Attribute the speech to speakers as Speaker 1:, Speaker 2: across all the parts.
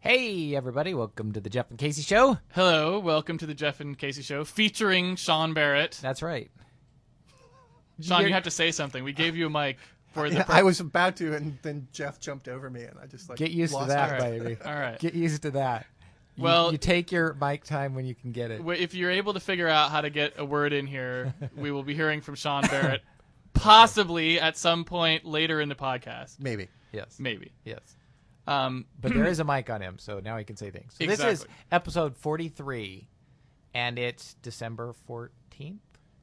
Speaker 1: Hey, everybody, welcome to the Jeff and Casey Show.
Speaker 2: Hello, welcome to the Jeff and Casey Show featuring Sean Barrett.
Speaker 1: That's right.
Speaker 2: Sean, you have to say something. We gave you a mic for the.
Speaker 3: Yeah, I was about to, and then Jeff jumped over me, and I just like
Speaker 1: Get used to
Speaker 3: lost
Speaker 1: that,
Speaker 3: my-
Speaker 2: All right.
Speaker 1: baby.
Speaker 2: All right.
Speaker 1: Get used to that. You-
Speaker 2: Well-
Speaker 1: you take your mic time when you can get it.
Speaker 2: Well, if you're able to figure out how to get a word in here, we will be hearing from Sean Barrett, possibly at some point later in the podcast,
Speaker 3: Maybe.
Speaker 1: Yes.
Speaker 2: maybe.
Speaker 1: Yes.
Speaker 2: Um,
Speaker 1: But there is a mic on him, so now he can say things. So this is
Speaker 2: Exactly.
Speaker 1: episode 43, and it's December 14th,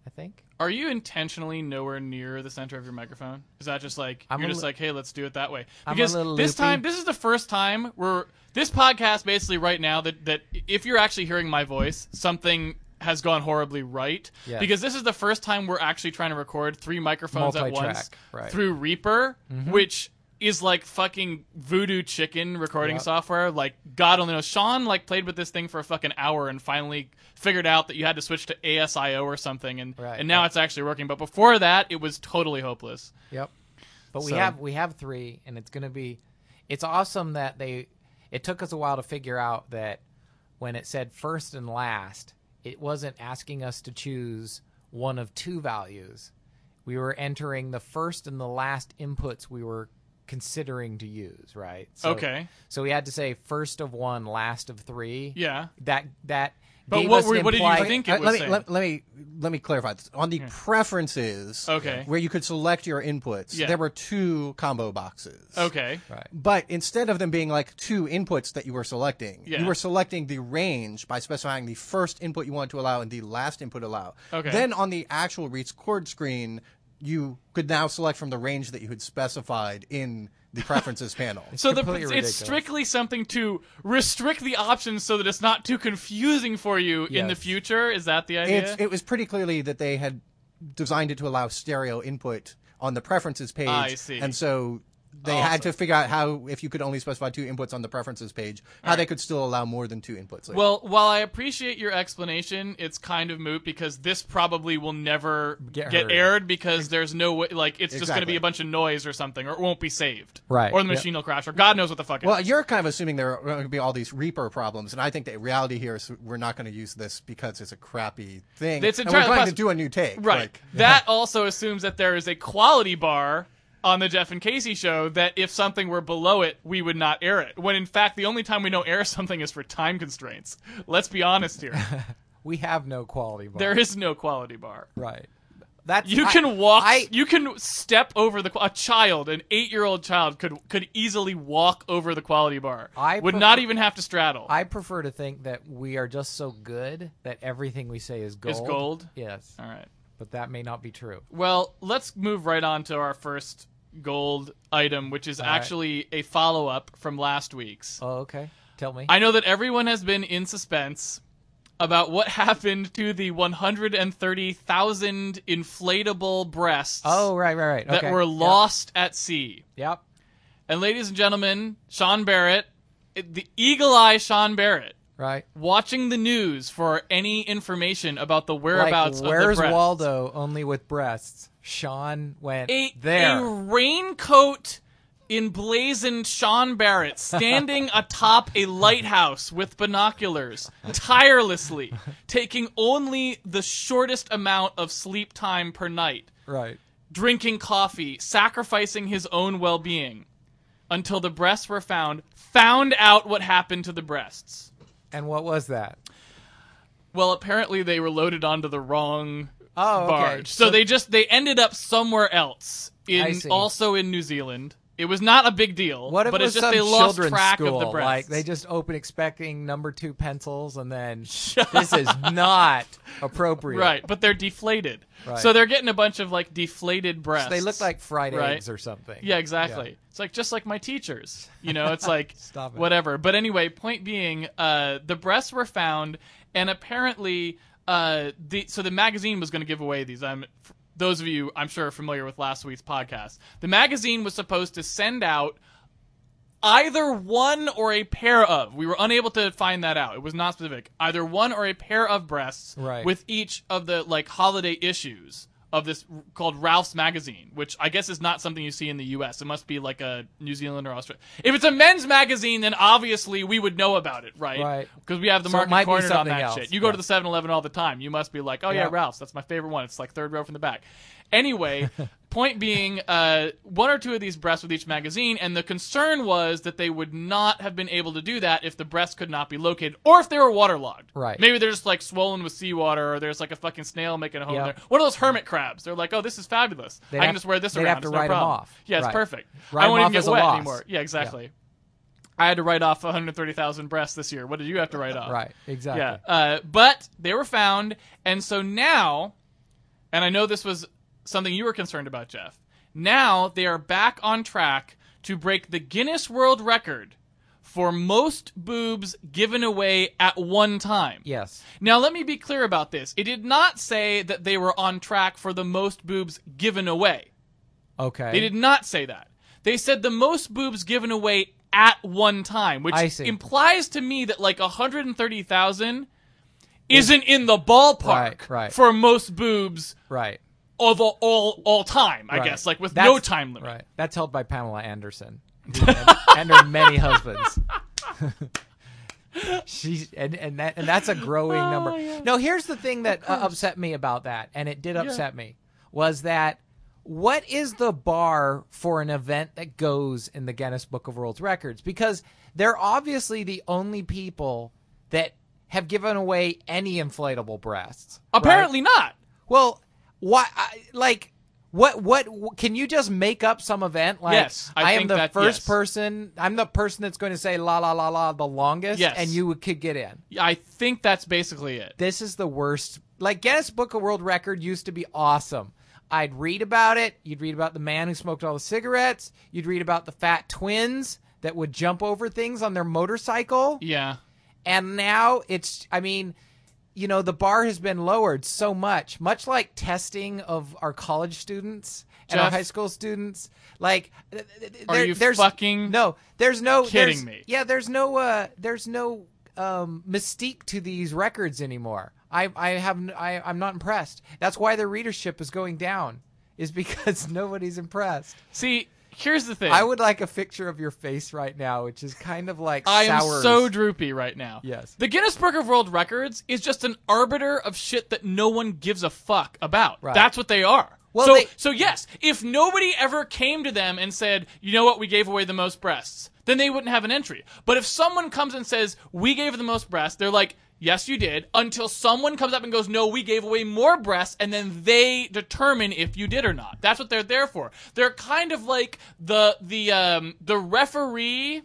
Speaker 1: I think.
Speaker 2: are you intentionally nowhere near the center of your microphone? Is that just like
Speaker 1: I'm
Speaker 2: you're
Speaker 1: a
Speaker 2: just
Speaker 1: li-
Speaker 2: like, hey, let's do it that way?
Speaker 1: I'm a
Speaker 2: Because
Speaker 1: little
Speaker 2: this
Speaker 1: loopy.
Speaker 2: time, this is the first time where this podcast basically right now that that if you're actually hearing my voice, something has gone horribly right
Speaker 1: Yes.
Speaker 2: because this is the first time we're actually trying to record three microphones at
Speaker 1: Multi-track,
Speaker 2: once
Speaker 1: right.
Speaker 2: through Reaper,
Speaker 1: Mm-hmm.
Speaker 2: which is like fucking voodoo chicken recording
Speaker 1: Yep.
Speaker 2: software. Like God only knows. Sean like played with this thing for a fucking hour and finally figured out that you had to switch to ASIO or something, and
Speaker 1: Right,
Speaker 2: and now
Speaker 1: right.
Speaker 2: it's actually working. But before that, it was totally hopeless.
Speaker 1: Yep. But we
Speaker 2: So-
Speaker 1: have we have three, and it's gonna be. It's awesome that they. It took us a while to figure out that when it said first and last, it wasn't asking us to choose one of two values. We were entering the first and the last inputs we were considering to use, right? So,
Speaker 2: Okay.
Speaker 1: So we had to say first of one, last of three.
Speaker 2: Yeah.
Speaker 1: That that.
Speaker 2: But
Speaker 1: gave
Speaker 2: what
Speaker 1: us an
Speaker 2: were- what did you
Speaker 1: implied-
Speaker 2: think? it
Speaker 3: Uh,
Speaker 2: was
Speaker 3: let me
Speaker 2: saying.
Speaker 3: let, let me let me clarify this. On the preferences,
Speaker 2: Okay.
Speaker 3: where you could select your inputs,
Speaker 2: Yeah.
Speaker 3: there were two combo boxes.
Speaker 2: Okay.
Speaker 1: Right.
Speaker 3: But instead of them being like two inputs that you were selecting,
Speaker 2: Yeah.
Speaker 3: you were selecting the range by specifying the first input you want to allow and the last input allow.
Speaker 2: Okay.
Speaker 3: Then on the actual record screen, you could now select from the range that you had specified in the preferences panel.
Speaker 2: So the,
Speaker 1: completely
Speaker 2: it's
Speaker 1: ridiculous.
Speaker 2: strictly something to restrict the options so that it's not too confusing for you in the
Speaker 1: Yes.
Speaker 2: future. Is that the idea?
Speaker 3: It's, it was pretty clearly that they had designed it to allow stereo input on the preferences page.
Speaker 2: I see.
Speaker 3: And so they had to figure out how, if you could only specify two inputs on the preferences page, how they could still allow more than two inputs. later.
Speaker 2: Well, while I appreciate your explanation, it's kind of moot because this probably will never
Speaker 1: Get
Speaker 2: get,
Speaker 1: heard.
Speaker 2: aired because there's no way, like, it's just going to be
Speaker 3: Exactly.
Speaker 2: a bunch of noise or something, or it won't be saved.
Speaker 1: Right.
Speaker 2: Or the
Speaker 1: Yep.
Speaker 2: machine will crash, or God knows what the fuck it
Speaker 3: Well, you're kind of assuming there are going to be all these Reaper problems, and I think that reality here is we're not going to use this because it's a crappy thing.
Speaker 2: It's
Speaker 3: and we're
Speaker 2: entirely
Speaker 3: trying to
Speaker 2: possible.
Speaker 3: do a new take.
Speaker 2: Right.
Speaker 3: like-
Speaker 2: That also assumes that there is a quality bar on the Jeff and Casey show that if something were below it, we would not air it. When in fact, the only time we don't air something is for time constraints. Let's be honest here.
Speaker 1: We have no quality. Bar.
Speaker 2: there is no quality bar.
Speaker 1: right. That's
Speaker 2: You
Speaker 1: I-
Speaker 2: can walk.
Speaker 1: I,
Speaker 2: you can step over the. qu- A child, an eight-year-old child, could could easily walk over the quality bar.
Speaker 1: I
Speaker 2: would
Speaker 1: prefer-
Speaker 2: not even have to straddle.
Speaker 1: I prefer to think that we are just so good that everything we say is gold.
Speaker 2: Is gold? Uh.
Speaker 1: Yes.
Speaker 2: All right.
Speaker 1: But that may not be true.
Speaker 2: Well, let's move right on to our first gold item, which is
Speaker 1: right.
Speaker 2: actually a follow-up from last week's.
Speaker 1: Oh, okay. Tell me.
Speaker 2: I know that everyone has been in suspense about what happened to the 130,000 inflatable breasts
Speaker 1: oh, right, right, right.
Speaker 2: that
Speaker 1: okay.
Speaker 2: were
Speaker 1: Yep.
Speaker 2: lost at sea.
Speaker 1: Yep.
Speaker 2: And ladies and gentlemen, Sean Barrett, the eagle eye Sean Barrett,
Speaker 1: Right.
Speaker 2: watching the news for any information about the
Speaker 1: Like,
Speaker 2: whereabouts of the
Speaker 1: where's
Speaker 2: breasts.
Speaker 1: Waldo? Only with breasts. Sean went
Speaker 2: a,
Speaker 1: there.
Speaker 2: a raincoat emblazoned Sean Barrett standing atop a lighthouse with binoculars, tirelessly, taking only the shortest amount of sleep time per night,
Speaker 1: right.
Speaker 2: drinking coffee, sacrificing his own well being until the breasts were found, found out what happened to the breasts.
Speaker 1: And what was that?
Speaker 2: Well, apparently they were loaded onto the wrong
Speaker 1: Oh, okay.
Speaker 2: barge. So,
Speaker 1: So-
Speaker 2: they just they ended up somewhere else
Speaker 1: I
Speaker 2: in
Speaker 1: see.
Speaker 2: also in New Zealand. It was not a big deal,
Speaker 1: What if
Speaker 2: but
Speaker 1: it
Speaker 2: it's
Speaker 1: was
Speaker 2: just
Speaker 1: some
Speaker 2: they lost
Speaker 1: children's
Speaker 2: track
Speaker 1: school?
Speaker 2: of the
Speaker 1: Like
Speaker 2: breasts.
Speaker 1: they just open expecting number two pencils, and then this is not appropriate.
Speaker 2: right, but they're deflated.
Speaker 1: Right.
Speaker 2: So they're getting a bunch of like deflated breasts.
Speaker 1: They look like fried
Speaker 2: Right.
Speaker 1: eggs or something.
Speaker 2: Yeah, exactly. It's like just like my teachers. You know, it's like
Speaker 1: Stop it.
Speaker 2: whatever. But anyway, point being, uh, the breasts were found, and apparently, uh, the so the magazine was going to give away these. I'm f- those of you I'm sure are familiar with last week's podcast. The magazine was supposed to send out either one or a pair of. We were unable to find that out. It was not specific. Either one or a pair of breasts
Speaker 1: Right.
Speaker 2: with each of the like holiday issues of this r- called Ralph's Magazine, which I guess is not something you see in the U.S. It must be like a New Zealand or Australia. If it's a men's magazine, then obviously we would know about it, right?
Speaker 1: Right.
Speaker 2: Because we have the
Speaker 1: So it
Speaker 2: market
Speaker 1: might be
Speaker 2: cornered on
Speaker 1: something
Speaker 2: that
Speaker 1: else.
Speaker 2: shit. You go
Speaker 1: Yeah.
Speaker 2: to the 7-Eleven all the time. You must be like, oh yeah,
Speaker 1: Yeah.
Speaker 2: Ralph's. That's my favorite one. It's like third row from the back. Anyway, point being, uh, one or two of these breasts with each magazine, and the concern was that they would not have been able to do that if the breasts could not be located or if they were waterlogged.
Speaker 1: Right.
Speaker 2: Maybe they're just like swollen with seawater, or there's like a fucking snail making a home
Speaker 1: Yeah.
Speaker 2: in there. One of those hermit crabs. They're like, oh, this is fabulous.
Speaker 1: They'd
Speaker 2: I can
Speaker 1: have-
Speaker 2: just wear this
Speaker 1: they'd
Speaker 2: around.
Speaker 1: have to
Speaker 2: it's no
Speaker 1: write 'em
Speaker 2: problem.
Speaker 1: off.
Speaker 2: Yeah, it's
Speaker 1: Right.
Speaker 2: perfect.
Speaker 1: Write
Speaker 2: I
Speaker 1: 'em
Speaker 2: won't
Speaker 1: off
Speaker 2: even
Speaker 1: as
Speaker 2: get
Speaker 1: a
Speaker 2: wet
Speaker 1: loss.
Speaker 2: anymore. Yeah, exactly. I had to write off 130,000 breasts this year. What did you have to write off?
Speaker 1: Right. Exactly.
Speaker 2: Yeah. Uh, but they were found, and so now, and I know this was something you were concerned about, Jeff. Now they are back on track to break the Guinness World Record for most boobs given away at one time.
Speaker 1: Yes.
Speaker 2: Now, let me be clear about this. It did not say that they were on track for the most boobs given away.
Speaker 1: Okay.
Speaker 2: They did not say that. They said the most boobs given away at one time, which
Speaker 1: I see.
Speaker 2: implies to me that like 130,000 isn't in the ballpark
Speaker 1: Right, right.
Speaker 2: for most boobs
Speaker 1: Right.
Speaker 2: of all all, all time, I
Speaker 1: right.
Speaker 2: guess, like with
Speaker 1: That's-
Speaker 2: no time limit.
Speaker 1: Right. That's held by Pamela Anderson who had- and her many husbands. She's and and that and that's a growing
Speaker 2: Oh,
Speaker 1: number. No, here's the thing that uh, upset me about that, and it did upset me, was that what is the bar for an event that goes in the Guinness Book of World Records? Because they're obviously the only people that have given away any inflatable breasts. right?
Speaker 2: Apparently not.
Speaker 1: Well, why? I, like, what? What? wh- Can you just make up some event? Like,
Speaker 2: Yes, I
Speaker 1: am
Speaker 2: think
Speaker 1: the
Speaker 2: that-
Speaker 1: first
Speaker 2: yes.
Speaker 1: person. I'm the person that's going to say la la la la the longest,
Speaker 2: Yes.
Speaker 1: and you could get in.
Speaker 2: I think that's basically it.
Speaker 1: This is the worst. Like Guinness Book of World Record used to be awesome. I'd read about it. You'd read about the man who smoked all the cigarettes. You'd read about the fat twins that would jump over things on their motorcycle.
Speaker 2: Yeah.
Speaker 1: And now it's, I mean, you know, the bar has been lowered so much, much like testing of our college students and our
Speaker 2: Jeff?
Speaker 1: high school students. Like, th- th-
Speaker 2: Are
Speaker 1: there-
Speaker 2: you
Speaker 1: there's,
Speaker 2: fucking
Speaker 1: no? There's no there's-
Speaker 2: kidding me?
Speaker 1: Yeah, there's no, uh, there's no um, mystique to these records anymore. I, I have, n- I, I'm not impressed. That's why their readership is going down, is because nobody's impressed.
Speaker 2: See, here's the thing.
Speaker 1: I would like a picture of your face right now, which is kind of like
Speaker 2: I am
Speaker 1: sours.
Speaker 2: so droopy right now.
Speaker 1: Yes.
Speaker 2: The Guinness Book of World Records is just an arbiter of shit that no one gives a fuck about.
Speaker 1: Right.
Speaker 2: That's what they are.
Speaker 1: Well,
Speaker 2: so,
Speaker 1: they-
Speaker 2: so yes, if nobody ever came to them and said, "You know what? We gave away the most breasts," then they wouldn't have an entry. But if someone comes and says, "We gave the most breasts," they're like, "Yes, you did." Until someone comes up and goes, "No, we gave away more breasts," and then they determine if you did or not. That's what they're there for. They're kind of like the the um, the referee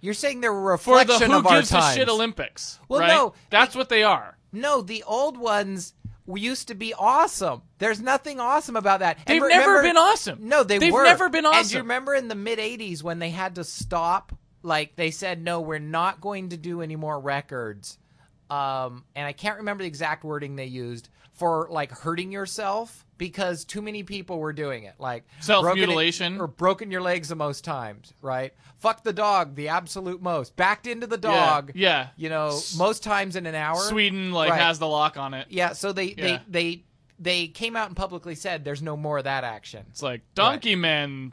Speaker 1: You're saying they're a
Speaker 2: for
Speaker 1: reflection
Speaker 2: the Who
Speaker 1: of our
Speaker 2: Gives
Speaker 1: times.
Speaker 2: a Shit Olympics.
Speaker 1: Well,
Speaker 2: right?
Speaker 1: no,
Speaker 2: that's what they are.
Speaker 1: No, the old ones used to be awesome. There's nothing awesome about that. And
Speaker 2: They've never been awesome.
Speaker 1: No, they
Speaker 2: They've
Speaker 1: were.
Speaker 2: never been
Speaker 1: And do
Speaker 2: awesome.
Speaker 1: you remember in the mid '80s when they had to stop? Like they said, no, we're not going to do any more records. Um, and I can't remember the exact wording they used for like hurting yourself because too many people were doing it, like
Speaker 2: Self-mutilation.
Speaker 1: broken it- or broken your legs the most times, right? Fuck the dog, the absolute most. Backed into the
Speaker 2: Yeah,
Speaker 1: dog,
Speaker 2: Yeah.
Speaker 1: you know, most times in an hour.
Speaker 2: Sweden like
Speaker 1: Right.
Speaker 2: has the lock on it.
Speaker 1: Yeah, so they
Speaker 2: Yeah.
Speaker 1: they they they came out and publicly said there's no more of that action.
Speaker 2: It's like Donkey Man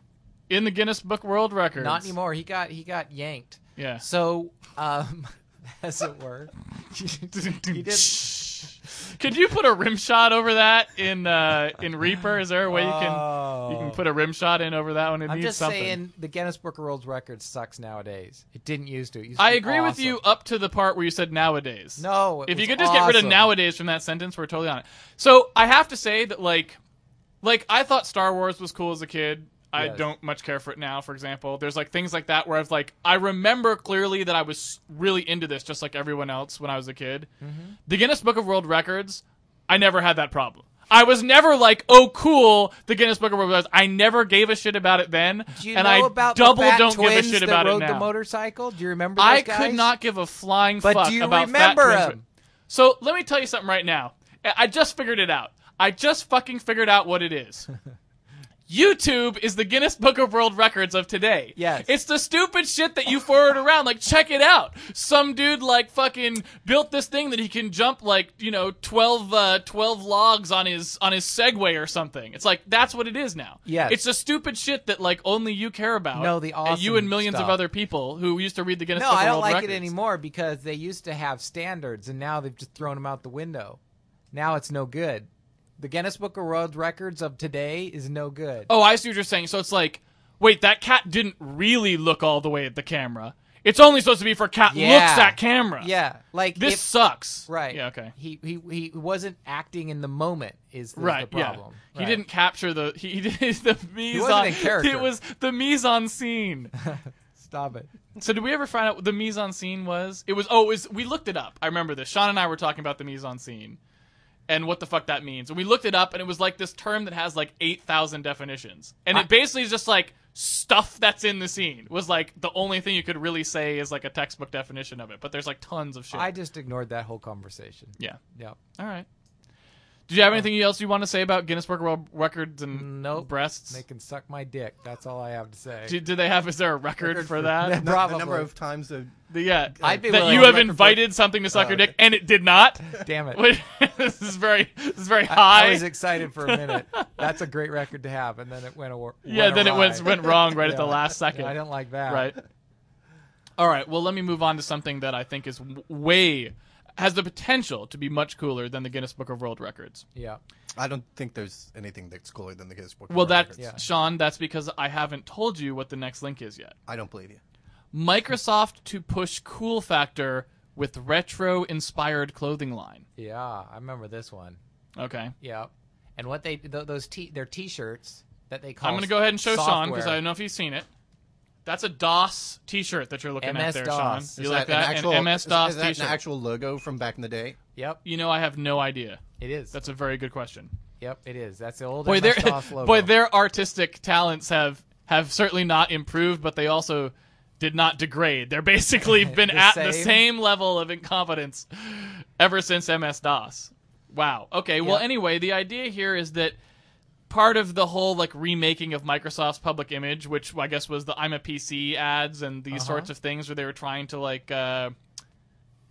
Speaker 2: in the Guinness Book World Records.
Speaker 1: Not anymore. He got he got yanked.
Speaker 2: Yeah.
Speaker 1: So, um, as it were, he did.
Speaker 2: Could you put a rim shot over that in uh, in Reaper? Is there a way you can you can put a rim shot in over that one? It
Speaker 1: Oh. I'm
Speaker 2: needs
Speaker 1: just
Speaker 2: something.
Speaker 1: saying the Guinness Book of World Records sucks nowadays. It didn't used to. It used to
Speaker 2: I
Speaker 1: be
Speaker 2: agree with
Speaker 1: awesome.
Speaker 2: you up to the part where you said nowadays.
Speaker 1: No, Oh, it
Speaker 2: if you
Speaker 1: was
Speaker 2: could just get rid of
Speaker 1: awesome.
Speaker 2: nowadays from that sentence, we're totally on it. So I have to say that like, like I thought Star Wars was cool as a kid. I
Speaker 1: Yes.
Speaker 2: don't much care for it now. For example, there's like things like that where I've like I remember clearly that I was really into this, just like everyone else when I was a kid.
Speaker 1: Mm-hmm.
Speaker 2: The Guinness Book of World Records, I never had that problem. I was never like, oh, cool, the Guinness Book of World Records. I never gave a shit about it then,
Speaker 1: Do you
Speaker 2: and
Speaker 1: know
Speaker 2: I
Speaker 1: about
Speaker 2: double
Speaker 1: the fat
Speaker 2: don't
Speaker 1: twins
Speaker 2: give a shit
Speaker 1: that
Speaker 2: about
Speaker 1: rode
Speaker 2: it now.
Speaker 1: the motorcycle? Do you remember? Those
Speaker 2: I
Speaker 1: guys?
Speaker 2: could not give a flying
Speaker 1: But
Speaker 2: fuck
Speaker 1: do you
Speaker 2: about
Speaker 1: remember
Speaker 2: fat twins.
Speaker 1: him?
Speaker 2: So let me tell you something right now. I I just figured it out. I just fucking figured out what it is. YouTube is the Guinness Book of World Records of today.
Speaker 1: Yes.
Speaker 2: It's the stupid shit that you forward around. Like, check it out. Some dude, like, fucking built this thing that he can jump, like, you know, 12, uh, 12 logs on his, on his Segway or something. It's like, that's what it is now.
Speaker 1: Yes.
Speaker 2: It's the stupid shit that, like, only you care about.
Speaker 1: No, the
Speaker 2: And You and
Speaker 1: awesome
Speaker 2: millions of
Speaker 1: stuff.
Speaker 2: other people who used to read the Guinness
Speaker 1: No,
Speaker 2: Book of
Speaker 1: I don't
Speaker 2: World
Speaker 1: like
Speaker 2: Records.
Speaker 1: it anymore because they used to have standards and now they've just thrown them out the window. Now it's no good. The Guinness Book of World Records of today is no good.
Speaker 2: Oh, I see what you're saying. So it's like, wait, that cat didn't really look all the way at the camera. It's only supposed to be for cat
Speaker 1: Yeah.
Speaker 2: looks at camera.
Speaker 1: Yeah, like
Speaker 2: This
Speaker 1: if-
Speaker 2: sucks.
Speaker 1: right.
Speaker 2: Yeah, okay.
Speaker 1: He he he wasn't acting in the moment. Is the,
Speaker 2: Right,
Speaker 1: the problem?
Speaker 2: yeah.
Speaker 1: Right.
Speaker 2: He didn't capture the he, he did the mise
Speaker 1: wasn't
Speaker 2: en
Speaker 1: in character.
Speaker 2: It was the mise en scene.
Speaker 1: stop it.
Speaker 2: so did we ever find out what the mise en scene was? It was oh, it was we looked it up. I remember this. Sean and I were talking about the mise en scene and what the fuck that means. And we looked it up and it was like this term that has like 8,000 definitions. And
Speaker 1: I-
Speaker 2: it basically is just like stuff that's in the scene was like the only thing you could really say is like a textbook definition of it, but there's like tons of shit.
Speaker 1: I just ignored that whole conversation.
Speaker 2: yeah.
Speaker 1: Yep.
Speaker 2: All right. Did you have anything else you want to say about Guinness Book of World Records and
Speaker 1: Oh. Nope.
Speaker 2: breasts?
Speaker 1: They can suck my dick. That's all I have to say.
Speaker 2: Do, do they have? Is there a record, for
Speaker 1: that.
Speaker 2: that?
Speaker 3: The-
Speaker 1: Probably.
Speaker 3: The number of times of
Speaker 2: The- yeah,
Speaker 1: I'd be
Speaker 2: that
Speaker 1: willing
Speaker 2: you
Speaker 1: to
Speaker 2: have
Speaker 1: record for-
Speaker 2: invited something to suck
Speaker 3: Oh,
Speaker 2: your
Speaker 3: okay.
Speaker 2: dick and it did not.
Speaker 1: Damn it.
Speaker 2: Wait, this is very, this is very high.
Speaker 1: I, I was excited for a minute. That's a great record to have, and then it went. awar-
Speaker 2: yeah, then it
Speaker 1: awry.
Speaker 2: went went wrong right at the
Speaker 1: Yeah.
Speaker 2: last second.
Speaker 1: Yeah, I didn't like that.
Speaker 2: right. All right. Well, let me move on to something that I think is w- way has the potential to be much cooler than the Guinness Book of World Records.
Speaker 1: Yeah.
Speaker 3: I don't think there's anything that's cooler than the Guinness Book. of
Speaker 2: Well,
Speaker 3: World
Speaker 2: that's
Speaker 3: Records.
Speaker 1: Yeah.
Speaker 2: Sean. That's because I haven't told you what the next link is yet.
Speaker 3: I don't believe you.
Speaker 2: Microsoft to push cool factor with retro inspired clothing line.
Speaker 1: Yeah. I remember this one.
Speaker 2: Okay.
Speaker 1: Yeah. And what they th- those t their T-shirts that they call.
Speaker 2: I'm going to go ahead and show Sean because I
Speaker 1: software.
Speaker 2: don't know if he's seen it. That's a DOS T-shirt that you're looking at
Speaker 1: MS
Speaker 2: there,
Speaker 1: DOS.
Speaker 2: Sean.
Speaker 3: Is
Speaker 2: You like
Speaker 3: an
Speaker 2: that?
Speaker 3: actual-
Speaker 2: an MS DOS
Speaker 3: is, is that
Speaker 2: T-shirt.
Speaker 3: An actual logo from back in the day.
Speaker 1: Yep.
Speaker 2: you know, I have no idea.
Speaker 1: It is.
Speaker 2: That's a very good question.
Speaker 1: yep. It is. That's the old
Speaker 2: Boy, their
Speaker 1: MS-DOS logo.
Speaker 2: boy, their artistic talents have have certainly not improved, but they also did not degrade. They're basically been
Speaker 1: The
Speaker 2: at the
Speaker 1: same.
Speaker 2: same level of incompetence ever since MS DOS. Wow. Okay. Well,
Speaker 1: Yep.
Speaker 2: anyway, the idea here is that part of the whole like remaking of Microsoft's public image, which I guess was the "I'm a PC" ads and these sorts of things, where they were trying to like, uh,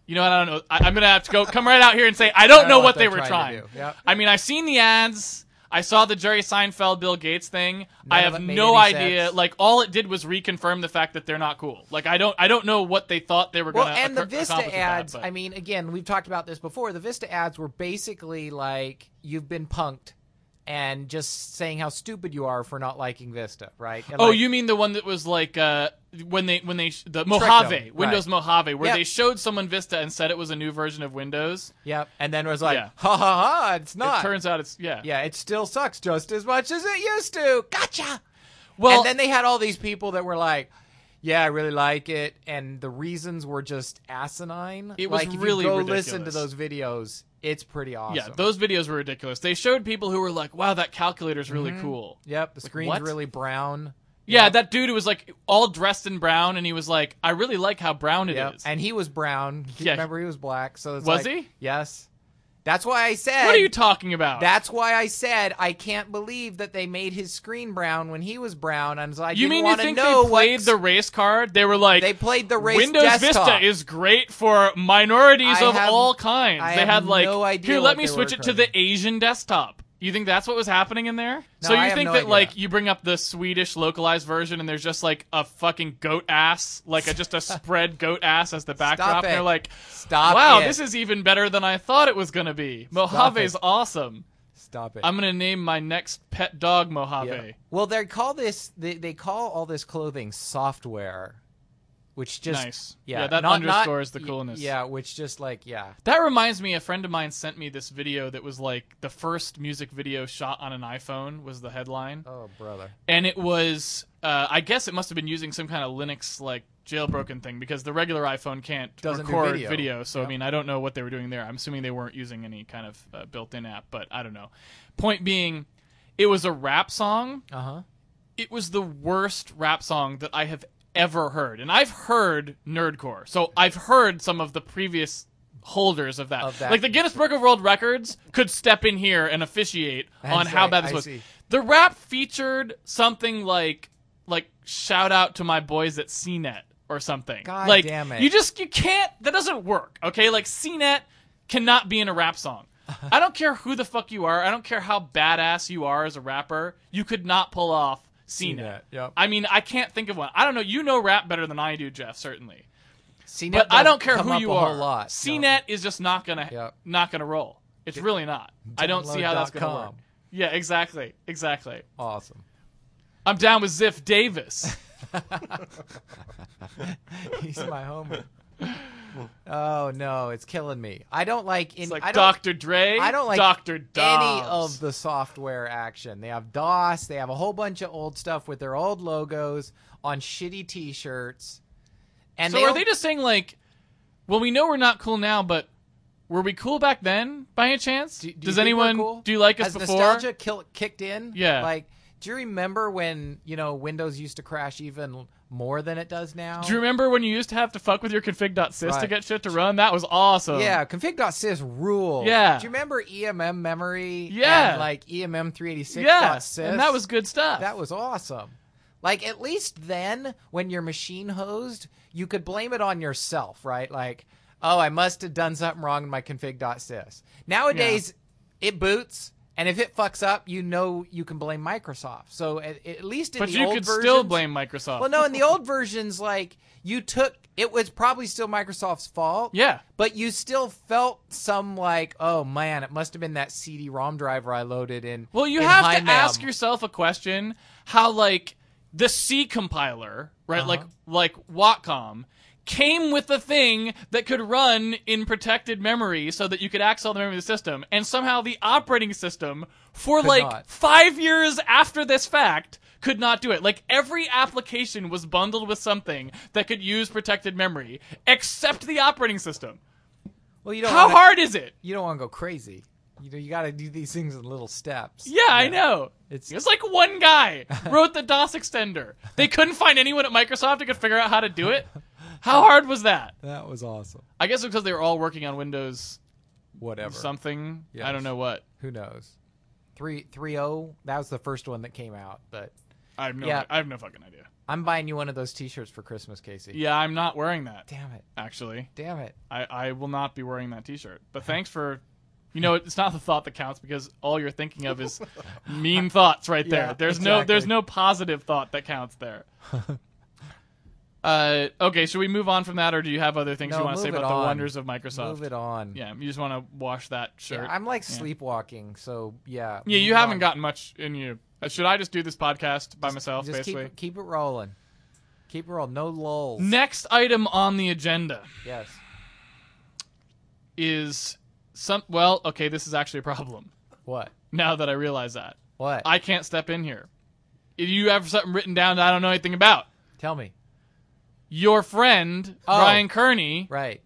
Speaker 2: you know, what, I don't know. I, I'm gonna have to go come right out here and say I don't, know what, they
Speaker 1: they're
Speaker 2: were
Speaker 1: trying to
Speaker 2: trying.
Speaker 1: do. Yep.
Speaker 2: I mean, I've seen the ads. I saw the Jerry Seinfeld, Bill Gates thing. I
Speaker 1: of
Speaker 2: have
Speaker 1: it made
Speaker 2: no
Speaker 1: any
Speaker 2: idea.
Speaker 1: sense.
Speaker 2: Like, all it did was reconfirm the fact that they're not cool. Like, I don't, I don't know what they thought they were
Speaker 1: Well,
Speaker 2: going to.
Speaker 1: and the Vista ads.
Speaker 2: That, but-
Speaker 1: I mean, again, we've talked about this before. The Vista ads were basically like you've been punked, and just saying how stupid you are for not liking Vista, right? And
Speaker 2: Oh,
Speaker 1: like-
Speaker 2: you mean the one that was like uh, when they when they sh- the Mojave
Speaker 1: them,
Speaker 2: Windows
Speaker 1: right.
Speaker 2: Mojave where
Speaker 1: Yep.
Speaker 2: they showed someone Vista and said it was a new version of Windows.
Speaker 1: Yep. And then it was like,
Speaker 2: Yeah.
Speaker 1: ha ha ha, it's
Speaker 2: It
Speaker 1: not.
Speaker 2: turns out it's yeah.
Speaker 1: yeah, it still sucks just as much as it used to. Gotcha.
Speaker 2: Well,
Speaker 1: and then they had all these people that were like, "Yeah, I really like it," and the reasons were just asinine.
Speaker 2: It was
Speaker 1: like, if
Speaker 2: really
Speaker 1: you go
Speaker 2: ridiculous.
Speaker 1: listen to those videos. It's pretty awesome.
Speaker 2: yeah, those videos were ridiculous. They showed people who were like, "Wow, that calculator's really
Speaker 1: Mm-hmm.
Speaker 2: cool."
Speaker 1: Yep, the screen's
Speaker 2: what?
Speaker 1: really brown.
Speaker 2: Yeah, that dude who was like all dressed in brown, and he was like, "I really like how brown it is."
Speaker 1: Yep. And he was brown.
Speaker 2: Yeah.
Speaker 1: Remember, he was black. So it's
Speaker 2: Was
Speaker 1: like-
Speaker 2: he?
Speaker 1: Yes. That's why I said.
Speaker 2: what are you talking about?
Speaker 1: That's why I said I can't believe that they made his screen brown when he was brown. I was like,
Speaker 2: you mean you
Speaker 1: want to
Speaker 2: think
Speaker 1: know
Speaker 2: they played
Speaker 1: what
Speaker 2: the race card? They were like,
Speaker 1: they played the race
Speaker 2: Windows
Speaker 1: desktop.
Speaker 2: Vista is great for minorities
Speaker 1: I
Speaker 2: of
Speaker 1: have-
Speaker 2: all kinds.
Speaker 1: I
Speaker 2: they
Speaker 1: have
Speaker 2: had like
Speaker 1: no idea
Speaker 2: here,
Speaker 1: what
Speaker 2: let me
Speaker 1: they
Speaker 2: switch
Speaker 1: were
Speaker 2: it to the
Speaker 1: coding."
Speaker 2: Asian desktop. You think that's what was happening in there? so you
Speaker 1: I have
Speaker 2: think
Speaker 1: no
Speaker 2: that
Speaker 1: idea.
Speaker 2: like you bring up the Swedish localized version and there's just like a fucking goat ass, like a, just a spread goat ass as the backdrop, and
Speaker 1: it.
Speaker 2: they're like,
Speaker 1: Stop
Speaker 2: wow,
Speaker 1: it.
Speaker 2: this is even better than I thought it was gonna be. Mojave's
Speaker 1: it.
Speaker 2: awesome.
Speaker 1: Stop it.
Speaker 2: I'm gonna name my next pet dog Mojave.
Speaker 1: Yeah. Well, they call this they, they call all this clothing software, which just
Speaker 2: Nice.
Speaker 1: Yeah,
Speaker 2: Yeah, that
Speaker 1: not- not-
Speaker 2: underscores the coolness.
Speaker 1: Yeah, which just like yeah,
Speaker 2: That reminds me, a friend of mine sent me this video that was like the first music video shot on an iPhone was the headline,
Speaker 1: oh brother.
Speaker 2: and it was uh, I guess it must have been using some kind of Linux like jailbroken thing because the regular iPhone can't
Speaker 1: Doesn't do
Speaker 2: record
Speaker 1: video.
Speaker 2: So I mean, I don't know what they were doing there. I'm assuming they weren't using any kind of uh, built-in app, but I don't know. Point being, it was a rap song
Speaker 1: Uh huh.
Speaker 2: it was the worst rap song that I have ever heard. And I've heard nerdcore. So I've heard some of the previous holders of that.
Speaker 1: Of that.
Speaker 2: Like the Guinness Book of World Records could step in here and officiate
Speaker 1: And
Speaker 2: on
Speaker 1: say,
Speaker 2: how bad this
Speaker 1: I
Speaker 2: was.
Speaker 1: see.
Speaker 2: The rap featured something like like shout out to my boys at CNET or something.
Speaker 1: God
Speaker 2: like,
Speaker 1: damn it.
Speaker 2: You just you can't. That doesn't work. Okay, like CNET cannot be in a rap song. I don't care who the fuck you are. I don't care how badass you are as a rapper. You could not pull off CNET.
Speaker 1: CNET, yep.
Speaker 2: I mean, I can't think of one. I don't know. You know rap better than I do, Jeff. Certainly.
Speaker 1: CNET
Speaker 2: But I
Speaker 1: doesn't
Speaker 2: don't care
Speaker 1: come
Speaker 2: who
Speaker 1: up
Speaker 2: you
Speaker 1: a
Speaker 2: are.
Speaker 1: Whole lot.
Speaker 2: CNET
Speaker 1: No.
Speaker 2: is just not gonna
Speaker 1: Yep.
Speaker 2: not gonna roll. It's really not. I don't see how that's gonna
Speaker 1: Download.com.
Speaker 2: work. Yeah, exactly, exactly.
Speaker 1: Awesome.
Speaker 2: I'm down with Ziff Davis.
Speaker 1: He's my homie. Oh no, it's killing me. I don't like any,
Speaker 2: It's like
Speaker 1: I don't,
Speaker 2: Dr. Dre.
Speaker 1: I don't like
Speaker 2: Dr.
Speaker 1: any
Speaker 2: Dobbs.
Speaker 1: of the software action. They have DOS. They have a whole bunch of old stuff with their old logos on shitty T-shirts. And
Speaker 2: So
Speaker 1: they
Speaker 2: are
Speaker 1: don't-
Speaker 2: they just saying like, well, we know we're not cool now, but were we cool back then by any chance?
Speaker 1: Do- do you
Speaker 2: Does
Speaker 1: think we're
Speaker 2: anyone
Speaker 1: cool?
Speaker 2: do you like us
Speaker 1: Has
Speaker 2: before?
Speaker 1: nostalgia kill, kicked in?
Speaker 2: Yeah.
Speaker 1: Like, do you remember when you know Windows used to crash even more than it does now?
Speaker 2: Do you remember when you used to have to fuck with your config.sys to
Speaker 1: Right.
Speaker 2: get shit to run? That was awesome.
Speaker 1: yeah, config.sys rule.
Speaker 2: Yeah.
Speaker 1: Do you remember EMM memory?
Speaker 2: Yeah.
Speaker 1: And, like E EMM 386.sys.
Speaker 2: Yeah. And that was good stuff.
Speaker 1: That was awesome. Like at least then, when your machine hosed, you could blame it on yourself, right? Like, oh, I must have done something wrong in my config.sys. Nowadays, it boots, and if it fucks up, you know you can blame Microsoft. So at, at least in
Speaker 2: But
Speaker 1: the
Speaker 2: you
Speaker 1: old
Speaker 2: could
Speaker 1: versions,
Speaker 2: still blame Microsoft.
Speaker 1: Well, no, in the old versions, like you took it was probably still Microsoft's fault.
Speaker 2: Yeah.
Speaker 1: But you still felt some like, oh man, it must have been that CD-ROM driver I loaded in.
Speaker 2: Well, you
Speaker 1: in
Speaker 2: have
Speaker 1: Hymem.
Speaker 2: to ask yourself a question: How like the C compiler, right?
Speaker 1: Uh-huh.
Speaker 2: Like like Wacom came with a thing that could run in protected memory, so that you could access all the memory of the system, and somehow the operating system for like
Speaker 1: not.
Speaker 2: five years after this fact. Could not do it. Like every application was bundled with something that could use protected memory, except the operating system.
Speaker 1: Well, you don't
Speaker 2: How
Speaker 1: wanna-
Speaker 2: hard is it?
Speaker 1: you don't want to go crazy. You know, you got to do these things in little steps.
Speaker 2: Yeah, I know. It's,
Speaker 1: It's-
Speaker 2: like one guy wrote the DOS extender. They couldn't find anyone at Microsoft who could figure out how to do it. How hard was that?
Speaker 1: That was awesome.
Speaker 2: I guess because they were all working on Windows
Speaker 1: Whatever.
Speaker 2: something. I
Speaker 1: Yes.
Speaker 2: don't know what.
Speaker 1: Who knows? Three three oh. That was the first one that came out. But
Speaker 2: I have no.
Speaker 1: Yeah.
Speaker 2: I have no fucking idea.
Speaker 1: I'm buying you one of those T-shirts for Christmas, Casey.
Speaker 2: Yeah, I'm not wearing that.
Speaker 1: Damn it!
Speaker 2: Actually,
Speaker 1: Damn it!
Speaker 2: I I will not be wearing that T-shirt. But thanks for. You know, it's not the thought that counts because all you're thinking of is mean thoughts right there.
Speaker 1: Yeah,
Speaker 2: there's no there's
Speaker 1: exactly.
Speaker 2: no positive thought that counts there. Uh, okay, should we move on from that, or do you have other things
Speaker 1: No,
Speaker 2: you want to say
Speaker 1: move it
Speaker 2: about the
Speaker 1: on.
Speaker 2: wonders of Microsoft?
Speaker 1: Move it on.
Speaker 2: Yeah, you just want to wash that
Speaker 1: Yeah,
Speaker 2: shirt.
Speaker 1: I'm like sleepwalking. So yeah.
Speaker 2: Yeah, you
Speaker 1: move
Speaker 2: haven't
Speaker 1: on.
Speaker 2: gotten much in you. Uh, Should I just do this podcast by myself,
Speaker 1: Just
Speaker 2: basically?
Speaker 1: keep keep it rolling. Keep it rolling. No lulls.
Speaker 2: Next item on the agenda
Speaker 1: Yes.
Speaker 2: is some. Well, okay, this is actually a problem.
Speaker 1: What?
Speaker 2: Now that I realize that,
Speaker 1: What?
Speaker 2: I can't step in here. If you have something written down that I don't know anything about,
Speaker 1: Tell me.
Speaker 2: your friend
Speaker 1: Oh.
Speaker 2: Brian Kearney
Speaker 1: Right.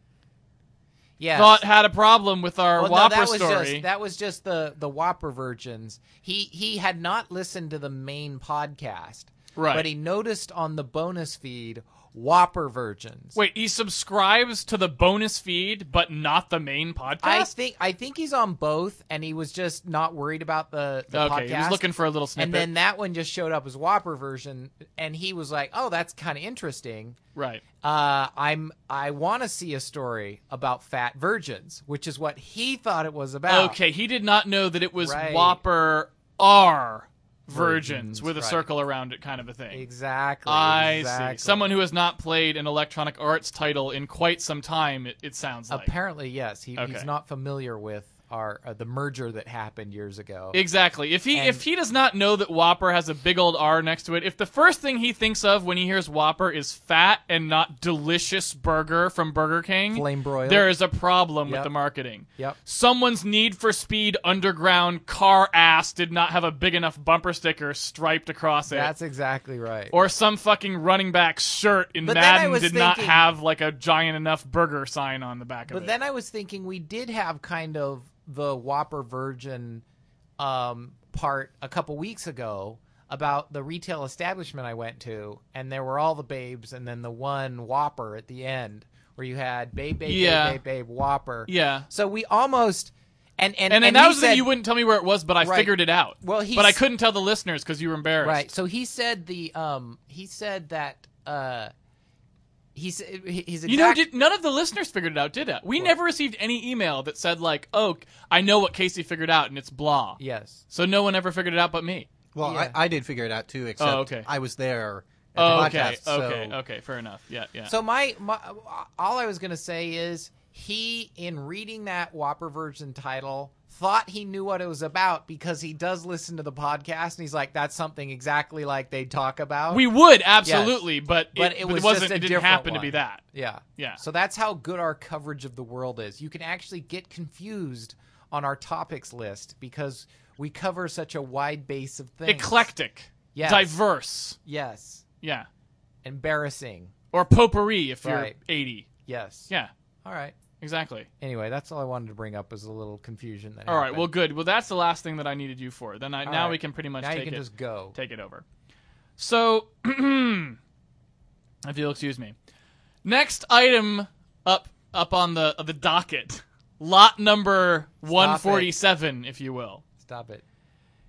Speaker 1: Yeah.
Speaker 2: thought had a problem with our
Speaker 1: Well,
Speaker 2: Whopper
Speaker 1: no, that was
Speaker 2: story.
Speaker 1: Just, that was just the the Whopper virgins. He he had not listened to the main podcast,
Speaker 2: Right.
Speaker 1: But he noticed on the bonus feed Whopper virgins.
Speaker 2: Wait, he subscribes to the bonus feed, but not the main podcast.
Speaker 1: I think I think he's on both, and he was just not worried about the, the
Speaker 2: okay,
Speaker 1: podcast.
Speaker 2: he was looking for a little snippet.
Speaker 1: and then that one just showed up as Whopper version, and he was like, "Oh, that's kind of interesting."
Speaker 2: right.
Speaker 1: Uh, I'm I want to see a story about fat virgins, which is what he thought it was about.
Speaker 2: Okay, he did not know that it was
Speaker 1: Oh. Right.
Speaker 2: Whopper R virgins
Speaker 1: Virgins,
Speaker 2: with a
Speaker 1: right.
Speaker 2: circle around it, kind of a thing.
Speaker 1: exactly.
Speaker 2: I
Speaker 1: exactly.
Speaker 2: see. Someone who has not played an Electronic Arts title in quite some time, it, it sounds like.
Speaker 1: Apparently, yes. He,
Speaker 2: Okay.
Speaker 1: He's not familiar with our uh, the merger that happened years ago.
Speaker 2: Exactly. If he
Speaker 1: And-
Speaker 2: if he does not know that Whopper has a big old R next to it, if the first thing he thinks of when he hears Whopper is fat and not delicious burger from Burger King,
Speaker 1: Flame broiled.
Speaker 2: there is a problem with
Speaker 1: Yep.
Speaker 2: the marketing.
Speaker 1: Yep.
Speaker 2: Someone's Need for Speed Underground car ass did not have a big enough bumper sticker striped across it.
Speaker 1: That's exactly right.
Speaker 2: or some fucking running back shirt in
Speaker 1: But then I
Speaker 2: Madden did
Speaker 1: was
Speaker 2: not
Speaker 1: thinking-
Speaker 2: have like a giant enough burger sign on the back of
Speaker 1: but
Speaker 2: it.
Speaker 1: then I was thinking we did have kind of the Whopper Virgin um, part a couple weeks ago about the retail establishment I went to, and there were all the babes, and then the one Whopper at the end where you had babe, babe,
Speaker 2: Yeah.
Speaker 1: babe, babe, babe, Whopper.
Speaker 2: yeah.
Speaker 1: So we almost And and,
Speaker 2: And,
Speaker 1: and
Speaker 2: then that
Speaker 1: he
Speaker 2: was the thing,
Speaker 1: said-
Speaker 2: you wouldn't tell me where it was, but I
Speaker 1: Right.
Speaker 2: figured it out.
Speaker 1: Well, he's-
Speaker 2: but I couldn't tell the listeners because you were embarrassed.
Speaker 1: Right. So he said the um he said that uh he said he's exact,
Speaker 2: You know, did, none of the listeners figured it out, did it? We never received any email that said like, "Oh, I know what Casey figured out," and it's blah.
Speaker 1: yes.
Speaker 2: So no one ever figured it out but me.
Speaker 3: Well,
Speaker 1: Yeah.
Speaker 3: I, I did figure it out too, except
Speaker 2: Oh, okay.
Speaker 3: I was there. At
Speaker 2: Oh,
Speaker 3: the
Speaker 2: okay,
Speaker 3: podcast, so-
Speaker 2: okay, okay. Fair enough. Yeah, yeah.
Speaker 1: So my my all I was going to say is he in reading that Whopper Virgin title thought he knew what it was about because he does listen to the podcast and he's like that's something exactly like they talk about.
Speaker 2: we would absolutely, but,
Speaker 1: But
Speaker 2: it,
Speaker 1: it
Speaker 2: but
Speaker 1: was
Speaker 2: it wasn't.
Speaker 1: just a
Speaker 2: it didn't
Speaker 1: different
Speaker 2: happen to
Speaker 1: one.
Speaker 2: be that.
Speaker 1: Yeah.
Speaker 2: Yeah.
Speaker 1: So that's how good our coverage of the world is. You can actually get confused on our topics list because we cover such a wide base of things.
Speaker 2: Eclectic,
Speaker 1: Yes.
Speaker 2: diverse.
Speaker 1: Yes.
Speaker 2: Yeah,
Speaker 1: Embarrassing.
Speaker 2: or potpourri if you're
Speaker 1: Right.
Speaker 2: 80.
Speaker 1: Yes.
Speaker 2: Yeah,
Speaker 1: All right.
Speaker 2: exactly.
Speaker 1: Anyway, that's all I wanted to bring up was a little confusion that
Speaker 2: All right.
Speaker 1: happened.
Speaker 2: Well, good. Well, that's the last thing that I needed you for. Then I,
Speaker 1: All
Speaker 2: now
Speaker 1: right.
Speaker 2: we can pretty much
Speaker 1: now
Speaker 2: take
Speaker 1: you can
Speaker 2: it.
Speaker 1: just go.
Speaker 2: take it over. So, if you'll excuse me, next item up up on the uh, the docket, lot number one forty seven, if you will,
Speaker 1: Stop it.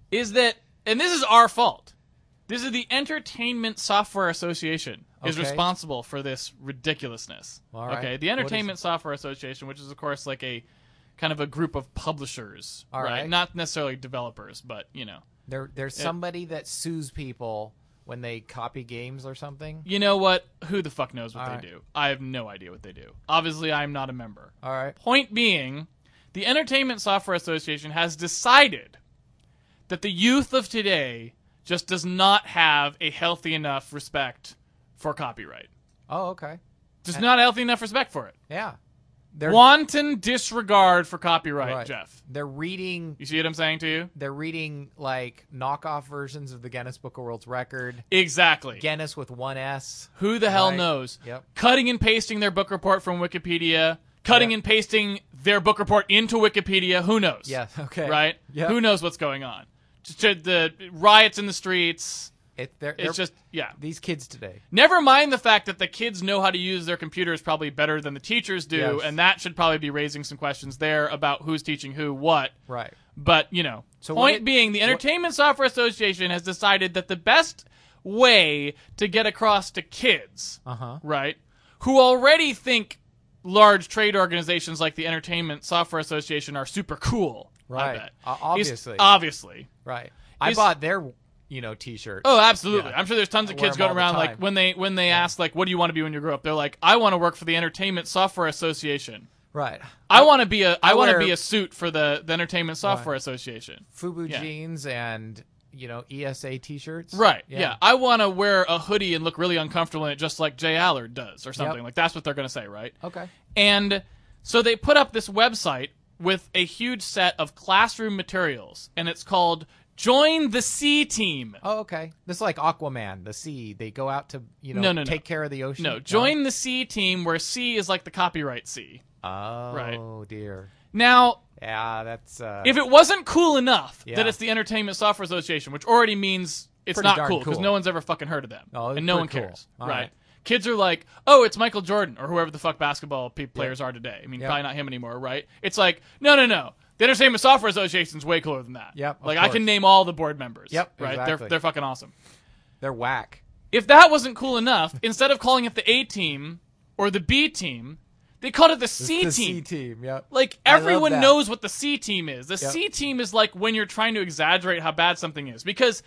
Speaker 2: is that, and this is our fault. This is the Entertainment Software Association is
Speaker 1: Okay.
Speaker 2: responsible for this ridiculousness.
Speaker 1: All right.
Speaker 2: Okay, the
Speaker 1: What is
Speaker 2: Entertainment Software Association, which is of course like a kind of a group of publishers,
Speaker 1: All
Speaker 2: right?
Speaker 1: right.
Speaker 2: Not necessarily developers, but you know.
Speaker 1: There, there's somebody that sues people when they copy games or something.
Speaker 2: You know what? Who the fuck knows what
Speaker 1: All
Speaker 2: they
Speaker 1: right.
Speaker 2: do? I have no idea what they do. Obviously, I'm not a member.
Speaker 1: All right.
Speaker 2: Point being, the Entertainment Software Association has decided that the youth of today just does not have a healthy enough respect for copyright.
Speaker 1: Oh, okay.
Speaker 2: Just not a healthy enough respect for it.
Speaker 1: Yeah. They're
Speaker 2: Wanton disregard for copyright,
Speaker 1: right.
Speaker 2: Jeff.
Speaker 1: They're reading
Speaker 2: You see what I'm saying to you?
Speaker 1: they're reading like knockoff versions of the Guinness Book of World's Record.
Speaker 2: Exactly.
Speaker 1: Guinness with one S.
Speaker 2: Who the hell
Speaker 1: Right.
Speaker 2: knows?
Speaker 1: Yep.
Speaker 2: Cutting and pasting their book report from Wikipedia, cutting
Speaker 1: Yep.
Speaker 2: and pasting their book report into Wikipedia. Who knows?
Speaker 1: Yeah. Okay.
Speaker 2: Right?
Speaker 1: Yeah.
Speaker 2: Who knows what's going on? Just uh, the riots in the streets.
Speaker 1: It, they're,
Speaker 2: It's
Speaker 1: they're-
Speaker 2: just yeah.
Speaker 1: these kids today.
Speaker 2: Never mind the fact that the kids know how to use their computers probably better than the teachers do,
Speaker 1: Yes.
Speaker 2: and that should probably be raising some questions there about who's teaching who what.
Speaker 1: Right.
Speaker 2: But you know,
Speaker 1: So what
Speaker 2: point
Speaker 1: it-
Speaker 2: being, the Entertainment Software Association has decided that the best way to get across to kids,
Speaker 1: Uh-huh.
Speaker 2: right, who already think large trade organizations like the Entertainment Software Association are super cool, I
Speaker 1: Right.
Speaker 2: bet,
Speaker 1: O-
Speaker 2: is-
Speaker 1: obviously.
Speaker 2: obviously.
Speaker 1: Right. I
Speaker 2: Is-
Speaker 1: bought their you know T-shirt.
Speaker 2: Oh, absolutely.
Speaker 1: Yeah.
Speaker 2: I'm sure there's tons
Speaker 1: I
Speaker 2: of
Speaker 1: wear
Speaker 2: kids
Speaker 1: them
Speaker 2: going
Speaker 1: all the
Speaker 2: around like
Speaker 1: time.
Speaker 2: when they when they ask like, "What do you want to be when you grow up?" They're like, "I want to work for the Entertainment Software Association.
Speaker 1: Right.
Speaker 2: I want to be a I, want to
Speaker 1: wear-
Speaker 2: be a suit for the the Entertainment Software Association."
Speaker 1: Fubu
Speaker 2: Yeah.
Speaker 1: jeans and you know ESA T-shirts.
Speaker 2: Right. Yeah. I want to wear a hoodie and look really uncomfortable in it, just like Jay Allard does, or something.
Speaker 1: Yep.
Speaker 2: Like that's what they're going to say, right?
Speaker 1: Okay.
Speaker 2: And so they put up this website with a huge set of classroom materials, and it's called "Join the C Team."
Speaker 1: Oh, okay. This is like Aquaman, the sea. They go out to you know
Speaker 2: No, no, no.
Speaker 1: take care of the ocean.
Speaker 2: No, join the C Team, where C is like the copyright C.
Speaker 1: Oh
Speaker 2: Right.
Speaker 1: dear.
Speaker 2: Now,
Speaker 1: Yeah, that's uh,
Speaker 2: if it wasn't cool enough
Speaker 1: Yeah.
Speaker 2: that it's the Entertainment Software Association, which already means it's
Speaker 1: Pretty
Speaker 2: not
Speaker 1: darn
Speaker 2: cool because
Speaker 1: cool.
Speaker 2: no one's ever fucking heard of them,
Speaker 1: Oh,
Speaker 2: and no one
Speaker 1: pretty cool.
Speaker 2: cares,
Speaker 1: All
Speaker 2: right?
Speaker 1: right.
Speaker 2: Kids are like, oh, it's Michael Jordan or whoever the fuck basketball pe- players are today. I mean,
Speaker 1: Yep.
Speaker 2: probably not him anymore, right? It's like, no, no, no. The Entertainment Software Association's way cooler than that.
Speaker 1: Yep, of
Speaker 2: Like I
Speaker 1: course.
Speaker 2: can name all the board members.
Speaker 1: Yep,
Speaker 2: Right. They're
Speaker 1: exactly.
Speaker 2: they're fucking awesome.
Speaker 1: they're whack.
Speaker 2: If that wasn't cool enough, instead of calling it the A team or the B team, they called it the C
Speaker 1: the
Speaker 2: team.
Speaker 1: C team. Yep.
Speaker 2: Like
Speaker 1: I love
Speaker 2: everyone
Speaker 1: that.
Speaker 2: knows what the C team is. The C team is like when you're trying to exaggerate how bad something is because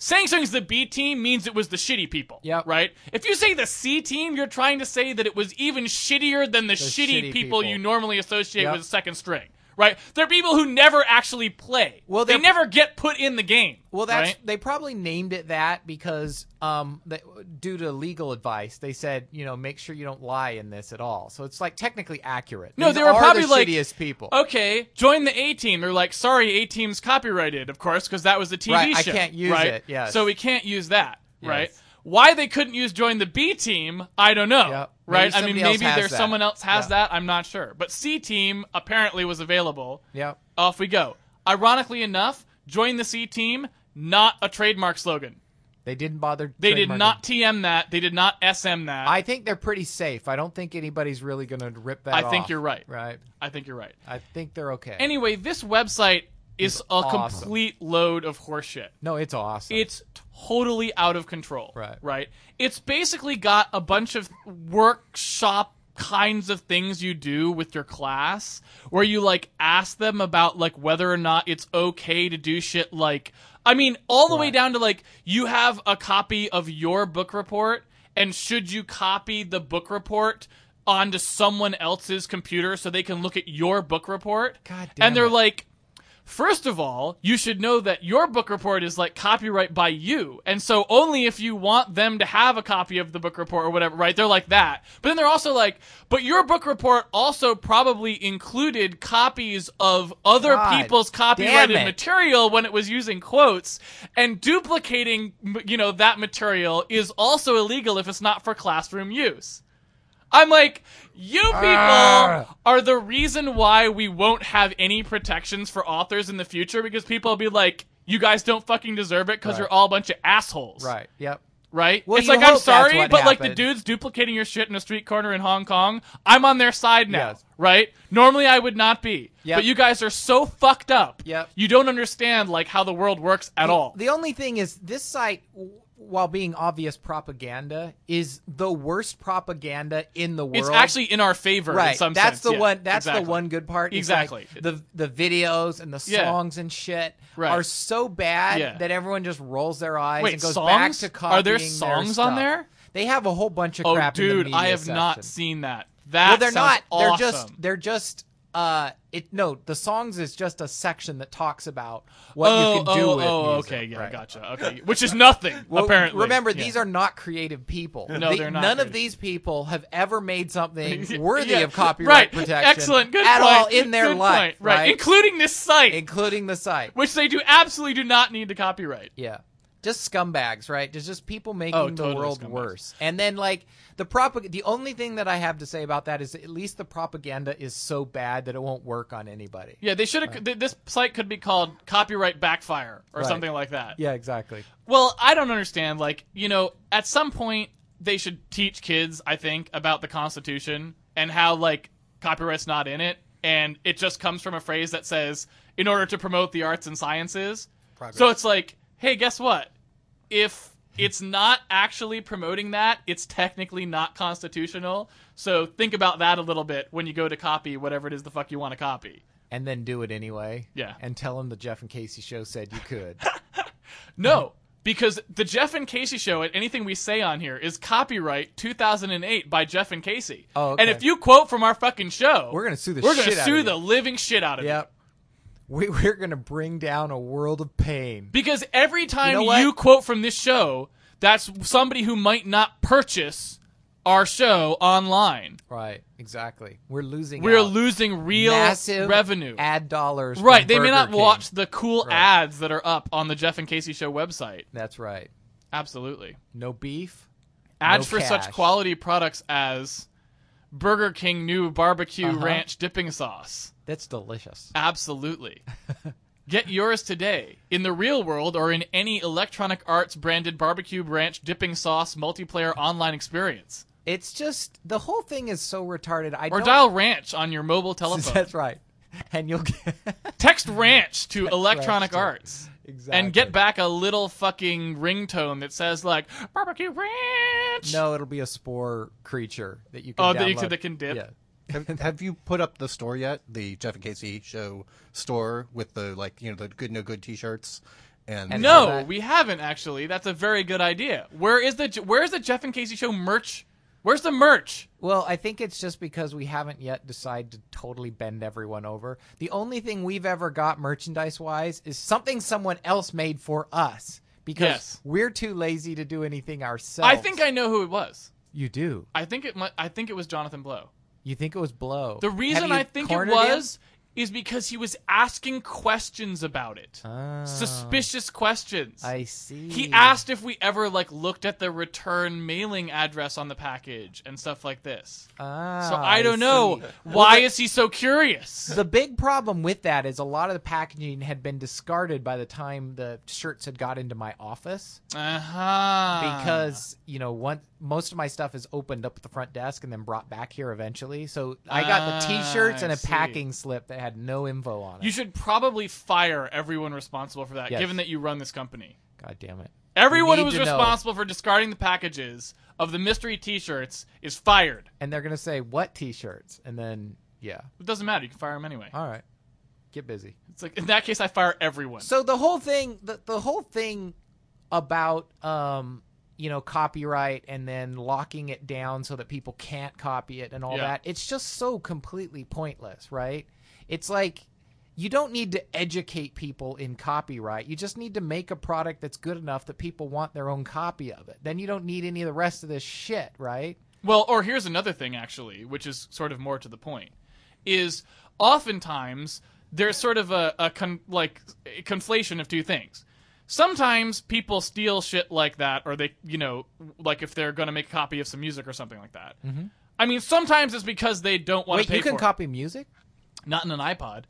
Speaker 2: saying something's the B team means it was the shitty people.
Speaker 1: Yep.
Speaker 2: Right? If you say the C team, you're trying to say that it was even shittier than the, shitty,
Speaker 1: shitty
Speaker 2: people,
Speaker 1: people.
Speaker 2: you normally associate
Speaker 1: Yep.
Speaker 2: with second string. Right? They're people who never actually play.
Speaker 1: Well,
Speaker 2: they
Speaker 1: they're-
Speaker 2: never get put in the game.
Speaker 1: Well, that's
Speaker 2: right?
Speaker 1: they probably named it that because um, they, due to legal advice, they said you know make sure you don't lie in this at all. So it's like technically accurate.
Speaker 2: No,
Speaker 1: These
Speaker 2: they were
Speaker 1: are
Speaker 2: probably
Speaker 1: the
Speaker 2: like Oh.
Speaker 1: shittiest people.
Speaker 2: Okay, join the A team. They're like, sorry, A team's copyrighted, of course, because that was the TV
Speaker 1: Right, I
Speaker 2: show.
Speaker 1: can't use
Speaker 2: right?
Speaker 1: it, yes.
Speaker 2: So we can't use that. Right.
Speaker 1: Yes.
Speaker 2: Why they couldn't use join the B team, I don't know.
Speaker 1: Yep. Maybe
Speaker 2: Right. I mean,
Speaker 1: somebody else
Speaker 2: maybe
Speaker 1: has
Speaker 2: there's
Speaker 1: that.
Speaker 2: someone else has
Speaker 1: Yeah.
Speaker 2: that. I'm not sure. But C team apparently was available.
Speaker 1: Yep.
Speaker 2: Off we go. Ironically enough, join the C team, not a trademark slogan.
Speaker 1: They didn't bother.
Speaker 2: They did
Speaker 1: trademarking.
Speaker 2: not TM that. They did not SM that.
Speaker 1: I think they're pretty safe. I don't think anybody's really going to rip that.
Speaker 2: I think
Speaker 1: off,
Speaker 2: you're right.
Speaker 1: Right.
Speaker 2: I think you're right.
Speaker 1: I think they're okay.
Speaker 2: Anyway, this website
Speaker 1: It's
Speaker 2: is a
Speaker 1: awesome.
Speaker 2: complete load of horseshit.
Speaker 1: no, it's awesome.
Speaker 2: It's totally out of control.
Speaker 1: Right.
Speaker 2: Right. It's basically got a bunch of workshop kinds of things you do with your class where you like ask them about like whether or not it's okay to do shit like I mean all the way
Speaker 1: Right.
Speaker 2: down to like you have a copy of your book report and should you copy the book report onto someone else's computer so they can look at your book report
Speaker 1: God damn
Speaker 2: and they're
Speaker 1: it.
Speaker 2: like First of all, you should know that your book report is like copyright by you. And so only if you want them to have a copy of the book report or whatever, right? They're like that. But then they're also like, but your book report also probably included copies of other
Speaker 1: God
Speaker 2: people's
Speaker 1: damn
Speaker 2: copyrighted
Speaker 1: it.
Speaker 2: material when it was using quotes. And duplicating, m- you know, that material is also illegal if it's not for classroom use. I'm like, you people
Speaker 1: Arrgh.
Speaker 2: are the reason why we won't have any protections for authors in the future because people will be like, you guys don't fucking deserve it because
Speaker 1: Right.
Speaker 2: you're all a bunch of assholes.
Speaker 1: right. Yep.
Speaker 2: Right?
Speaker 1: Well,
Speaker 2: it's
Speaker 1: you
Speaker 2: like, I'm
Speaker 1: hope that's
Speaker 2: sorry,
Speaker 1: what
Speaker 2: but like the
Speaker 1: happened.
Speaker 2: dude's duplicating your shit in a street corner in Hong Kong. I'm on their side now.
Speaker 1: Yes.
Speaker 2: Right? Normally I would not be.
Speaker 1: Yep.
Speaker 2: But you guys are so fucked up.
Speaker 1: Yep.
Speaker 2: You don't understand like how the world works at
Speaker 1: The-
Speaker 2: all.
Speaker 1: The only thing is, this site, w- while being obvious propaganda, is the worst propaganda in the world.
Speaker 2: it's actually in our favor
Speaker 1: right.
Speaker 2: in some
Speaker 1: that's
Speaker 2: sense.
Speaker 1: the
Speaker 2: Yeah,
Speaker 1: one. That's
Speaker 2: exactly.
Speaker 1: the one good part. It's
Speaker 2: Exactly.
Speaker 1: like the the videos and the
Speaker 2: Yeah.
Speaker 1: songs and shit
Speaker 2: Right.
Speaker 1: are so bad
Speaker 2: Yeah.
Speaker 1: that everyone just rolls their eyes
Speaker 2: Wait,
Speaker 1: and goes
Speaker 2: songs?
Speaker 1: back to copying
Speaker 2: Are there
Speaker 1: their
Speaker 2: songs on
Speaker 1: stuff.
Speaker 2: there?
Speaker 1: They have a whole bunch of
Speaker 2: Oh,
Speaker 1: crap. in the
Speaker 2: dude,
Speaker 1: media
Speaker 2: I have not
Speaker 1: section.
Speaker 2: seen that. That
Speaker 1: Well, they're
Speaker 2: sounds
Speaker 1: not.
Speaker 2: Awesome.
Speaker 1: They're just. They're just. Uh, it no. The songs is just a section that talks about what
Speaker 2: oh,
Speaker 1: you can do
Speaker 2: oh,
Speaker 1: with
Speaker 2: oh,
Speaker 1: music.
Speaker 2: okay, yeah,
Speaker 1: right.
Speaker 2: gotcha. Okay, which is nothing
Speaker 1: Well,
Speaker 2: apparently.
Speaker 1: remember
Speaker 2: Yeah.
Speaker 1: these are not creative people.
Speaker 2: No,
Speaker 1: The-
Speaker 2: they're not
Speaker 1: None
Speaker 2: creative.
Speaker 1: of these people have ever made something
Speaker 2: Yeah,
Speaker 1: worthy
Speaker 2: yeah,
Speaker 1: of copyright
Speaker 2: right.
Speaker 1: protection.
Speaker 2: Excellent, good
Speaker 1: at
Speaker 2: point.
Speaker 1: all in their
Speaker 2: good
Speaker 1: life,
Speaker 2: point. right? Including this site,
Speaker 1: including the site.
Speaker 2: which they do absolutely do not need to copyright.
Speaker 1: Yeah. Just scumbags, right? There's just people making
Speaker 2: Oh,
Speaker 1: the
Speaker 2: totally
Speaker 1: world
Speaker 2: scumbags.
Speaker 1: worse. And then like the propag- the only thing that I have to say about that is at least the propaganda is so bad that it won't work on anybody.
Speaker 2: Yeah, they should have. th This site could be called Copyright Backfire or
Speaker 1: Right.
Speaker 2: something like that.
Speaker 1: Yeah, exactly.
Speaker 2: Well, I don't understand. Like, you know, at some point they should teach kids, I think, about the Constitution and how like copyright's not in it, and it just comes from a phrase that says, "In order to promote the arts and sciences."
Speaker 3: Progress.
Speaker 2: So it's like, hey, guess what? If it's not actually promoting that, it's technically not constitutional. So think about that a little bit when you go to copy whatever it is the fuck you want to copy.
Speaker 1: And then do it anyway.
Speaker 2: Yeah.
Speaker 1: And tell them the Jeff and Casey show said you could.
Speaker 2: No, because the Jeff and Casey show and anything we say on here is copyright 2008 by Jeff and Casey.
Speaker 1: Oh, okay.
Speaker 2: And if you quote from our fucking show,
Speaker 1: We're gonna sue the
Speaker 2: we're gonna
Speaker 1: shit out
Speaker 2: sue
Speaker 1: of
Speaker 2: the
Speaker 1: you.
Speaker 2: living shit out of you.
Speaker 1: yep. We we're going to bring down a world of pain.
Speaker 2: Because every time
Speaker 1: know
Speaker 2: you,
Speaker 1: what?
Speaker 2: quote from this show, that's somebody who might not purchase our show online.
Speaker 1: Right, exactly. We're losing
Speaker 2: We're
Speaker 1: out.
Speaker 2: losing real
Speaker 1: massive
Speaker 2: revenue.
Speaker 1: ad dollars. from
Speaker 2: right, they may
Speaker 1: Burger
Speaker 2: not
Speaker 1: King.
Speaker 2: watch the cool
Speaker 1: Right.
Speaker 2: ads that are up on the Jeff and Casey show website.
Speaker 1: That's right.
Speaker 2: Absolutely.
Speaker 1: No beef.
Speaker 2: ads
Speaker 1: No
Speaker 2: for such
Speaker 1: cash.
Speaker 2: quality products as Burger King new barbecue
Speaker 1: Uh-huh.
Speaker 2: ranch dipping sauce.
Speaker 1: That's delicious.
Speaker 2: Absolutely. Get yours today in the real world or in any Electronic Arts branded barbecue ranch dipping sauce multiplayer online experience.
Speaker 1: It's just the whole thing is so retarded. I
Speaker 2: Or
Speaker 1: don't,
Speaker 2: dial ranch on your mobile telephone.
Speaker 1: That's right. And you'll get
Speaker 2: Text ranch to Electronic
Speaker 1: to-
Speaker 2: Arts.
Speaker 1: exactly.
Speaker 2: And get back a little fucking ringtone that says like barbecue ranch.
Speaker 1: No, it'll be a spore creature that you can.
Speaker 2: Oh,
Speaker 1: download.
Speaker 2: that you can- that can dip?
Speaker 1: Yeah.
Speaker 3: have, have you put up the store yet? The Jeff and Casey show store with the like you know the good no good T-shirts and,
Speaker 1: And
Speaker 3: the-
Speaker 1: all
Speaker 2: No,
Speaker 1: that.
Speaker 2: we haven't actually. That's a very good idea. Where is the where is the Jeff and Casey show merch? Where's the merch?
Speaker 1: Well, I think it's just because we haven't yet decided to totally bend everyone over. The only thing we've ever got merchandise wise is something someone else made for us because
Speaker 2: Yes.
Speaker 1: we're too lazy to do anything ourselves.
Speaker 2: I think I know who it was.
Speaker 1: you do.
Speaker 2: I think it mu- I think it was Jonathan Blow.
Speaker 1: You think it was blow?
Speaker 2: The
Speaker 1: Have
Speaker 2: reason
Speaker 1: you
Speaker 2: I think it
Speaker 1: cornered him?
Speaker 2: was is because he was asking questions about it.
Speaker 1: Ah,
Speaker 2: Suspicious questions.
Speaker 1: I see.
Speaker 2: He asked if we ever like looked at the return mailing address on the package and stuff like this.
Speaker 1: Ah,
Speaker 2: So I don't know
Speaker 1: see.
Speaker 2: why is he so curious.
Speaker 1: The big problem with that is a lot of the packaging had been discarded by the time the shirts had got into my office
Speaker 2: Uh huh.
Speaker 1: because you know one, most of my stuff is opened up at the front desk and then brought back here eventually. So I got the
Speaker 2: Ah,
Speaker 1: T-shirts and
Speaker 2: I
Speaker 1: a
Speaker 2: see.
Speaker 1: packing slip that had no info on it.
Speaker 2: you should probably fire everyone responsible for that,
Speaker 1: Yes.
Speaker 2: given that you run this company.
Speaker 1: God damn it!
Speaker 2: Everyone
Speaker 1: We need
Speaker 2: who was
Speaker 1: to know.
Speaker 2: responsible for discarding the packages of the mystery T-shirts is fired.
Speaker 1: And they're gonna say what T-shirts, and then yeah,
Speaker 2: It doesn't matter. You can fire them anyway.
Speaker 1: all right, get busy.
Speaker 2: It's like in that case, I fire everyone.
Speaker 1: So the whole thing, the, the whole thing about um, you know copyright and then locking it down so that people can't copy it and all
Speaker 2: Yeah.
Speaker 1: that, it's just so completely pointless, right? It's like you don't need to educate people in copyright. You just need to make a product that's good enough that people want their own copy of it. Then you don't need any of the rest of this shit, right?
Speaker 2: Well, or here's another thing, actually, which is sort of more to the point, is oftentimes there's sort of a, a con- like a conflation of two things. Sometimes people steal shit like that, or they, you know, like if they're going to make a copy of some music or something like that. Mm-hmm. I mean, sometimes it's because they don't want
Speaker 1: Wait,
Speaker 2: to pay
Speaker 1: you can
Speaker 2: for
Speaker 1: copy music?
Speaker 2: it. Not in an iPod.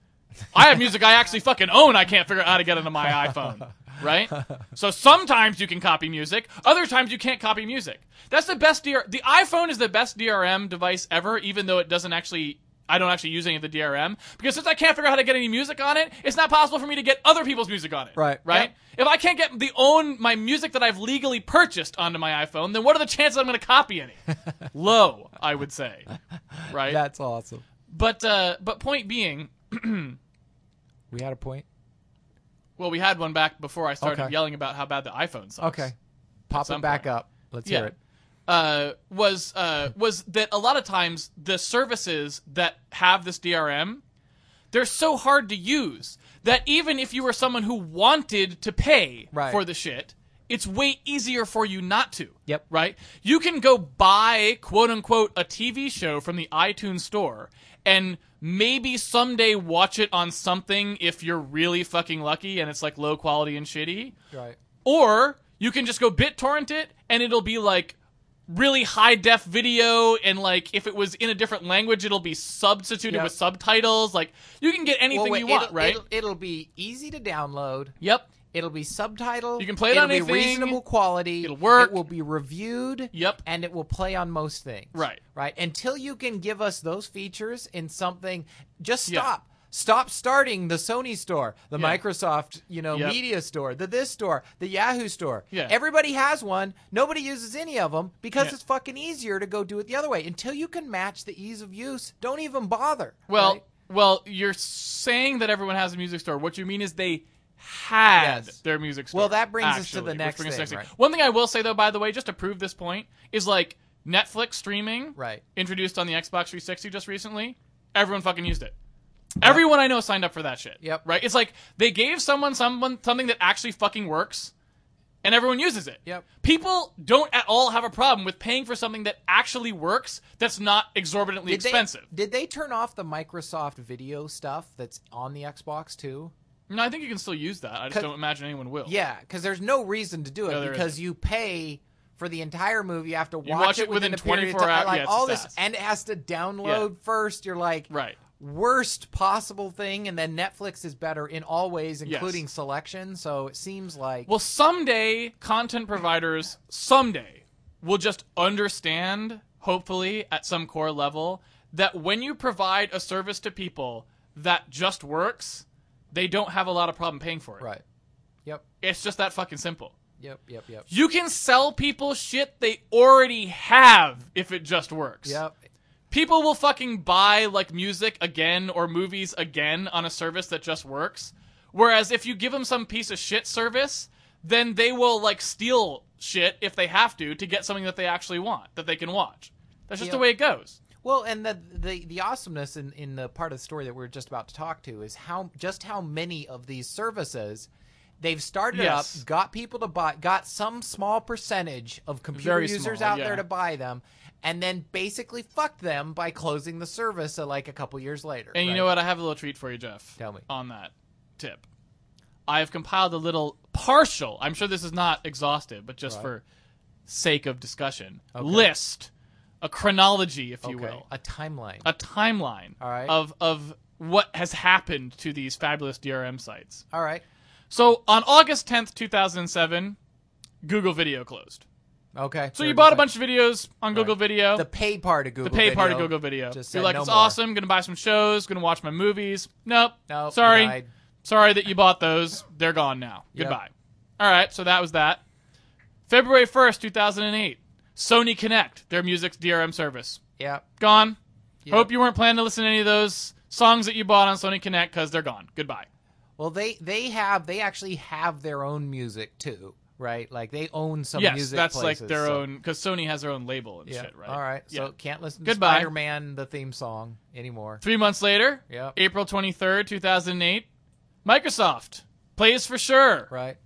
Speaker 2: I have music I actually fucking own. I can't figure out how to get into my iPhone. Right? So sometimes you can copy music. Other times you can't copy music. That's the best DR. The iPhone is the best DRM device ever, even though it doesn't actually. I don't actually use any of the DRM because since I can't figure out how to get any music on it, it's not possible for me to get other people's music on it.
Speaker 1: Right.
Speaker 2: Right. If I can't get the own my music that I've legally purchased onto my iPhone, then what are the chances I'm going to copy any? Low, I would say. Right.
Speaker 1: That's awesome.
Speaker 2: but uh, but point being,
Speaker 1: We had a point.
Speaker 2: Well, we had one back before I started
Speaker 1: Okay.
Speaker 2: yelling about how bad the iPhone sucks.
Speaker 1: Okay, pop
Speaker 2: some
Speaker 1: it back
Speaker 2: point.
Speaker 1: up. Let's
Speaker 2: Yeah.
Speaker 1: hear it.
Speaker 2: Uh, was uh, was that a lot of times the services that have this DRM, they're so hard to use that even if you were someone who wanted to pay
Speaker 1: Right.
Speaker 2: for the shit, it's way easier for you not to.
Speaker 1: Yep.
Speaker 2: Right? You can go buy quote unquote a TV show from the iTunes store and maybe someday watch it on something if you're really fucking lucky and it's like low quality and shitty.
Speaker 1: Right.
Speaker 2: Or you can just go BitTorrent it and it'll be like really high def video and like if it was in a different language it'll be substituted
Speaker 1: Yep.
Speaker 2: with subtitles. Like you can get anything
Speaker 1: Well, wait,
Speaker 2: you want,
Speaker 1: it'll,
Speaker 2: right?
Speaker 1: It'll, it'll be easy to download.
Speaker 2: yep.
Speaker 1: It'll be subtitled.
Speaker 2: You can play it
Speaker 1: it'll
Speaker 2: on
Speaker 1: be
Speaker 2: anything.
Speaker 1: reasonable quality.
Speaker 2: It'll work.
Speaker 1: It will be reviewed.
Speaker 2: Yep.
Speaker 1: And it will play on most things.
Speaker 2: Right.
Speaker 1: Right. Until you can give us those features in something, just
Speaker 2: Yeah.
Speaker 1: stop. Stop starting the Sony store, the
Speaker 2: Yeah.
Speaker 1: Microsoft, you know,
Speaker 2: Yep.
Speaker 1: media store, the this store, the Yahoo store.
Speaker 2: Yeah.
Speaker 1: Everybody has one. Nobody uses any of them because
Speaker 2: Yeah.
Speaker 1: it's fucking easier to go do it the other way. Until you can match the ease of use, don't even bother.
Speaker 2: Well,
Speaker 1: right?
Speaker 2: well, you're saying that everyone has a music store. What you mean is they had
Speaker 1: Yes.
Speaker 2: their music store.
Speaker 1: Well, that brings us to
Speaker 2: actually,
Speaker 1: the
Speaker 2: which
Speaker 1: next
Speaker 2: brings us to
Speaker 1: thing, right.
Speaker 2: One thing I will say though, by the way, just to prove this point, is like Netflix streaming,
Speaker 1: Right.
Speaker 2: Introduced on the Xbox 360 just recently. Everyone fucking used it. Everyone I know signed up for that shit.
Speaker 1: Yep.
Speaker 2: Right. It's like they gave someone someone something that actually fucking works, and everyone uses it.
Speaker 1: Yep.
Speaker 2: People don't at all have a problem with paying for something that actually works. That's not exorbitantly
Speaker 1: Did they-
Speaker 2: expensive.
Speaker 1: did they turn off the Microsoft video stuff that's on the Xbox too?
Speaker 2: No, I think you can still use that. I just
Speaker 1: 'Cause-
Speaker 2: don't imagine anyone will.
Speaker 1: Yeah, because there's no reason to do it
Speaker 2: No, there
Speaker 1: because
Speaker 2: isn't.
Speaker 1: you pay for the entire movie. You have to watch,
Speaker 2: watch it within
Speaker 1: a period of
Speaker 2: 24
Speaker 1: time,
Speaker 2: hours.
Speaker 1: Like
Speaker 2: Yeah, it's
Speaker 1: all
Speaker 2: just
Speaker 1: this,
Speaker 2: ass.
Speaker 1: and it has to download first. You're like,
Speaker 2: Right.
Speaker 1: worst possible thing, and then Netflix is better in all ways,
Speaker 2: Yes.
Speaker 1: including selection. So it seems like
Speaker 2: Well, someday content providers someday will just understand, hopefully at some core level, that when you provide a service to people that just works, they don't have a lot of problem paying for it.
Speaker 1: right. Yep.
Speaker 2: It's just that fucking simple.
Speaker 1: Yep. Yep. Yep.
Speaker 2: You can sell people shit they already have if it just works.
Speaker 1: Yep.
Speaker 2: people will fucking buy like music again or movies again on a service that just works whereas if you give them some piece of shit service then they will like steal shit if they have to to get something that they actually want that they can watch that's just the
Speaker 1: Yeah.
Speaker 2: way it goes
Speaker 1: Well, and the the the awesomeness in in the part of the story that we are just about to talk to is how just how many of these services they've started
Speaker 2: Yes.
Speaker 1: up, got people to buy, got some small percentage of computer
Speaker 2: Very
Speaker 1: users
Speaker 2: small,
Speaker 1: out
Speaker 2: yeah.
Speaker 1: there to buy them, and then basically fucked them by closing the service uh, like a couple years later.
Speaker 2: And you
Speaker 1: right?
Speaker 2: know what? I have a little treat for you, Jeff.
Speaker 1: Tell me.
Speaker 2: On that tip, I have compiled a little partial. I'm sure this is not exhaustive, but just
Speaker 1: Right.
Speaker 2: for sake of discussion,
Speaker 1: Okay.
Speaker 2: list a chronology, if you
Speaker 1: Okay,
Speaker 2: will,
Speaker 1: a timeline.
Speaker 2: a timeline
Speaker 1: All right.
Speaker 2: of of what has happened to these fabulous DRM sites.
Speaker 1: All right.
Speaker 2: So on August 10th, 2007, Google Video closed.
Speaker 1: Okay.
Speaker 2: So you bought a bunch of videos on Google Video.
Speaker 1: The pay part of Google.
Speaker 2: the pay
Speaker 1: Video
Speaker 2: part of Google Video.
Speaker 1: Just
Speaker 2: You're
Speaker 1: said
Speaker 2: like,
Speaker 1: no
Speaker 2: it's
Speaker 1: more.
Speaker 2: awesome. Gonna buy some shows. Gonna watch my movies. Nope.
Speaker 1: Nope,
Speaker 2: Sorry.
Speaker 1: denied.
Speaker 2: Sorry that you bought those. They're gone now.
Speaker 1: Yep.
Speaker 2: Goodbye. All right. So that was that. February 1st, 2008. Sony Connect, their music's DRM service,
Speaker 1: Yeah.
Speaker 2: gone.
Speaker 1: Yep.
Speaker 2: Hope you weren't planning to listen to any of those songs that you bought on Sony Connect because they're gone. Goodbye.
Speaker 1: Well, they they have they actually have their own music too, right? Like they own some
Speaker 2: yes,
Speaker 1: music.
Speaker 2: that's
Speaker 1: places,
Speaker 2: like their
Speaker 1: so-
Speaker 2: own because Sony has their own label and
Speaker 1: Yeah.
Speaker 2: shit, right?
Speaker 1: All right.
Speaker 2: Yeah.
Speaker 1: So can't listen to
Speaker 2: Goodbye.
Speaker 1: Spider-Man the theme song anymore.
Speaker 2: Three months later,
Speaker 1: Yep.
Speaker 2: April 23rd, 2008, Microsoft plays for sure.
Speaker 1: Right.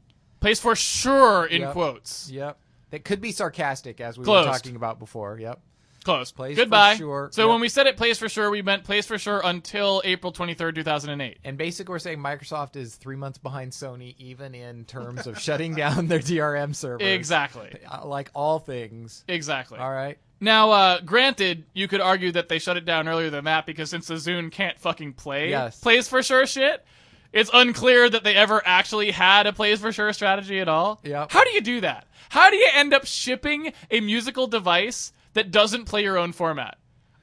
Speaker 2: Plays for sure in
Speaker 1: Yep.
Speaker 2: quotes.
Speaker 1: Yep. That could be sarcastic, as we
Speaker 2: Closed.
Speaker 1: were talking about before. Yep.
Speaker 2: Close.
Speaker 1: Plays for
Speaker 2: Goodbye.
Speaker 1: sure.
Speaker 2: So
Speaker 1: Yep.
Speaker 2: when we said it plays for sure, we meant plays for sure until April 23rd, 2008.
Speaker 1: And basically, we're saying Microsoft is three months behind Sony, even in terms of shutting down their DRM servers.
Speaker 2: Exactly.
Speaker 1: Uh, Like all things.
Speaker 2: Exactly.
Speaker 1: All right.
Speaker 2: Now, uh, granted, you could argue that they shut it down earlier than that because since the Zune can't fucking play
Speaker 1: Yes.
Speaker 2: plays for sure shit, it's unclear that they ever actually had a plays for sure strategy at all.
Speaker 1: Yep.
Speaker 2: How do you do that? How do you end up shipping a musical device that doesn't play your own format?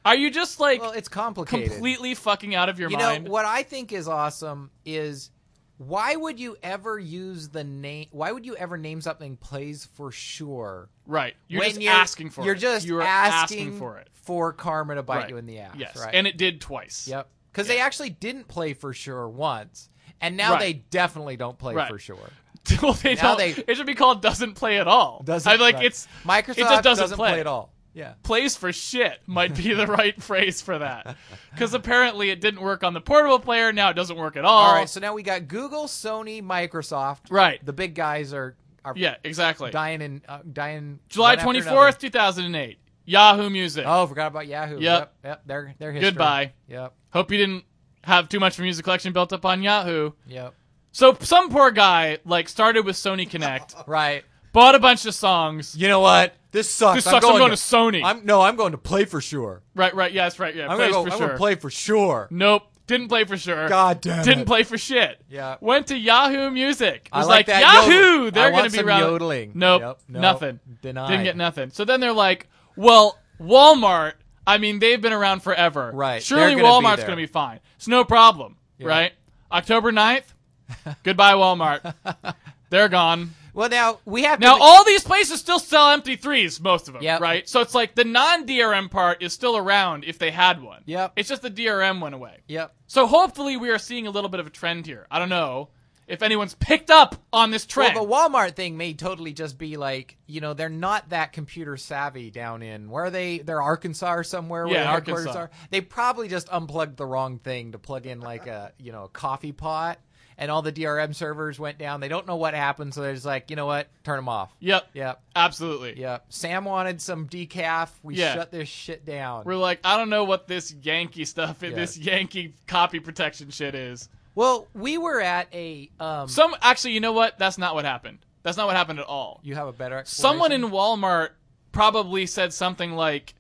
Speaker 2: Are you just like
Speaker 1: Well, it's complicated.
Speaker 2: completely fucking out of your
Speaker 1: you
Speaker 2: mind?
Speaker 1: know what I think is awesome is why would you ever use the name? Why would you ever name something plays for sure?
Speaker 2: Right. You're
Speaker 1: when
Speaker 2: just asking for
Speaker 1: you're
Speaker 2: it.
Speaker 1: Just
Speaker 2: you're
Speaker 1: asking,
Speaker 2: for it.
Speaker 1: for karma to bite
Speaker 2: Right.
Speaker 1: you in the ass.
Speaker 2: Yes.
Speaker 1: Right.
Speaker 2: And it did twice.
Speaker 1: Yep. Because they actually didn't play for sure once, and now
Speaker 2: Right.
Speaker 1: they definitely don't play
Speaker 2: Right.
Speaker 1: for sure.
Speaker 2: well, they
Speaker 1: Now
Speaker 2: don't.
Speaker 1: they-
Speaker 2: it should be called doesn't play at all.
Speaker 1: Doesn't
Speaker 2: I like
Speaker 1: right.
Speaker 2: it's
Speaker 1: Microsoft
Speaker 2: It just doesn't,
Speaker 1: play. at all. Yeah.
Speaker 2: Plays for shit might be the right phrase for that, because apparently it didn't work on the portable player. Now it doesn't work at all.
Speaker 1: All right. So now we got Google, Sony, Microsoft.
Speaker 2: Right.
Speaker 1: The big guys are are
Speaker 2: yeah. Exactly.
Speaker 1: dying in uh, dying.
Speaker 2: July
Speaker 1: one after
Speaker 2: twenty
Speaker 1: another.
Speaker 2: fourth, two thousand and eight. Yahoo Music.
Speaker 1: Oh, forgot about Yahoo.
Speaker 2: Yep.
Speaker 1: Yep. Yep. Their their history.
Speaker 2: Goodbye.
Speaker 1: Yep.
Speaker 2: Hope you didn't have too much of your music collection built up on Yahoo.
Speaker 1: Yep.
Speaker 2: So some poor guy like started with Sony Connect,
Speaker 1: Right.
Speaker 2: bought a bunch of songs.
Speaker 1: You know what? This sucks.
Speaker 2: This sucks. I'm going to Sony.
Speaker 1: I'm no. I'm going to play for sure.
Speaker 2: Right, right, yes, right, yeah.
Speaker 1: I'm
Speaker 2: plays
Speaker 1: gonna go.
Speaker 2: for
Speaker 1: I'm
Speaker 2: sure.
Speaker 1: gonna play for sure.
Speaker 2: Nope, didn't play for sure.
Speaker 1: God damn.
Speaker 2: didn't
Speaker 1: it.
Speaker 2: play for shit.
Speaker 1: Yeah.
Speaker 2: Went to Yahoo Music.
Speaker 1: I
Speaker 2: Was
Speaker 1: like that
Speaker 2: Yahoo.
Speaker 1: yodel.
Speaker 2: They're
Speaker 1: I
Speaker 2: gonna
Speaker 1: want
Speaker 2: be
Speaker 1: some
Speaker 2: rou-
Speaker 1: yodeling.
Speaker 2: Nope,
Speaker 1: Yep, nope,
Speaker 2: nothing.
Speaker 1: denied.
Speaker 2: Didn't get nothing. So then they're like, well, Walmart. I mean, they've been around forever.
Speaker 1: Right,
Speaker 2: Surely
Speaker 1: they're gonna be
Speaker 2: Walmart's
Speaker 1: there.
Speaker 2: gonna be fine. It's no problem. Right. October 9th, Goodbye, Walmart. They're gone.
Speaker 1: Well, now we have
Speaker 2: Now
Speaker 1: To,
Speaker 2: all these places still sell MP3s, most of them,
Speaker 1: Yep.
Speaker 2: right? So it's like the non-DRM part is still around if they had one.
Speaker 1: Yep.
Speaker 2: It's just the DRM went away.
Speaker 1: yep.
Speaker 2: So hopefully we are seeing a little bit of a trend here. I don't know if anyone's picked up on this trend.
Speaker 1: Well, the Walmart thing may totally just be like, you know, they're not that computer savvy down in where are they they're Arkansas or somewhere where
Speaker 2: Yeah,
Speaker 1: the headquarters
Speaker 2: Arkansas.
Speaker 1: are. They probably just unplugged the wrong thing to plug in like a you know a coffee pot, and all the DRM servers went down. They don't know what happened, so they're just like, you know what, turn them off.
Speaker 2: yep.
Speaker 1: Yep,
Speaker 2: Absolutely.
Speaker 1: yep. Sam wanted some decaf. We
Speaker 2: Yeah.
Speaker 1: shut this shit down.
Speaker 2: We're like, I don't know what this Yankee stuff,
Speaker 1: Yeah.
Speaker 2: this Yankee copy protection shit is.
Speaker 1: well, we were at a um.
Speaker 2: Some actually, you know what? That's not what happened. That's not what happened at all.
Speaker 1: you have a better explanation?
Speaker 2: someone in Walmart probably said something like,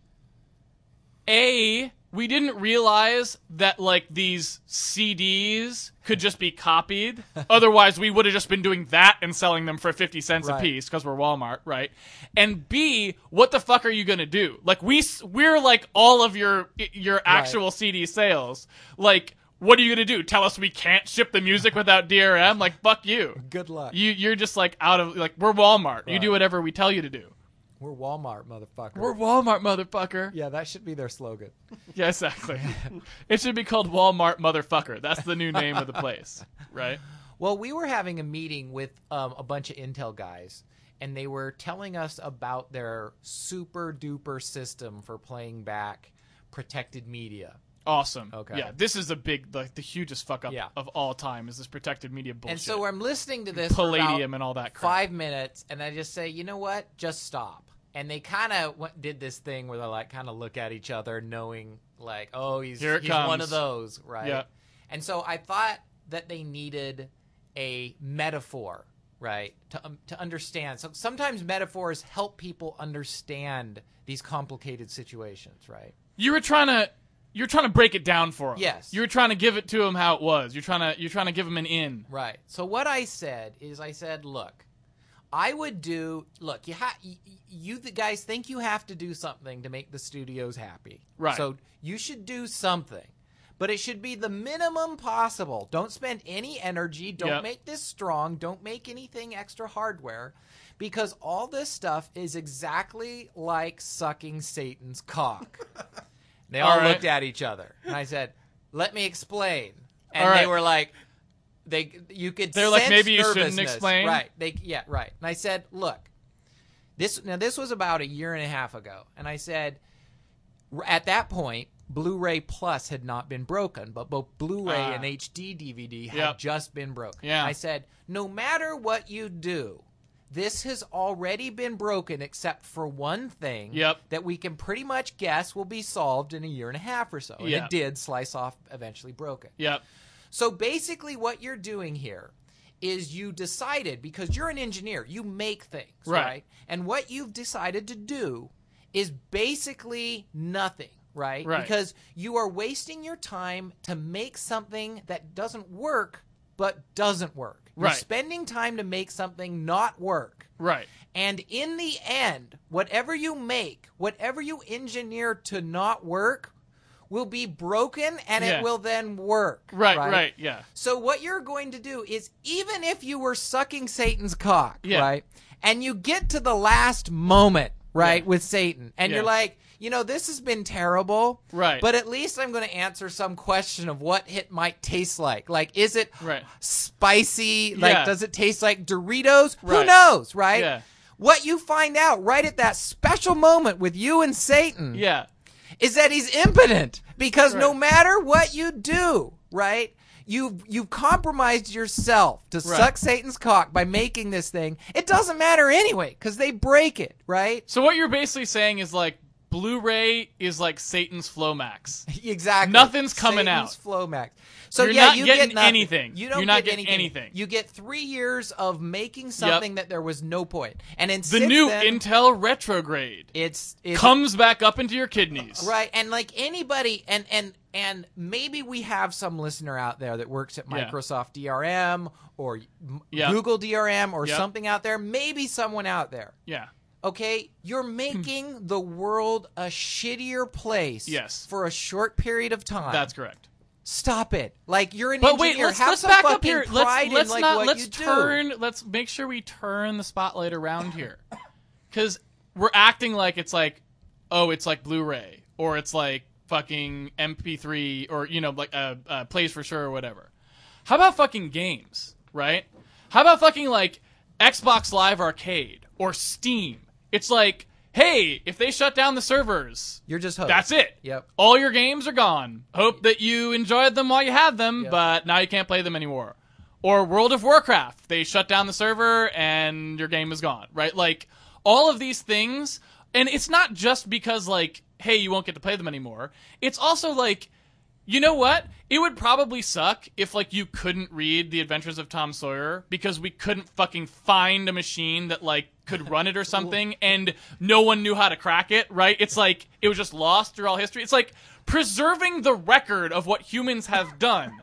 Speaker 2: "A, we didn't realize that like these CDs could just be copied. Otherwise, we would have just been doing that and selling them for 50 cents a
Speaker 1: Right.
Speaker 2: piece because we're Walmart, right? And B, what the fuck are you going to do? Like we s- we're like all of your your actual CD sales. Like what are you going to do? Tell us we can't ship the music without DRM? Like fuck you.
Speaker 1: good luck.
Speaker 2: You you're just like out of like we're Walmart. You
Speaker 1: Right.
Speaker 2: do whatever we tell you to do.
Speaker 1: we're Walmart, motherfucker.
Speaker 2: We're Walmart, motherfucker. Yeah,
Speaker 1: yeah, that should be their slogan.
Speaker 2: exactly. it should be called Walmart, motherfucker. That's the new name of the place, right?
Speaker 1: Well, we were having a meeting with um, a bunch of Intel guys, and they were telling us about their super duper system for playing back protected media.
Speaker 2: Awesome.
Speaker 1: Okay.
Speaker 2: Yeah, this is a big, like the hugest fuck up
Speaker 1: Yeah.
Speaker 2: of all time is this protected media bullshit.
Speaker 1: And so I'm listening to this for about
Speaker 2: Palladium and all that crap.
Speaker 1: five minutes, and I just say, you know what? Just stop. and they kind of did this thing where they like kind of look at each other, knowing like, oh, he's
Speaker 2: Here it
Speaker 1: he's one
Speaker 2: comes.
Speaker 1: of those, right?
Speaker 2: Yeah.
Speaker 1: And so I thought that they needed a metaphor, right, to um, to understand. So sometimes metaphors help people understand these complicated situations, right?
Speaker 2: You were trying to you're trying to break it down for him.
Speaker 1: Yes.
Speaker 2: You were trying to give it to him how it was. You're trying to you're trying to give him an in.
Speaker 1: Right. So what I said is, I said, look, I would do. Look, you ha- y- y- you th- guys think you have to do something to make the studios happy.
Speaker 2: Right.
Speaker 1: So you should do something, but it should be the minimum possible. Don't spend any energy. Don't
Speaker 2: Yep.
Speaker 1: make this strong. Don't make anything extra hardware, because all this stuff is exactly like sucking Satan's cock. They all,
Speaker 2: All right.
Speaker 1: looked at each other, and I said, "Let me explain." And
Speaker 2: All
Speaker 1: they
Speaker 2: right.
Speaker 1: were like, "They, you could."
Speaker 2: They're like,
Speaker 1: sense
Speaker 2: "Maybe you shouldn't
Speaker 1: nervousness."
Speaker 2: explain.
Speaker 1: Right? They, yeah, right. And I said, "Look, this now this was about a year and a half ago," and I said, r- "At that point, Blu-ray Plus had not been broken, but both Blu-ray
Speaker 2: Ah.
Speaker 1: and HD DVD had
Speaker 2: Yep.
Speaker 1: just been broken."
Speaker 2: Yeah.
Speaker 1: I said, "No matter what you do." This has already been broken except for one thing
Speaker 2: Yep.
Speaker 1: that we can pretty much guess will be solved in a year and a half or so. And
Speaker 2: Yeah.
Speaker 1: it did. Slice off eventually broke it.
Speaker 2: Yep.
Speaker 1: So basically, what you're doing here is you decided because you're an engineer, you make things,
Speaker 2: Right.
Speaker 1: right? And what you've decided to do is basically nothing, right?
Speaker 2: Right.
Speaker 1: Because you are wasting your time to make something that doesn't work, but doesn't work. You're
Speaker 2: Right.
Speaker 1: spending time to make something not work.
Speaker 2: Right.
Speaker 1: And in the end, whatever you make, whatever you engineer to not work, will be broken and
Speaker 2: Yeah.
Speaker 1: it will then work.
Speaker 2: Right, right, yeah.
Speaker 1: So what you're going to do is even if you were sucking Satan's cock,
Speaker 2: Yeah.
Speaker 1: right? And you get to the last moment, right, with Satan, and
Speaker 2: Yeah.
Speaker 1: you're like, you know, this has been terrible.
Speaker 2: Right.
Speaker 1: But at least I'm going to answer some question of what it might taste like. Like, is it
Speaker 2: Right.
Speaker 1: spicy? Like,
Speaker 2: Yeah.
Speaker 1: does it taste like Doritos?
Speaker 2: Right.
Speaker 1: Who knows, right?
Speaker 2: Yeah.
Speaker 1: What you find out right at that special moment with you and Satan
Speaker 2: Yeah.
Speaker 1: is that he's impotent because no
Speaker 2: Right.
Speaker 1: matter what you do, right? You've you've compromised yourself to suck Satan's cock by making this thing. It doesn't matter anyway because they break it, right?
Speaker 2: So what you're basically saying is like Blu-ray is like Satan's Flomax.
Speaker 1: Exactly.
Speaker 2: Nothing's coming
Speaker 1: Satan's
Speaker 2: out.
Speaker 1: Flow max. So
Speaker 2: You're
Speaker 1: yeah,
Speaker 2: not
Speaker 1: you
Speaker 2: getting
Speaker 1: get nothing.
Speaker 2: anything.
Speaker 1: You don't
Speaker 2: You're not
Speaker 1: get
Speaker 2: getting anything.
Speaker 1: You get three years of making something that there was no point, and in
Speaker 2: The
Speaker 1: since
Speaker 2: new
Speaker 1: then,
Speaker 2: Intel retrograde
Speaker 1: it's, it's
Speaker 2: comes back up into your kidneys.
Speaker 1: Right, and like anybody, and and and maybe we have some listener out there that works at
Speaker 2: Yeah.
Speaker 1: Microsoft DRM or m-
Speaker 2: Yeah.
Speaker 1: Google DRM or
Speaker 2: Yeah.
Speaker 1: something out there. Maybe someone out there.
Speaker 2: Yeah.
Speaker 1: Okay, you're
Speaker 2: Hmm.
Speaker 1: making the world a shittier place.
Speaker 2: Yes.
Speaker 1: for a short period of time.
Speaker 2: That's correct.
Speaker 1: stop it. Like you're an
Speaker 2: But
Speaker 1: engineer.
Speaker 2: wait, let's,
Speaker 1: have
Speaker 2: let's
Speaker 1: some
Speaker 2: back
Speaker 1: fucking
Speaker 2: up here.
Speaker 1: Pride
Speaker 2: Let's,
Speaker 1: in,
Speaker 2: let's
Speaker 1: like,
Speaker 2: not
Speaker 1: what
Speaker 2: let's
Speaker 1: you do.
Speaker 2: turn. Let's make sure we turn the spotlight around here, because we're acting like it's like, oh, it's like Blu-ray or it's like fucking MP3 or you know like uh, uh, plays for sure or whatever. How about fucking games, right? How about fucking like Xbox Live Arcade or Steam? It's like, hey, if they shut down the servers,
Speaker 1: You're just hooked.
Speaker 2: that's it.
Speaker 1: Yep.
Speaker 2: All your games are gone. Hope that you enjoyed them while you had them,
Speaker 1: Yep.
Speaker 2: but now you can't play them anymore. Or World of Warcraft. They shut down the server and your game is gone, right? Like all of these things, and it's not just because like, hey, you won't get to play them anymore. It's also like you know what? It would probably suck if like you couldn't read The Adventures of Tom Sawyer because we couldn't fucking find a machine that like could run it or something and no one knew how to crack it, right? It's like it was just lost through all history. It's like preserving the record of what humans have done.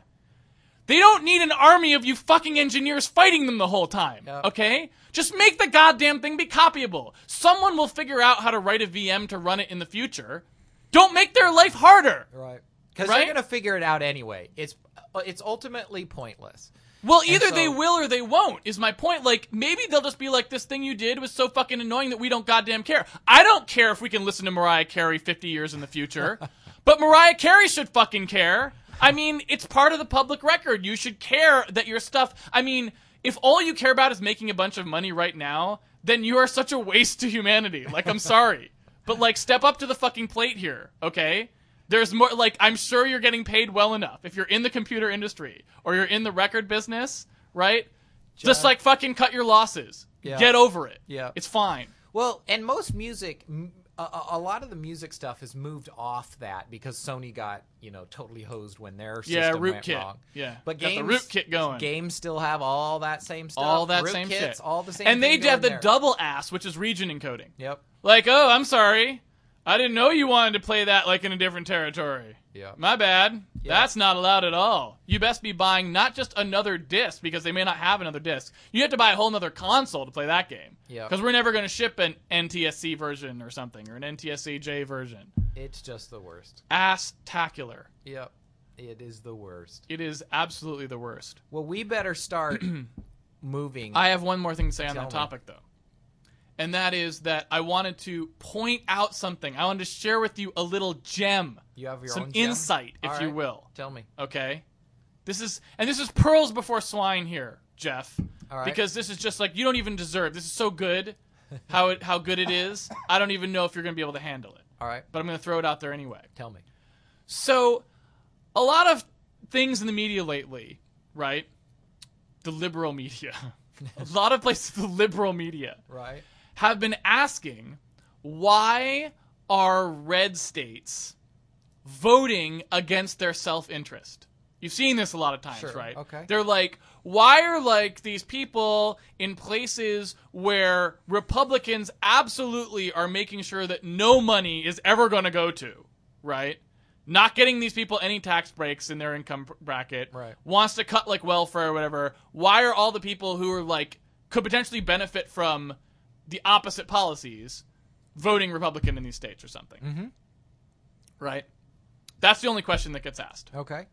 Speaker 2: They don't need an army of you fucking engineers fighting them the whole time.
Speaker 1: Yep.
Speaker 2: Okay? Just make the goddamn thing be copyable. Someone will figure out how to write a VM to run it in the future. Don't make their life harder.
Speaker 1: Right. Because
Speaker 2: Right?
Speaker 1: they're gonna figure it out anyway. It's uh, it's ultimately pointless.
Speaker 2: Well, either
Speaker 1: so-
Speaker 2: they will or they won't, is my point. Like, maybe they'll just be like, this thing you did was so fucking annoying that we don't goddamn care. I don't care if we can listen to Mariah Carey 50 years in the future, but Mariah Carey should fucking care. I mean, it's part of the public record. You should care that your stuff. I mean, if all you care about is making a bunch of money right now, then you are such a waste to humanity. Like, I'm sorry. But, like, step up to the fucking plate here, okay? There's more like I'm sure you're getting paid well enough if you're in the computer industry or you're in the record business, right? Just like fucking cut your losses.
Speaker 1: Yeah.
Speaker 2: Get over it.
Speaker 1: Yeah.
Speaker 2: It's fine.
Speaker 1: Well, and most music, m- a- a, a lot of the music stuff has moved off that because Sony got you know totally hosed when their system
Speaker 2: Yeah,
Speaker 1: went
Speaker 2: rootkit.
Speaker 1: wrong.
Speaker 2: Yeah,
Speaker 1: But
Speaker 2: got
Speaker 1: games,
Speaker 2: the rootkit going.
Speaker 1: Games still have all that same stuff.
Speaker 2: all that
Speaker 1: Rootkits,
Speaker 2: same shit.
Speaker 1: All the same.
Speaker 2: And they
Speaker 1: thing
Speaker 2: have the
Speaker 1: going there.
Speaker 2: double ass, which is region encoding.
Speaker 1: Yep.
Speaker 2: Like, oh, I'm sorry, I didn't know you wanted to play that like in a different territory.
Speaker 1: Yeah.
Speaker 2: My bad.
Speaker 1: Yeah.
Speaker 2: That's not allowed at all. You best be buying not just another disc because they may not have another disc. You have to buy a whole nother console to play that game.
Speaker 1: Yeah.
Speaker 2: Because we're never going to ship an NTSC version or something or an NTSCJ version.
Speaker 1: It's just the worst.
Speaker 2: Ass tacular.
Speaker 1: Yep. It is the worst.
Speaker 2: It is absolutely the worst.
Speaker 1: Well, we better start moving.
Speaker 2: I have one more thing to say on
Speaker 1: Tell
Speaker 2: that
Speaker 1: me.
Speaker 2: topic, though. And that is that I wanted to point out something. I wanted to share with you a little gem,
Speaker 1: you have your
Speaker 2: some
Speaker 1: own gem?
Speaker 2: insight, if
Speaker 1: All
Speaker 2: you
Speaker 1: right.
Speaker 2: will.
Speaker 1: Tell me.
Speaker 2: Okay? This is, and this is pearls before swine here, Jeff.
Speaker 1: All right.
Speaker 2: Because this is just like, you don't even deserve. This is so good, how, it, how good it is. I don't even know if you're going to be able to handle it.
Speaker 1: All right.
Speaker 2: But I'm going to throw it out there anyway.
Speaker 1: Tell me.
Speaker 2: So, a lot of things in the media lately, right? The liberal media. a lot of places, the liberal media
Speaker 1: Right.
Speaker 2: have been asking why are red states voting against their self-interest you've seen this a lot of times
Speaker 1: Sure,
Speaker 2: right
Speaker 1: okay.
Speaker 2: they're like why are like these people in places where republicans absolutely are making sure that no money is ever going to go to right not getting these people any tax breaks in their income pr- bracket
Speaker 1: Right.
Speaker 2: wants to cut like welfare or whatever why are all the people who are like could potentially benefit from the opposite policies voting republican in these states or something
Speaker 1: Mhm.
Speaker 2: right that's the only question that gets asked
Speaker 1: Okay.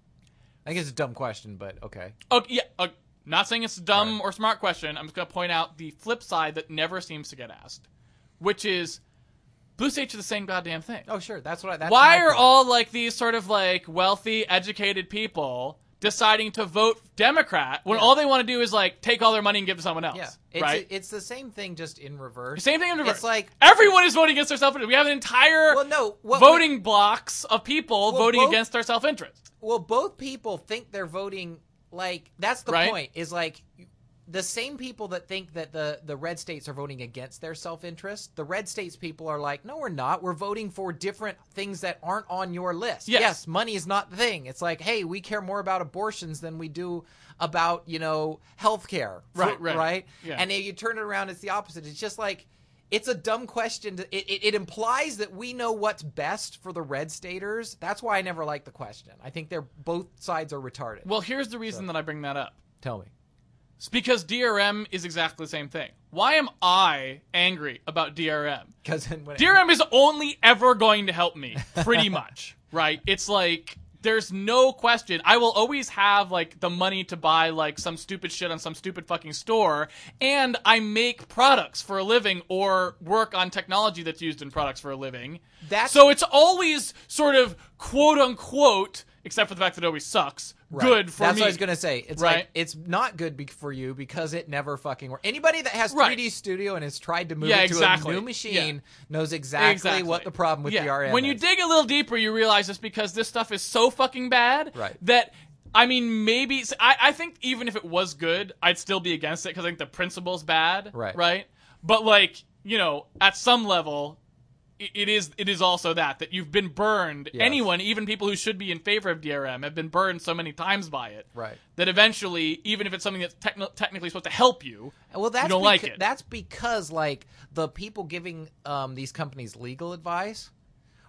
Speaker 1: I think it's a dumb question, but okay.
Speaker 2: okay yeah uh, not saying it's a dumb or smart question i'm just going to point out the flip side that never seems to get asked which is blue states are the same goddamn thing
Speaker 1: Oh, sure. That's what I. That's
Speaker 2: why
Speaker 1: my
Speaker 2: are
Speaker 1: point.
Speaker 2: all like these sort of like wealthy educated people deciding to vote democrat when
Speaker 1: Yeah.
Speaker 2: all they want to do is like take all their money and give it to someone else
Speaker 1: Yeah, it's,
Speaker 2: right
Speaker 1: it's the same thing, just in reverse.
Speaker 2: same thing in reverse.
Speaker 1: It's like
Speaker 2: everyone is voting against their self-interest. We have an entire
Speaker 1: well, no, what we-
Speaker 2: voting blocks of people
Speaker 1: Well,
Speaker 2: voting
Speaker 1: both-
Speaker 2: against their self-interest.
Speaker 1: well, both people think they're voting. Like that's the
Speaker 2: Right.
Speaker 1: point. Is like the same people that think that the the red states are voting against their self interest. The red states people are like, no, we're not. We're voting for different things that aren't on your list.
Speaker 2: Yes.
Speaker 1: money is not the thing. It's like, hey, we care more about abortions than we do about you know healthcare.
Speaker 2: Right, right.
Speaker 1: right.
Speaker 2: Yeah.
Speaker 1: And then you turn it around, it's the opposite. It's just like it's a dumb question. To, it, it, it implies that we know what's best for the red staters. That's why I never like the question. I think they're both sides are retarded.
Speaker 2: Well, here's the reason that I bring that up.
Speaker 1: Tell me.
Speaker 2: It's because DRM is exactly the same thing. Why am I angry about DRM?
Speaker 1: Because when
Speaker 2: DRM is only ever going to help me, pretty much, right? It's like there's no question. I will always have like the money to buy like some stupid shit on some stupid fucking store, and I make products for a living or work on technology that's used in products for a living.
Speaker 1: That's-
Speaker 2: so it's always sort of quote unquote, except for the fact that it always sucks.
Speaker 1: Right.
Speaker 2: Good for
Speaker 1: That's
Speaker 2: me.
Speaker 1: what I was gonna say. It's
Speaker 2: Right.
Speaker 1: like it's not good be- for you because it never fucking works. Anybody that has 3D
Speaker 2: Right.
Speaker 1: Studio and has tried to move
Speaker 2: Yeah,
Speaker 1: it to
Speaker 2: exactly.
Speaker 1: a new machine knows exactly, what the problem with
Speaker 2: Yeah.
Speaker 1: DRM
Speaker 2: When you
Speaker 1: is.
Speaker 2: dig a little deeper, you realize it's because this stuff is so fucking bad
Speaker 1: Right.
Speaker 2: that. I mean, maybe s- I, I think even if it was good, I'd still be against it because I think the principle's bad,
Speaker 1: Right.
Speaker 2: Right. But like, you know, at some level, i it is it is also that that you've been burned.
Speaker 1: Yes.
Speaker 2: Anyone, even people who should be in favor of DRM, have been burned so many times by it,
Speaker 1: Right.
Speaker 2: That eventually, even if it's something that's techni- technically supposed to help you,
Speaker 1: Well, that's
Speaker 2: you don't
Speaker 1: becau-
Speaker 2: like it.
Speaker 1: That's because like the people giving um, these companies legal advice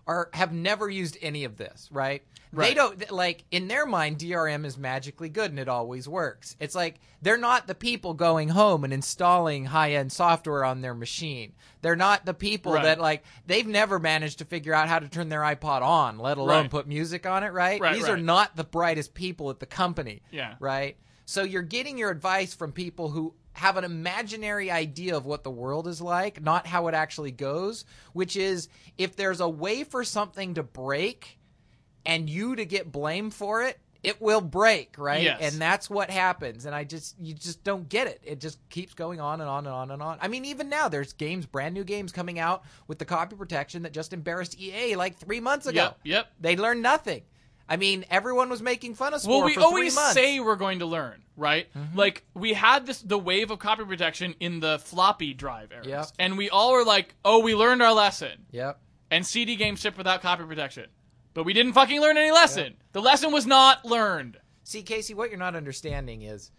Speaker 1: are have never used any of this, right? They
Speaker 2: Right.
Speaker 1: don't th- like in their mind DRM is magically good and it always works. It's like they're not the people going home and installing high-end software on their machine. They're not the people
Speaker 2: Right.
Speaker 1: that like they've never managed to figure out how to turn their iPod on, let alone
Speaker 2: Right.
Speaker 1: put music on it, right?
Speaker 2: Right,
Speaker 1: These are
Speaker 2: right.
Speaker 1: not the brightest people at the company
Speaker 2: Yeah.
Speaker 1: right? So you're getting your advice from people who have an imaginary idea of what the world is like, not how it actually goes, which is if there's a way for something to break and you to get blamed for it, it will break, right?
Speaker 2: Yes.
Speaker 1: And that's what happens. And I just you just don't get it. It just keeps going on and on and on and on. I mean, even now there's games, brand new games coming out with the copy protection that just embarrassed EA E like three months ago.
Speaker 2: Yep, yep.
Speaker 1: They learned nothing. I mean, everyone was making fun of Spore
Speaker 2: Well, we
Speaker 1: for
Speaker 2: always
Speaker 1: three months. Mm-hmm.
Speaker 2: say we're going to learn, right? Like we had this the wave of copy protection in the floppy drive era,
Speaker 1: Yep.
Speaker 2: and we all were like, "Oh, we learned our lesson."
Speaker 1: Yep.
Speaker 2: And CD games shipped without copy protection, but we didn't fucking learn any lesson. The lesson was not learned.
Speaker 1: See, Casey, what you're not understanding is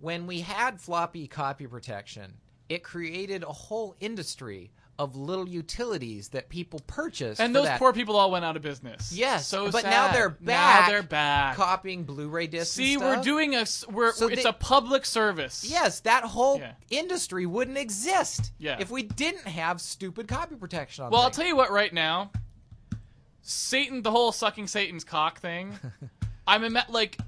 Speaker 1: when we had floppy copy protection, it created a whole industry of little utilities that people purchased.
Speaker 2: And
Speaker 1: for
Speaker 2: those
Speaker 1: that.
Speaker 2: poor people all went out of business.
Speaker 1: Yes,
Speaker 2: so
Speaker 1: but
Speaker 2: sad.
Speaker 1: now they're
Speaker 2: Now
Speaker 1: back.
Speaker 2: they're back.
Speaker 1: copying Blu-ray discs. and
Speaker 2: See, we're
Speaker 1: stuff.
Speaker 2: doing a s- we're
Speaker 1: So
Speaker 2: it's
Speaker 1: they-
Speaker 2: a public service.
Speaker 1: Yes, that whole
Speaker 2: Yeah.
Speaker 1: industry wouldn't exist
Speaker 2: Yeah.
Speaker 1: if we didn't have stupid copy protection on.
Speaker 2: Well, I'll
Speaker 1: things.
Speaker 2: tell you what. Right now, Satan, the whole sucking Satan's cock thing. I'm ima- like,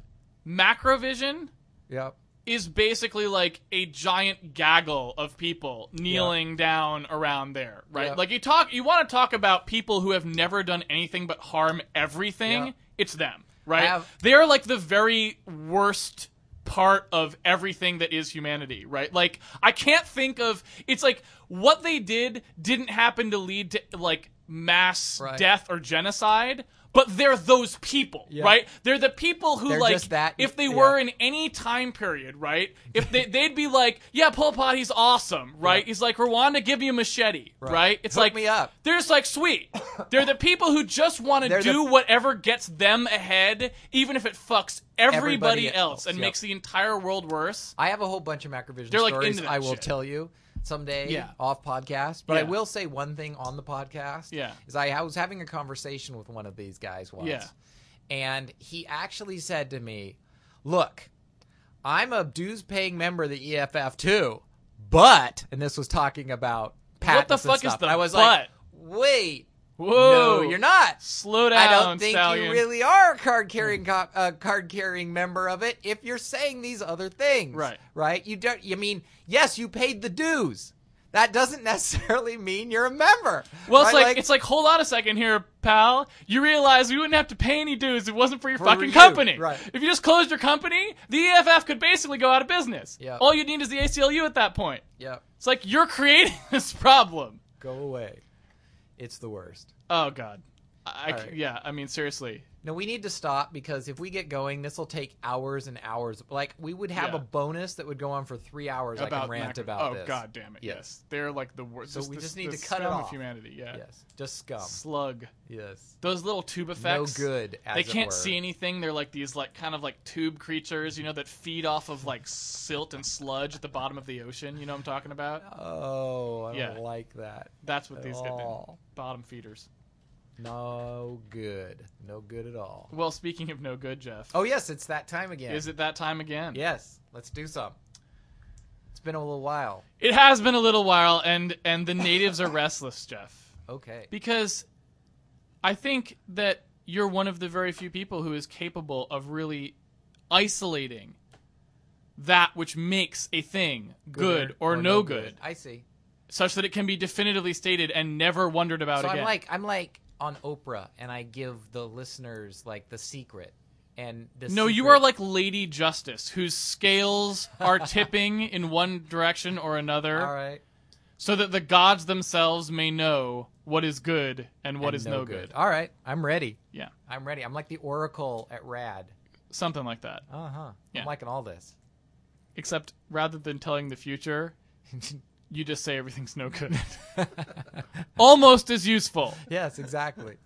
Speaker 2: Macrovision
Speaker 1: Yep.
Speaker 2: is basically like a giant gaggle of people kneeling down around there, right?
Speaker 1: Yeah.
Speaker 2: Like you talk, you want to talk about people who have never done anything but harm everything.
Speaker 1: Yeah.
Speaker 2: It's them, right?
Speaker 1: have-
Speaker 2: they are like the very worst part of everything that is humanity, right? Like I can't think of it's like what they did didn't happen to lead to like mass
Speaker 1: Right.
Speaker 2: death or genocide, but they're those people,
Speaker 1: Yeah.
Speaker 2: right? They're the people who
Speaker 1: They're
Speaker 2: like
Speaker 1: just that-
Speaker 2: if they
Speaker 1: yeah.
Speaker 2: were in any time period, right? If they they'd be like, yeah, Pol Pot, he's awesome, right? He's like Rwanda, give me a machete, right? It's
Speaker 1: Hook
Speaker 2: like
Speaker 1: me up.
Speaker 2: They're just like sweet. They're the people who just want to
Speaker 1: They're
Speaker 2: do whatever gets them ahead, even if it fucks everybody,
Speaker 1: Everybody
Speaker 2: else
Speaker 1: else,
Speaker 2: and
Speaker 1: yep.
Speaker 2: makes the entire world worse.
Speaker 1: I have a whole bunch of Macrovision
Speaker 2: They're, like,
Speaker 1: stories
Speaker 2: into that
Speaker 1: I will
Speaker 2: shit.
Speaker 1: tell you someday
Speaker 2: Yeah.
Speaker 1: off podcast. But I
Speaker 2: Yeah.
Speaker 1: will say one thing on the podcast.
Speaker 2: Yeah.
Speaker 1: Is I, I was having a conversation with one of these guys once.
Speaker 2: Yeah.
Speaker 1: And he actually said to me, Look, I'm a dues paying member of the EFF too, but, and this was talking about patents
Speaker 2: the
Speaker 1: and
Speaker 2: fuck is
Speaker 1: stuff,
Speaker 2: the
Speaker 1: and I was like, wait,
Speaker 2: Whoa,
Speaker 1: no, you're not.
Speaker 2: Slow down,
Speaker 1: I don't think
Speaker 2: stallion.
Speaker 1: you really are a card carrying co- uh, card carrying member of it if you're saying these other things.
Speaker 2: Right.
Speaker 1: Right? You don't you mean yes, you paid the dues. That doesn't necessarily mean you're a member.
Speaker 2: Well, it's
Speaker 1: Right?
Speaker 2: like, it's like hold on a second here, pal. You realize we wouldn't have to pay any dues if it wasn't for your
Speaker 1: For
Speaker 2: fucking
Speaker 1: you,
Speaker 2: company.
Speaker 1: right.
Speaker 2: If you just closed your company, the EFF could basically go out of business.
Speaker 1: Yeah.
Speaker 2: All you need is the ACLU at that point.
Speaker 1: Yep.
Speaker 2: It's like you're creating this problem.
Speaker 1: Go away. It's the worst.
Speaker 2: Oh God. I, I
Speaker 1: All
Speaker 2: c-
Speaker 1: right.
Speaker 2: yeah. I mean, seriously.
Speaker 1: No, we need to stop because if we get going, this will take hours and hours. Like we would have
Speaker 2: Yeah.
Speaker 1: a bonus that would go on for three hours. I
Speaker 2: about
Speaker 1: can rant
Speaker 2: macro-
Speaker 1: about
Speaker 2: oh
Speaker 1: this.
Speaker 2: God damn it. Yes.
Speaker 1: Yes.
Speaker 2: They're like the worst.
Speaker 1: So we
Speaker 2: the-
Speaker 1: just need
Speaker 2: the
Speaker 1: to cut it
Speaker 2: scum of
Speaker 1: off.
Speaker 2: humanity. Yeah.
Speaker 1: Yes, just scum.
Speaker 2: Slug.
Speaker 1: Yes,
Speaker 2: Those little tube effects.
Speaker 1: no good. As
Speaker 2: they
Speaker 1: it
Speaker 2: can't
Speaker 1: were.
Speaker 2: see anything. They're like these like kind of like tube creatures, you know, that feed off of like silt and sludge at the bottom of the ocean. You know what I'm talking about?
Speaker 1: Oh, I
Speaker 2: Yeah.
Speaker 1: don't like that.
Speaker 2: That's what these get them.
Speaker 1: all.
Speaker 2: Bottom feeders.
Speaker 1: No good. No good at all.
Speaker 2: Well, speaking of no good, Jeff,
Speaker 1: Oh yes, it's that time again.
Speaker 2: is it that time again?
Speaker 1: Yes, let's do some. It's been a little while.
Speaker 2: It has been a little while, and and the natives are restless, Jeff,
Speaker 1: Okay.
Speaker 2: because I think that you're one of the very few people who is capable of really isolating that which makes a thing good, or, no, good.
Speaker 1: I see.
Speaker 2: such that it can be definitively stated and never wondered about
Speaker 1: So
Speaker 2: again.
Speaker 1: I'm like I'm like on Oprah and I give the listeners like the secret and the
Speaker 2: no, you
Speaker 1: secret-
Speaker 2: are like Lady Justice, whose scales are tipping in one direction or another,
Speaker 1: All right.
Speaker 2: so that the gods themselves may know what is good and what
Speaker 1: And
Speaker 2: is no, good.
Speaker 1: All right. I'm ready.
Speaker 2: Yeah,
Speaker 1: I'm ready. I'm like the oracle at Rad.
Speaker 2: something like that.
Speaker 1: Uh-huh.
Speaker 2: Yeah.
Speaker 1: I'm liking all this.
Speaker 2: Except rather than telling the future, you just say everything's no good. Almost as useful.
Speaker 1: yes, exactly.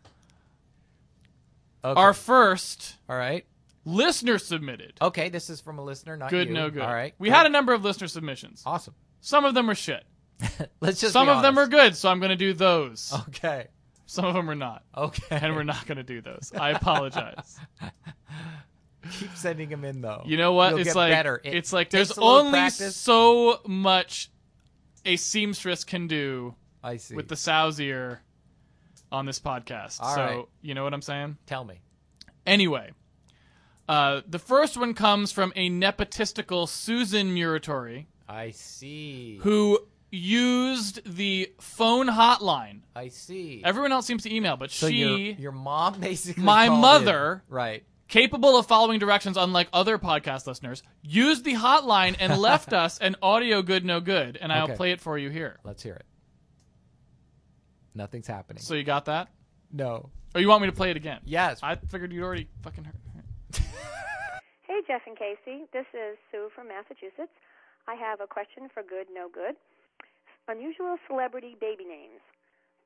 Speaker 1: Okay.
Speaker 2: Our first
Speaker 1: all right.
Speaker 2: listener submitted.
Speaker 1: Okay, this is from a listener, not
Speaker 2: Good,
Speaker 1: you.
Speaker 2: no good.
Speaker 1: All right.
Speaker 2: We had a number of listener submissions.
Speaker 1: Awesome.
Speaker 2: Some of them were shit.
Speaker 1: Let's just
Speaker 2: Some
Speaker 1: be
Speaker 2: of them are
Speaker 1: honest.
Speaker 2: good, so I'm going to do those.
Speaker 1: Okay.
Speaker 2: Some of them are not,
Speaker 1: Okay.
Speaker 2: and we're not going to do those. I apologize.
Speaker 1: keep sending them in though.
Speaker 2: You know what?
Speaker 1: You'll
Speaker 2: it's
Speaker 1: get
Speaker 2: like
Speaker 1: better. It
Speaker 2: it's like
Speaker 1: takes
Speaker 2: there's
Speaker 1: a little
Speaker 2: only
Speaker 1: practice.
Speaker 2: so much a seamstress can do
Speaker 1: I see.
Speaker 2: with the sow's ear on this podcast.
Speaker 1: All
Speaker 2: so
Speaker 1: right.
Speaker 2: you know what I'm saying?
Speaker 1: Tell me.
Speaker 2: Anyway, uh, the first one comes from a nepotistical Susan Muratori
Speaker 1: I see.
Speaker 2: who used the phone hotline.
Speaker 1: I see.
Speaker 2: Everyone else seems to email, but
Speaker 1: so
Speaker 2: she
Speaker 1: your your mom basically
Speaker 2: My
Speaker 1: called in.
Speaker 2: mother-
Speaker 1: Right.
Speaker 2: capable of following directions unlike other podcast listeners, used the hotline and left us an audio good no good, and I'll
Speaker 1: Okay.
Speaker 2: play it for you here.
Speaker 1: Let's hear it. Nothing's happening.
Speaker 2: So you got that?
Speaker 1: No.
Speaker 2: Or you want me to play it again?
Speaker 1: Yes.
Speaker 2: I figured you'd already fucking heard. it.
Speaker 4: Hey, Jeff and Casey. This is Sue from Massachusetts. I have a question for good, no good. Unusual celebrity baby names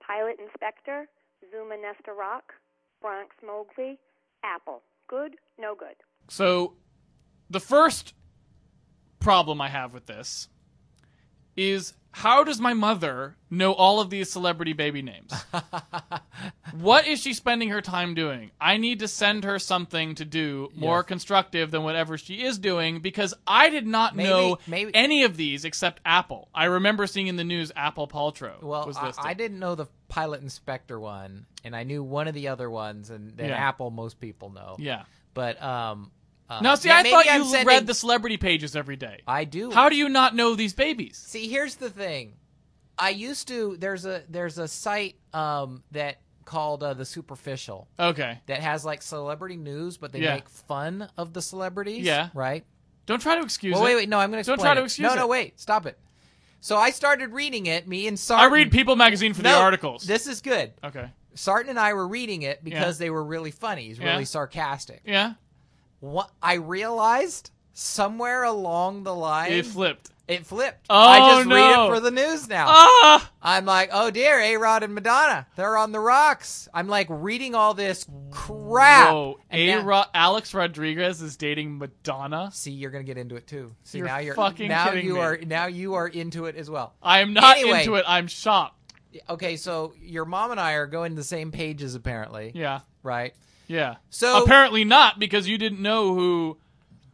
Speaker 4: Pilot Inspector, Zuma Nesta Rock, Bronx Mowgli, Apple. Good, no good.
Speaker 2: So, the first problem I have with this is how does my mother know all of these celebrity baby names? what is she spending her time doing? I need to send her something to do more constructive than whatever she is doing because I did not
Speaker 1: Maybe-
Speaker 2: know
Speaker 1: maybe-
Speaker 2: any of these except Apple. I remember seeing in the news Apple Paltrow
Speaker 1: Well,
Speaker 2: was
Speaker 1: I,
Speaker 2: listed.
Speaker 1: I didn't know the pilot inspector one, and I knew one of the other ones, and then
Speaker 2: Yeah.
Speaker 1: Apple most people know.
Speaker 2: yeah.
Speaker 1: But um. Uh,
Speaker 2: Now, see,
Speaker 1: yeah,
Speaker 2: I
Speaker 1: maybe
Speaker 2: thought
Speaker 1: I'm
Speaker 2: you
Speaker 1: sending-
Speaker 2: read the celebrity pages every day.
Speaker 1: I do.
Speaker 2: How do you not know these babies?
Speaker 1: See, here's the thing. I used to. There's a there's a site um that called uh, the Superficial
Speaker 2: Okay.
Speaker 1: that has like celebrity news, but they
Speaker 2: Yeah.
Speaker 1: make fun of the celebrities.
Speaker 2: Yeah.
Speaker 1: Right.
Speaker 2: Don't try to excuse
Speaker 1: Well,
Speaker 2: it.
Speaker 1: wait, wait. No, I'm going to
Speaker 2: Don't
Speaker 1: explain.
Speaker 2: try to
Speaker 1: it.
Speaker 2: excuse
Speaker 1: No, no,
Speaker 2: it.
Speaker 1: wait. Stop it. So I started reading it. Me and Sarton.
Speaker 2: I read People magazine for
Speaker 1: no,
Speaker 2: the articles.
Speaker 1: This is good.
Speaker 2: okay.
Speaker 1: Sarton and I were reading it because
Speaker 2: Yeah.
Speaker 1: they were really funny. He's
Speaker 2: Yeah.
Speaker 1: really sarcastic.
Speaker 2: Yeah.
Speaker 1: What I realized somewhere along the line,
Speaker 2: It flipped.
Speaker 1: it flipped.
Speaker 2: Oh,
Speaker 1: I just read
Speaker 2: no.
Speaker 1: it for the news now.
Speaker 2: Ah!
Speaker 1: I'm like, oh dear, A Rod and Madonna, they're on the rocks. I'm like reading all this crap.
Speaker 2: Whoa.
Speaker 1: And now-
Speaker 2: A Ro- Alex Rodriguez is dating Madonna.
Speaker 1: See, you're gonna get into it too. See
Speaker 2: You're
Speaker 1: now you're
Speaker 2: fucking
Speaker 1: now
Speaker 2: kidding
Speaker 1: you
Speaker 2: me.
Speaker 1: are now you are into it as well.
Speaker 2: I am not
Speaker 1: Anyway.
Speaker 2: into it. I'm shocked.
Speaker 1: Okay, so your mom and I are going to the same pages apparently,
Speaker 2: Yeah.
Speaker 1: right?
Speaker 2: Yeah.
Speaker 1: So-
Speaker 2: apparently not because you didn't know who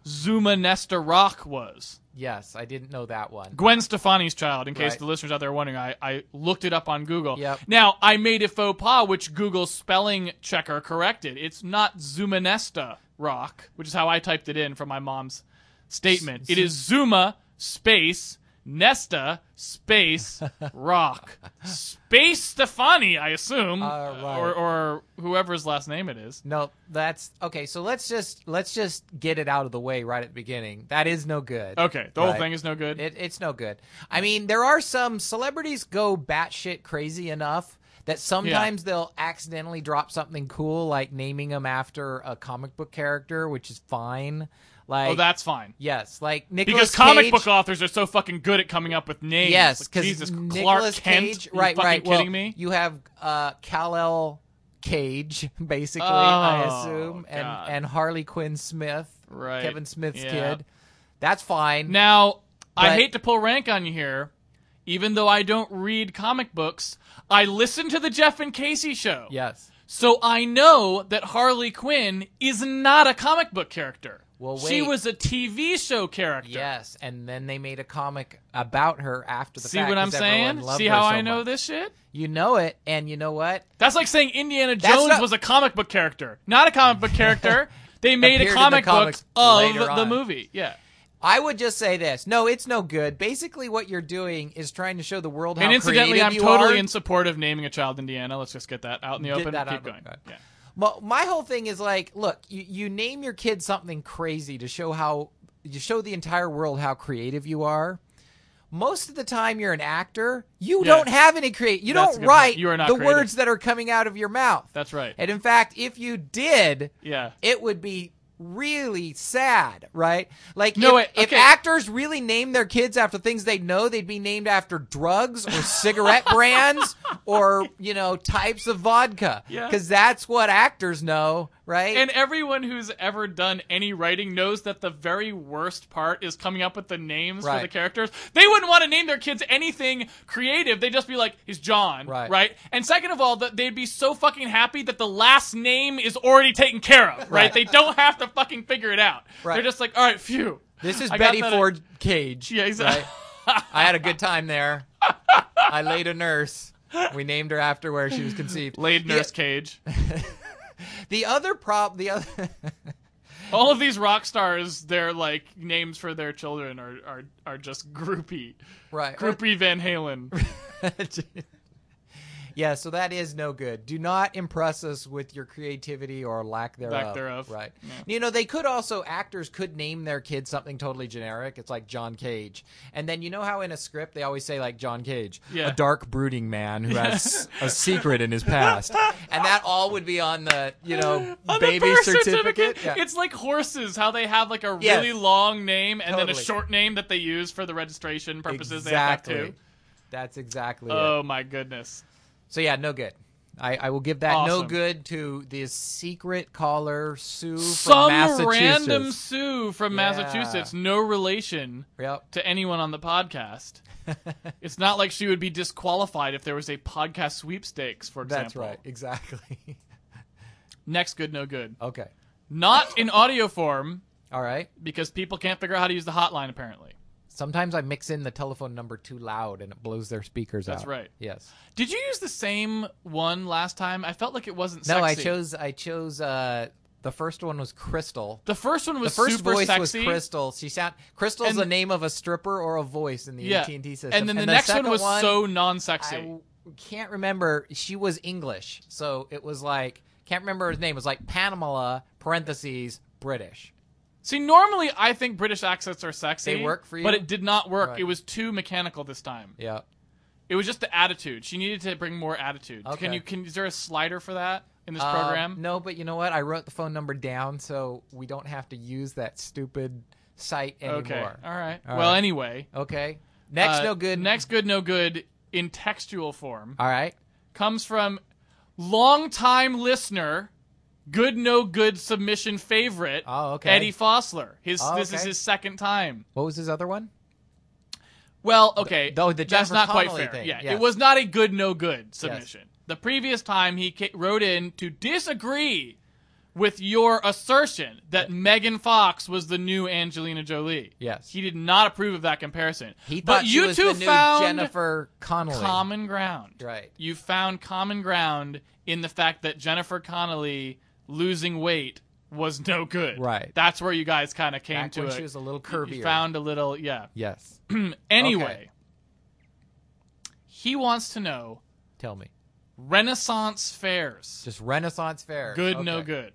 Speaker 2: Zuma Nesta Rock was.
Speaker 1: Yes, I didn't know that one.
Speaker 2: Gwen Stefani's child, in case
Speaker 1: Right.
Speaker 2: the listeners out there are wondering, I, I looked it up on Google.
Speaker 1: Yep.
Speaker 2: Now, I made a faux pas, which Google's spelling checker corrected. It's not Zumanesta Rock, which is how I typed it in from my mom's statement. It is Zuma space Nesta space Rock. Space Stefani, I assume,
Speaker 1: Uh, right.
Speaker 2: or, or whoever's last name it is.
Speaker 1: No, that's okay. So let's just let's just get it out of the way right at the beginning. That is no good.
Speaker 2: Okay, the whole
Speaker 1: Right.
Speaker 2: thing is no good.
Speaker 1: It, it's no good. I mean, there are some celebrities go batshit crazy enough that sometimes they'll accidentally drop something cool, like naming them after a comic book character, which is fine. Like,
Speaker 2: oh, that's fine.
Speaker 1: yes, like
Speaker 2: Because
Speaker 1: Nicholas
Speaker 2: comic
Speaker 1: Cage,
Speaker 2: book authors are so fucking good at coming up with names.
Speaker 1: Yes,
Speaker 2: like,
Speaker 1: because
Speaker 2: Jesus Clark
Speaker 1: Nicolas
Speaker 2: Kent.
Speaker 1: Cage,
Speaker 2: Are you
Speaker 1: right,
Speaker 2: fucking
Speaker 1: right.
Speaker 2: Kidding
Speaker 1: well,
Speaker 2: me?
Speaker 1: You have uh, Kal El Cage, basically,
Speaker 2: Oh,
Speaker 1: I assume, and
Speaker 2: God.
Speaker 1: and Harley Quinn Smith,
Speaker 2: Right,
Speaker 1: Kevin Smith's
Speaker 2: yeah.
Speaker 1: kid. That's fine.
Speaker 2: Now, I
Speaker 1: But-
Speaker 2: hate to pull rank on you here. Even though I don't read comic books, I listen to the Jeff and Casey show.
Speaker 1: yes.
Speaker 2: So I know that Harley Quinn is not a comic book character.
Speaker 1: Well,
Speaker 2: She
Speaker 1: wait.
Speaker 2: was a TV show character.
Speaker 1: Yes, and then they made a comic about her after the
Speaker 2: See
Speaker 1: fact.
Speaker 2: what I'm
Speaker 1: 'cause everyone
Speaker 2: saying?
Speaker 1: loved
Speaker 2: See
Speaker 1: her
Speaker 2: how
Speaker 1: so
Speaker 2: I know
Speaker 1: much.
Speaker 2: this shit?
Speaker 1: You know it, and you know what?
Speaker 2: That's like saying Indiana
Speaker 1: That's
Speaker 2: Jones
Speaker 1: not-
Speaker 2: was a comic book character, not a comic book character. They made
Speaker 1: Appeared in
Speaker 2: a
Speaker 1: the
Speaker 2: comic book
Speaker 1: comics
Speaker 2: of
Speaker 1: later
Speaker 2: the
Speaker 1: on.
Speaker 2: movie. Yeah,
Speaker 1: I would just say this. No, it's no good. Basically, what you're doing is trying to show the world how
Speaker 2: and incidentally,
Speaker 1: creative
Speaker 2: I'm
Speaker 1: you
Speaker 2: totally
Speaker 1: are.
Speaker 2: in support of naming a child Indiana. Let's just get that out in the
Speaker 1: Get
Speaker 2: open.
Speaker 1: that
Speaker 2: Keep
Speaker 1: out in the
Speaker 2: going.
Speaker 1: open.
Speaker 2: Yeah.
Speaker 1: Well, my whole thing is like, look, you, you name your kid something crazy to show how you show the entire world how creative you are. Most of the time, you're an actor. You
Speaker 2: Yeah.
Speaker 1: don't have any create. You
Speaker 2: That's a
Speaker 1: don't
Speaker 2: good point.
Speaker 1: write
Speaker 2: You are not
Speaker 1: the
Speaker 2: creative.
Speaker 1: words that are coming out of your mouth.
Speaker 2: That's right.
Speaker 1: And in fact, if you did,
Speaker 2: Yeah.
Speaker 1: it would be really sad, right? Like,
Speaker 2: No,
Speaker 1: if,
Speaker 2: wait,
Speaker 1: if
Speaker 2: okay.
Speaker 1: actors really named their kids after things they know, they'd be named after drugs or cigarette brands or, you know, types of vodka.
Speaker 2: Yeah.
Speaker 1: Because that's what actors know, right?
Speaker 2: And everyone who's ever done any writing knows that the very worst part is coming up with the names for
Speaker 1: Right.
Speaker 2: the characters. They wouldn't want to name their kids anything creative. They'd just be like, "He's John,"
Speaker 1: Right.
Speaker 2: And second of all, that they'd be so fucking happy that the last name is already taken care of, right?
Speaker 1: Right.
Speaker 2: They don't have to fucking figure it out.
Speaker 1: Right.
Speaker 2: They're just like, "All right, phew."
Speaker 1: this is
Speaker 2: I got
Speaker 1: Betty
Speaker 2: that-
Speaker 1: Ford Cage.
Speaker 2: Yeah, exactly.
Speaker 1: I had a good time there. I laid a nurse. We named her after where she was conceived.
Speaker 2: Laid
Speaker 1: The-
Speaker 2: Nurse Cage.
Speaker 1: The other prop, the other.
Speaker 2: All of these rock stars, their like names for their children are are, are just groupie,
Speaker 1: right.
Speaker 2: groupie Van Halen.
Speaker 1: Yeah, so that is no good. Do not impress us with your creativity or lack thereof.
Speaker 2: Lack thereof.
Speaker 1: Right. You know, they could also actors could name their kid something totally generic. It's like John Cage. And then you know how in a script they always say like John Cage,
Speaker 2: Yeah.
Speaker 1: a dark brooding man who has a secret in his past. And that all would be on the, you know,
Speaker 2: On the
Speaker 1: baby
Speaker 2: birth
Speaker 1: certificate. Yeah.
Speaker 2: It's like horses, how they have like a
Speaker 1: Yes.
Speaker 2: really long name and then a
Speaker 1: Totally.
Speaker 2: short name that they use for the registration purposes. They have that
Speaker 1: exactly.
Speaker 2: too.
Speaker 1: That's exactly it.
Speaker 2: Oh my goodness.
Speaker 1: So yeah, no good. I, I will give that no
Speaker 2: Awesome.
Speaker 1: good to the secret caller Sue from
Speaker 2: Some
Speaker 1: Massachusetts.
Speaker 2: random Sue from
Speaker 1: Yeah.
Speaker 2: Massachusetts, no relation
Speaker 1: Yep.
Speaker 2: to anyone on the podcast. it's not like she would be disqualified if there was a podcast sweepstakes, for example.
Speaker 1: That's right. Exactly.
Speaker 2: Next good, no good.
Speaker 1: okay.
Speaker 2: Not in audio form
Speaker 1: All right.
Speaker 2: because people can't figure out how to use the hotline apparently.
Speaker 1: Sometimes I mix in the telephone number too loud and it blows their speakers
Speaker 2: That's
Speaker 1: out.
Speaker 2: right.
Speaker 1: Yes.
Speaker 2: Did you use the same one last time? I felt like it wasn't
Speaker 1: No, I
Speaker 2: sexy.
Speaker 1: chose I chose uh the first one was Crystal.
Speaker 2: The first one
Speaker 1: The
Speaker 2: was
Speaker 1: first
Speaker 2: super
Speaker 1: voice
Speaker 2: sexy.
Speaker 1: was Crystal. She sound Crystal's
Speaker 2: And-
Speaker 1: the name of a stripper or a voice in the
Speaker 2: yeah.
Speaker 1: AT&T system.
Speaker 2: And then the next one
Speaker 1: second
Speaker 2: was so non-sexy.
Speaker 1: I w- can't remember. She was English, so it was like can't remember his name. It was like Panama parentheses British.
Speaker 2: See, normally I think British accents are sexy.
Speaker 1: They work for you?
Speaker 2: but it did not work.
Speaker 1: Right.
Speaker 2: It was too mechanical this time.
Speaker 1: Yeah.
Speaker 2: It was just the attitude. She needed to bring more attitude. Can
Speaker 1: Okay.
Speaker 2: you? Can is there a slider for that in this
Speaker 1: Um,
Speaker 2: program?
Speaker 1: no, but you know what? I wrote the phone number down, so we don't have to use that stupid site
Speaker 2: Okay.
Speaker 1: anymore.
Speaker 2: All right.
Speaker 1: All
Speaker 2: well,
Speaker 1: right.
Speaker 2: anyway.
Speaker 1: Okay. Next,
Speaker 2: uh,
Speaker 1: no good.
Speaker 2: Next good, no good in textual form
Speaker 1: All right.
Speaker 2: comes from longtime listener, good no good submission favorite.
Speaker 1: Oh, okay.
Speaker 2: Eddie Fossler. His
Speaker 1: Oh,
Speaker 2: this is
Speaker 1: okay.
Speaker 2: his second time.
Speaker 1: What was his other one?
Speaker 2: Well, okay.
Speaker 1: The- oh, the
Speaker 2: that's
Speaker 1: Jennifer
Speaker 2: not quite
Speaker 1: Connelly
Speaker 2: fair.
Speaker 1: thing,
Speaker 2: Yeah,
Speaker 1: yes.
Speaker 2: it was not a good no good submission. The previous time he ca- wrote in to disagree with your assertion that Megan Fox was the new Angelina Jolie.
Speaker 1: Yes.
Speaker 2: he did not approve of that comparison.
Speaker 1: He thought
Speaker 2: but
Speaker 1: she
Speaker 2: you
Speaker 1: was
Speaker 2: two
Speaker 1: the new
Speaker 2: found
Speaker 1: Jennifer Connelly.
Speaker 2: common ground.
Speaker 1: Right.
Speaker 2: You found common ground in the fact that Jennifer Connelly losing weight was no good.
Speaker 1: Right.
Speaker 2: That's where you guys kind of came
Speaker 1: Back
Speaker 2: to
Speaker 1: when
Speaker 2: it.
Speaker 1: she was a little
Speaker 2: You- You
Speaker 1: curvier.
Speaker 2: found a little, yeah.
Speaker 1: yes.
Speaker 2: Anyway, he wants to know
Speaker 1: Tell me.
Speaker 2: Renaissance fairs.
Speaker 1: Just Renaissance Fair.
Speaker 2: Good, no
Speaker 1: Okay.
Speaker 2: good.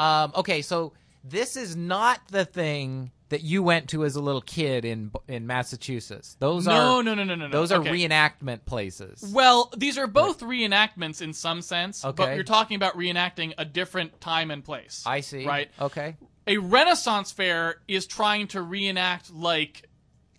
Speaker 1: Um, okay, so this is not the thing that you went to as a little kid in in Massachusetts. Those
Speaker 2: No,
Speaker 1: are
Speaker 2: no, no, no, no, no.
Speaker 1: Those
Speaker 2: Okay.
Speaker 1: are reenactment places.
Speaker 2: Well, these are both reenactments in some sense, but
Speaker 1: Okay.
Speaker 2: you're talking about reenacting a different time and place.
Speaker 1: I see.
Speaker 2: Right.
Speaker 1: Okay.
Speaker 2: A Renaissance fair is trying to reenact like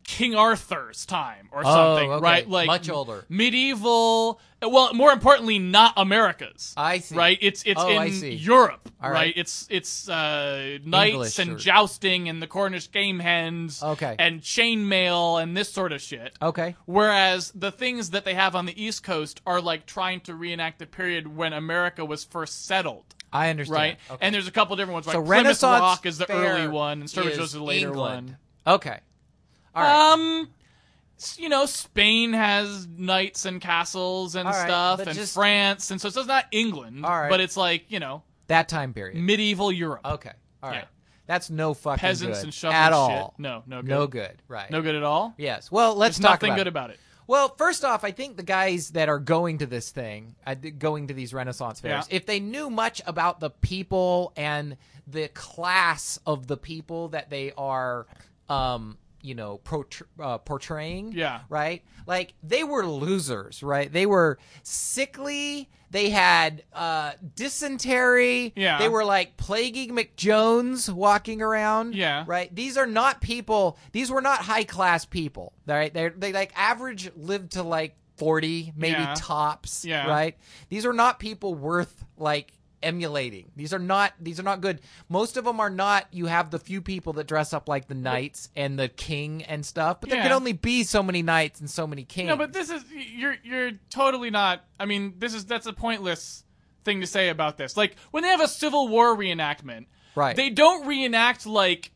Speaker 2: King Arthur's time or
Speaker 1: Oh,
Speaker 2: something,
Speaker 1: okay.
Speaker 2: right? Like
Speaker 1: Much older.
Speaker 2: medieval. Well, more importantly, not America's.
Speaker 1: I see.
Speaker 2: right? It's it's
Speaker 1: Oh,
Speaker 2: in
Speaker 1: I see.
Speaker 2: Europe,
Speaker 1: All
Speaker 2: right?
Speaker 1: right.
Speaker 2: It's it's uh, knights
Speaker 1: English
Speaker 2: and
Speaker 1: or-
Speaker 2: jousting and the Cornish game hens,
Speaker 1: Okay.
Speaker 2: and chainmail and this sort of shit.
Speaker 1: Okay.
Speaker 2: Whereas the things that they have on the East Coast are like trying to reenact the period when America was first settled,
Speaker 1: I understand.
Speaker 2: right?
Speaker 1: Okay.
Speaker 2: And there's a couple different ones. Like
Speaker 1: so
Speaker 2: Plymouth
Speaker 1: Renaissance
Speaker 2: Rock is the
Speaker 1: Fair
Speaker 2: early one, and Sturbridge
Speaker 1: is
Speaker 2: is the later
Speaker 1: England.
Speaker 2: one.
Speaker 1: Okay. All right.
Speaker 2: Um. s- You know, Spain has knights and castles and
Speaker 1: All right,
Speaker 2: stuff,
Speaker 1: but
Speaker 2: and
Speaker 1: just-
Speaker 2: France, and so, so it's not England,
Speaker 1: All right.
Speaker 2: but it's like you know,
Speaker 1: that time period.
Speaker 2: medieval Europe.
Speaker 1: okay. All right.
Speaker 2: Yeah.
Speaker 1: That's no fucking
Speaker 2: Peasants
Speaker 1: good
Speaker 2: and shovels
Speaker 1: at
Speaker 2: shit.
Speaker 1: all.
Speaker 2: No, no good.
Speaker 1: No good. Right.
Speaker 2: No good at all.
Speaker 1: Yes. Well, let's
Speaker 2: There's
Speaker 1: talk
Speaker 2: nothing
Speaker 1: about
Speaker 2: good
Speaker 1: it.
Speaker 2: about it.
Speaker 1: Well, first off, I think the guys that are going to this thing, I think going to these Renaissance fairs,
Speaker 2: Yeah.
Speaker 1: if they knew much about the people and the class of the people that they are, um, you know, portr uh, portraying,
Speaker 2: Yeah.
Speaker 1: right? Like they were losers, right? They were sickly. They had uh, dysentery.
Speaker 2: Yeah.
Speaker 1: They were like plaguing McJones walking around.
Speaker 2: Yeah.
Speaker 1: Right. These are not people. These were not high class people. All right. They're they like average lived to like forty, maybe
Speaker 2: Yeah.
Speaker 1: tops.
Speaker 2: Yeah.
Speaker 1: Right. These are not people worth like emulating. These are not. These are not good. Most of them are not. You have the few people that dress up like the knights and the king and stuff, but there
Speaker 2: Yeah.
Speaker 1: can only be so many knights and so many kings.
Speaker 2: No, but this is you're you're totally not. I mean, this is that's a pointless thing to say about this. Like when they have a Civil War reenactment,
Speaker 1: Right.
Speaker 2: They don't reenact like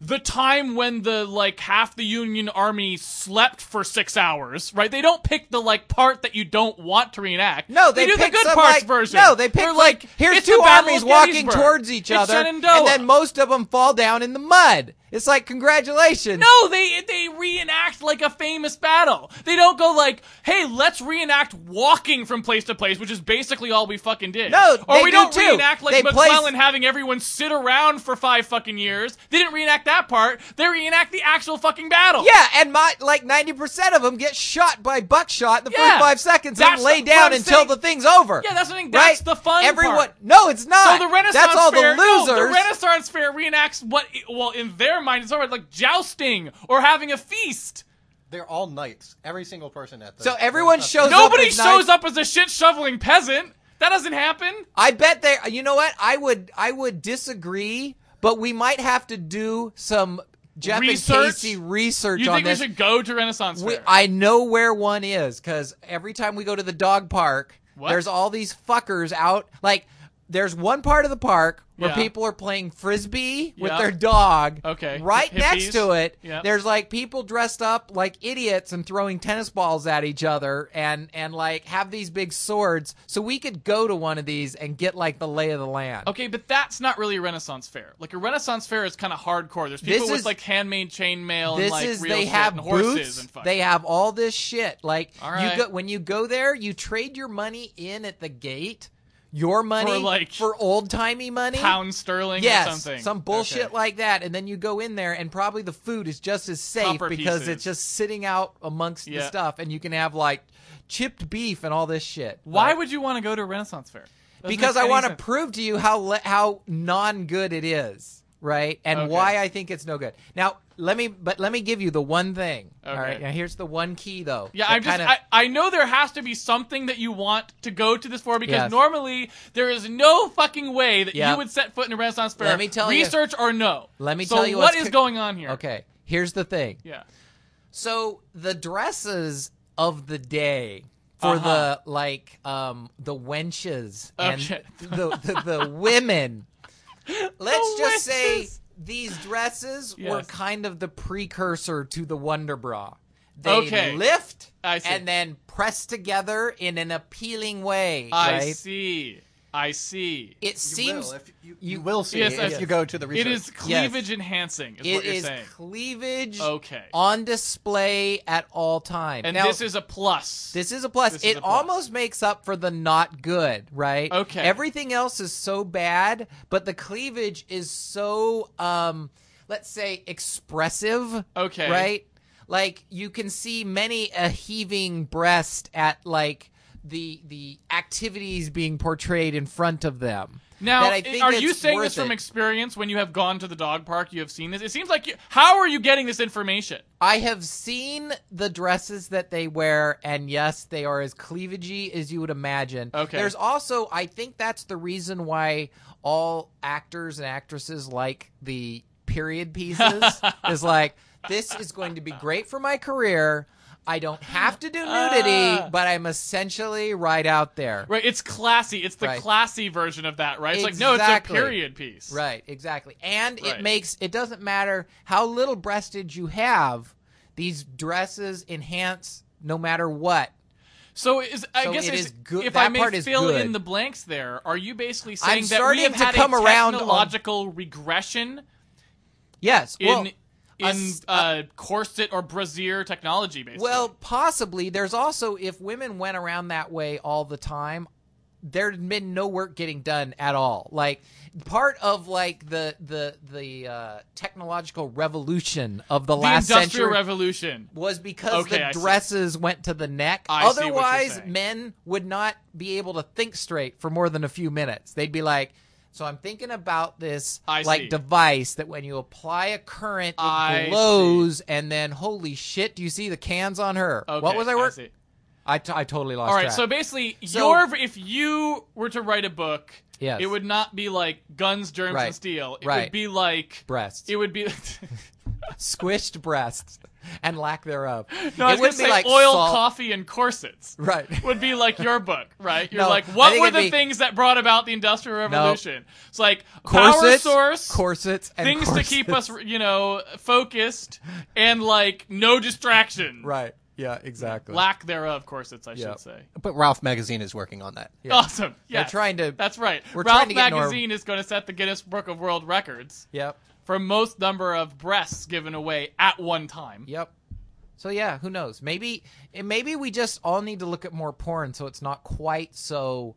Speaker 2: the time when the like half the Union army slept for six hours, right? They don't pick the like part that you don't want to reenact.
Speaker 1: No, they,
Speaker 2: do
Speaker 1: pick
Speaker 2: the good
Speaker 1: some,
Speaker 2: parts
Speaker 1: like,
Speaker 2: version.
Speaker 1: No, they pick
Speaker 2: They're
Speaker 1: like, here's
Speaker 2: it's
Speaker 1: two
Speaker 2: the Battle
Speaker 1: armies
Speaker 2: of
Speaker 1: walking
Speaker 2: Gettysburg.
Speaker 1: towards each
Speaker 2: It's
Speaker 1: other,
Speaker 2: Shenandoah.
Speaker 1: and then most of them fall down in the mud. It's like congratulations.
Speaker 2: No, they they reenact like a famous battle. They don't go like, "Hey, let's reenact walking from place to place," which is basically all we fucking did.
Speaker 1: No,
Speaker 2: or
Speaker 1: they
Speaker 2: we
Speaker 1: do
Speaker 2: not
Speaker 1: too.
Speaker 2: reenact like
Speaker 1: They place-
Speaker 2: McClellan having everyone sit around for five fucking years. They didn't reenact that part. They reenact the actual fucking battle.
Speaker 1: Yeah, and my like ninety percent of them get shot by buckshot in the
Speaker 2: Yeah.
Speaker 1: first five seconds
Speaker 2: That's
Speaker 1: and lay
Speaker 2: the- what
Speaker 1: down
Speaker 2: I'm
Speaker 1: until
Speaker 2: saying-
Speaker 1: the thing's over.
Speaker 2: Yeah, that's what I mean.
Speaker 1: right?
Speaker 2: That's the fun
Speaker 1: Everyone,
Speaker 2: part.
Speaker 1: no, it's not.
Speaker 2: So the Renaissance
Speaker 1: That's all
Speaker 2: Fair,
Speaker 1: the
Speaker 2: no,
Speaker 1: losers.
Speaker 2: the Renaissance Fair reenacts what, well, in their mind, it's over like jousting or having a feast.
Speaker 3: They're all knights. Every single person at the.
Speaker 1: So everyone shows up
Speaker 2: Nobody
Speaker 1: as knights.
Speaker 2: shows up as a shit shoveling peasant. That doesn't happen.
Speaker 1: I bet they. You know what? I would. I would disagree, but we might have to do some Jeff
Speaker 2: Research?
Speaker 1: and Casey research
Speaker 2: You
Speaker 1: on
Speaker 2: think we
Speaker 1: this.
Speaker 2: should go to Renaissance
Speaker 1: We-
Speaker 2: Fair?
Speaker 1: I know where one is because every time we go to the dog park,
Speaker 2: What?
Speaker 1: there's all these fuckers out. Like, there's one part of the park where
Speaker 2: Yeah.
Speaker 1: people are playing frisbee with
Speaker 2: Yeah.
Speaker 1: their dog.
Speaker 2: Okay.
Speaker 1: Right
Speaker 2: Hippies.
Speaker 1: next to it,
Speaker 2: Yeah.
Speaker 1: there's like people dressed up like idiots and throwing tennis balls at each other and and like have these big swords. So we could go to one of these and get like the lay of the land.
Speaker 2: okay, but that's not really a Renaissance Fair. Like a Renaissance Fair is kind of hardcore. There's
Speaker 1: This
Speaker 2: people with
Speaker 1: is-
Speaker 2: like handmade chainmail and
Speaker 1: This
Speaker 2: like
Speaker 1: is
Speaker 2: real
Speaker 1: they
Speaker 2: shit
Speaker 1: have
Speaker 2: and horses
Speaker 1: booths.
Speaker 2: and fuck.
Speaker 1: They have all this shit. Like
Speaker 2: All right.
Speaker 1: you go when you go there, you trade your money in at the gate. Your money
Speaker 2: like,
Speaker 1: for old timey money.
Speaker 2: pound sterling
Speaker 1: yes,
Speaker 2: or something.
Speaker 1: some bullshit
Speaker 2: Okay.
Speaker 1: like that, and then you go in there, and probably the food is just as safe
Speaker 2: Copper
Speaker 1: because
Speaker 2: pieces.
Speaker 1: it's just sitting out amongst
Speaker 2: Yeah.
Speaker 1: the stuff, and you can have like chipped beef and all this shit.
Speaker 2: Why
Speaker 1: Like,
Speaker 2: would you want to go to a Renaissance Fair? Doesn't
Speaker 1: because
Speaker 2: make
Speaker 1: I
Speaker 2: any
Speaker 1: want to
Speaker 2: sense.
Speaker 1: prove to you how le- how non good it is, right? And
Speaker 2: Okay.
Speaker 1: why I think it's no good. Now, let me but let me give you the one thing. All
Speaker 2: Okay.
Speaker 1: right. Now here's the one key though.
Speaker 2: Yeah,
Speaker 1: that
Speaker 2: I'm just.
Speaker 1: kinda-
Speaker 2: I, I know there has to be something that you want to go to this for because
Speaker 1: Yes.
Speaker 2: normally there is no fucking way that you
Speaker 1: Yep.
Speaker 2: would set foot in a Renaissance fair.
Speaker 1: Let me tell you-
Speaker 2: research or no.
Speaker 1: Let me
Speaker 2: so
Speaker 1: tell you
Speaker 2: what
Speaker 1: what's
Speaker 2: is
Speaker 1: co-
Speaker 2: going on here.
Speaker 1: Okay. Here's the thing.
Speaker 2: Yeah.
Speaker 1: So the dresses of the day for
Speaker 2: Uh-huh. Oh,
Speaker 1: the like um the wenches
Speaker 2: Okay.
Speaker 1: and the, the the women. Let's
Speaker 2: The
Speaker 1: just say
Speaker 2: wenches.
Speaker 1: these dresses were
Speaker 2: Yes.
Speaker 1: kind of the precursor to the wonder bra. They
Speaker 2: Okay.
Speaker 1: lift
Speaker 2: I see.
Speaker 1: and then press together in an appealing way,
Speaker 2: I
Speaker 1: right?
Speaker 2: see. I see.
Speaker 1: It
Speaker 3: You
Speaker 1: seems
Speaker 3: will if you,
Speaker 1: you-
Speaker 3: you will see
Speaker 2: Yes,
Speaker 3: if
Speaker 2: yes.
Speaker 3: you go to the research.
Speaker 2: It is cleavage enhancing, is
Speaker 1: it
Speaker 2: what you're
Speaker 1: is
Speaker 2: saying.
Speaker 1: cleavage
Speaker 2: Okay.
Speaker 1: on display at all times.
Speaker 2: And
Speaker 1: Now,
Speaker 2: this is a plus.
Speaker 1: This is a plus.
Speaker 2: This is
Speaker 1: it
Speaker 2: a plus.
Speaker 1: almost makes up for the not good, right?
Speaker 2: Okay.
Speaker 1: Everything else is so bad, but the cleavage is so um let's say expressive.
Speaker 2: Okay.
Speaker 1: Right? Like you can see many a heaving breast at like the the activities being portrayed in front of them.
Speaker 2: now,
Speaker 1: that I think
Speaker 2: are you
Speaker 1: it's
Speaker 2: saying
Speaker 1: worth
Speaker 2: this from
Speaker 1: it.
Speaker 2: experience when you have gone to the dog park? You have seen this? It seems like you. How are you getting this information?
Speaker 1: I have seen the dresses that they wear, and yes, they are as cleavagey as you would imagine.
Speaker 2: Okay.
Speaker 1: There's also, I think that's the reason why all actors and actresses like the period pieces is like, this is going to be great for my career. I don't have to do nudity,
Speaker 2: Ah.
Speaker 1: but I'm essentially right out there.
Speaker 2: Right, it's classy. It's the
Speaker 1: Right.
Speaker 2: classy version of that, right? It's like no, it's a
Speaker 1: Exactly.
Speaker 2: period piece.
Speaker 1: Right, exactly. And
Speaker 2: Right.
Speaker 1: it makes it doesn't matter how little breasted you have, these dresses enhance no matter what.
Speaker 2: So is I
Speaker 1: So
Speaker 2: guess
Speaker 1: it
Speaker 2: it's-
Speaker 1: is good-
Speaker 2: if I
Speaker 1: that
Speaker 2: may
Speaker 1: part is
Speaker 2: fill
Speaker 1: good.
Speaker 2: in the blanks there, are you basically
Speaker 1: I'm
Speaker 2: saying that we
Speaker 1: starting
Speaker 2: have
Speaker 1: to
Speaker 2: had
Speaker 1: come
Speaker 2: a
Speaker 1: around on-
Speaker 2: technological regression
Speaker 1: Yes.
Speaker 2: in
Speaker 1: well,
Speaker 2: in
Speaker 1: us-
Speaker 2: uh, corset or brassiere technology basically?
Speaker 1: well, possibly there's also if women went around that way all the time, there'd been no work getting done at all. Like part of like the the the uh, technological revolution of the,
Speaker 2: the
Speaker 1: last
Speaker 2: industrial
Speaker 1: century
Speaker 2: revolution.
Speaker 1: was because
Speaker 2: Okay, I
Speaker 1: the
Speaker 2: see.
Speaker 1: dresses went to the neck.
Speaker 2: I see what you're
Speaker 1: Otherwise,
Speaker 2: saying.
Speaker 1: men would not be able to think straight for more than a few minutes. They'd be like, "So I'm thinking about this
Speaker 2: I
Speaker 1: like
Speaker 2: see.
Speaker 1: device that when you apply a current, it
Speaker 2: I
Speaker 1: glows, and then holy shit, do you see the cans on her?
Speaker 2: Okay,
Speaker 1: what was I working?
Speaker 2: see.
Speaker 1: I, t- I totally lost.
Speaker 2: All right,
Speaker 1: track.
Speaker 2: so basically,
Speaker 1: So-
Speaker 2: your if you were to write a book,
Speaker 1: Yes.
Speaker 2: it would not be like guns, germs,
Speaker 1: Right.
Speaker 2: and steel. It would
Speaker 1: Right.
Speaker 2: be like
Speaker 1: breasts,
Speaker 2: it would be.
Speaker 1: squished breasts, and lack thereof.
Speaker 2: No,
Speaker 1: it
Speaker 2: I was gonna
Speaker 1: wouldn't be
Speaker 2: say
Speaker 1: like
Speaker 2: oil,
Speaker 1: salt-
Speaker 2: coffee, and corsets.
Speaker 1: Right.
Speaker 2: Would be like your book, right? You're
Speaker 1: No,
Speaker 2: like,
Speaker 1: I
Speaker 2: what
Speaker 1: think
Speaker 2: were
Speaker 1: it'd
Speaker 2: the
Speaker 1: be-
Speaker 2: things that brought about the Industrial Revolution? It's like
Speaker 1: Corsets,
Speaker 2: power source,
Speaker 1: corsets, and
Speaker 2: things
Speaker 1: corsets.
Speaker 2: to keep us, you know, focused, and like no distraction.
Speaker 1: right. Yeah, exactly.
Speaker 2: Lack thereof corsets, I
Speaker 1: Yeah.
Speaker 2: should say.
Speaker 3: But Ralph magazine is working on that.
Speaker 1: Yeah.
Speaker 2: Awesome.
Speaker 1: They're
Speaker 2: Yes.
Speaker 1: trying to-
Speaker 2: That's right.
Speaker 1: we're
Speaker 2: Ralph
Speaker 1: trying to get Norm-
Speaker 2: Magazine is going to set the Guinness Book of World Records
Speaker 1: Yep.
Speaker 2: for most number of breasts given away at one time.
Speaker 1: Yep. So yeah, who knows? Maybe and maybe we just all need to look at more porn so it's not quite so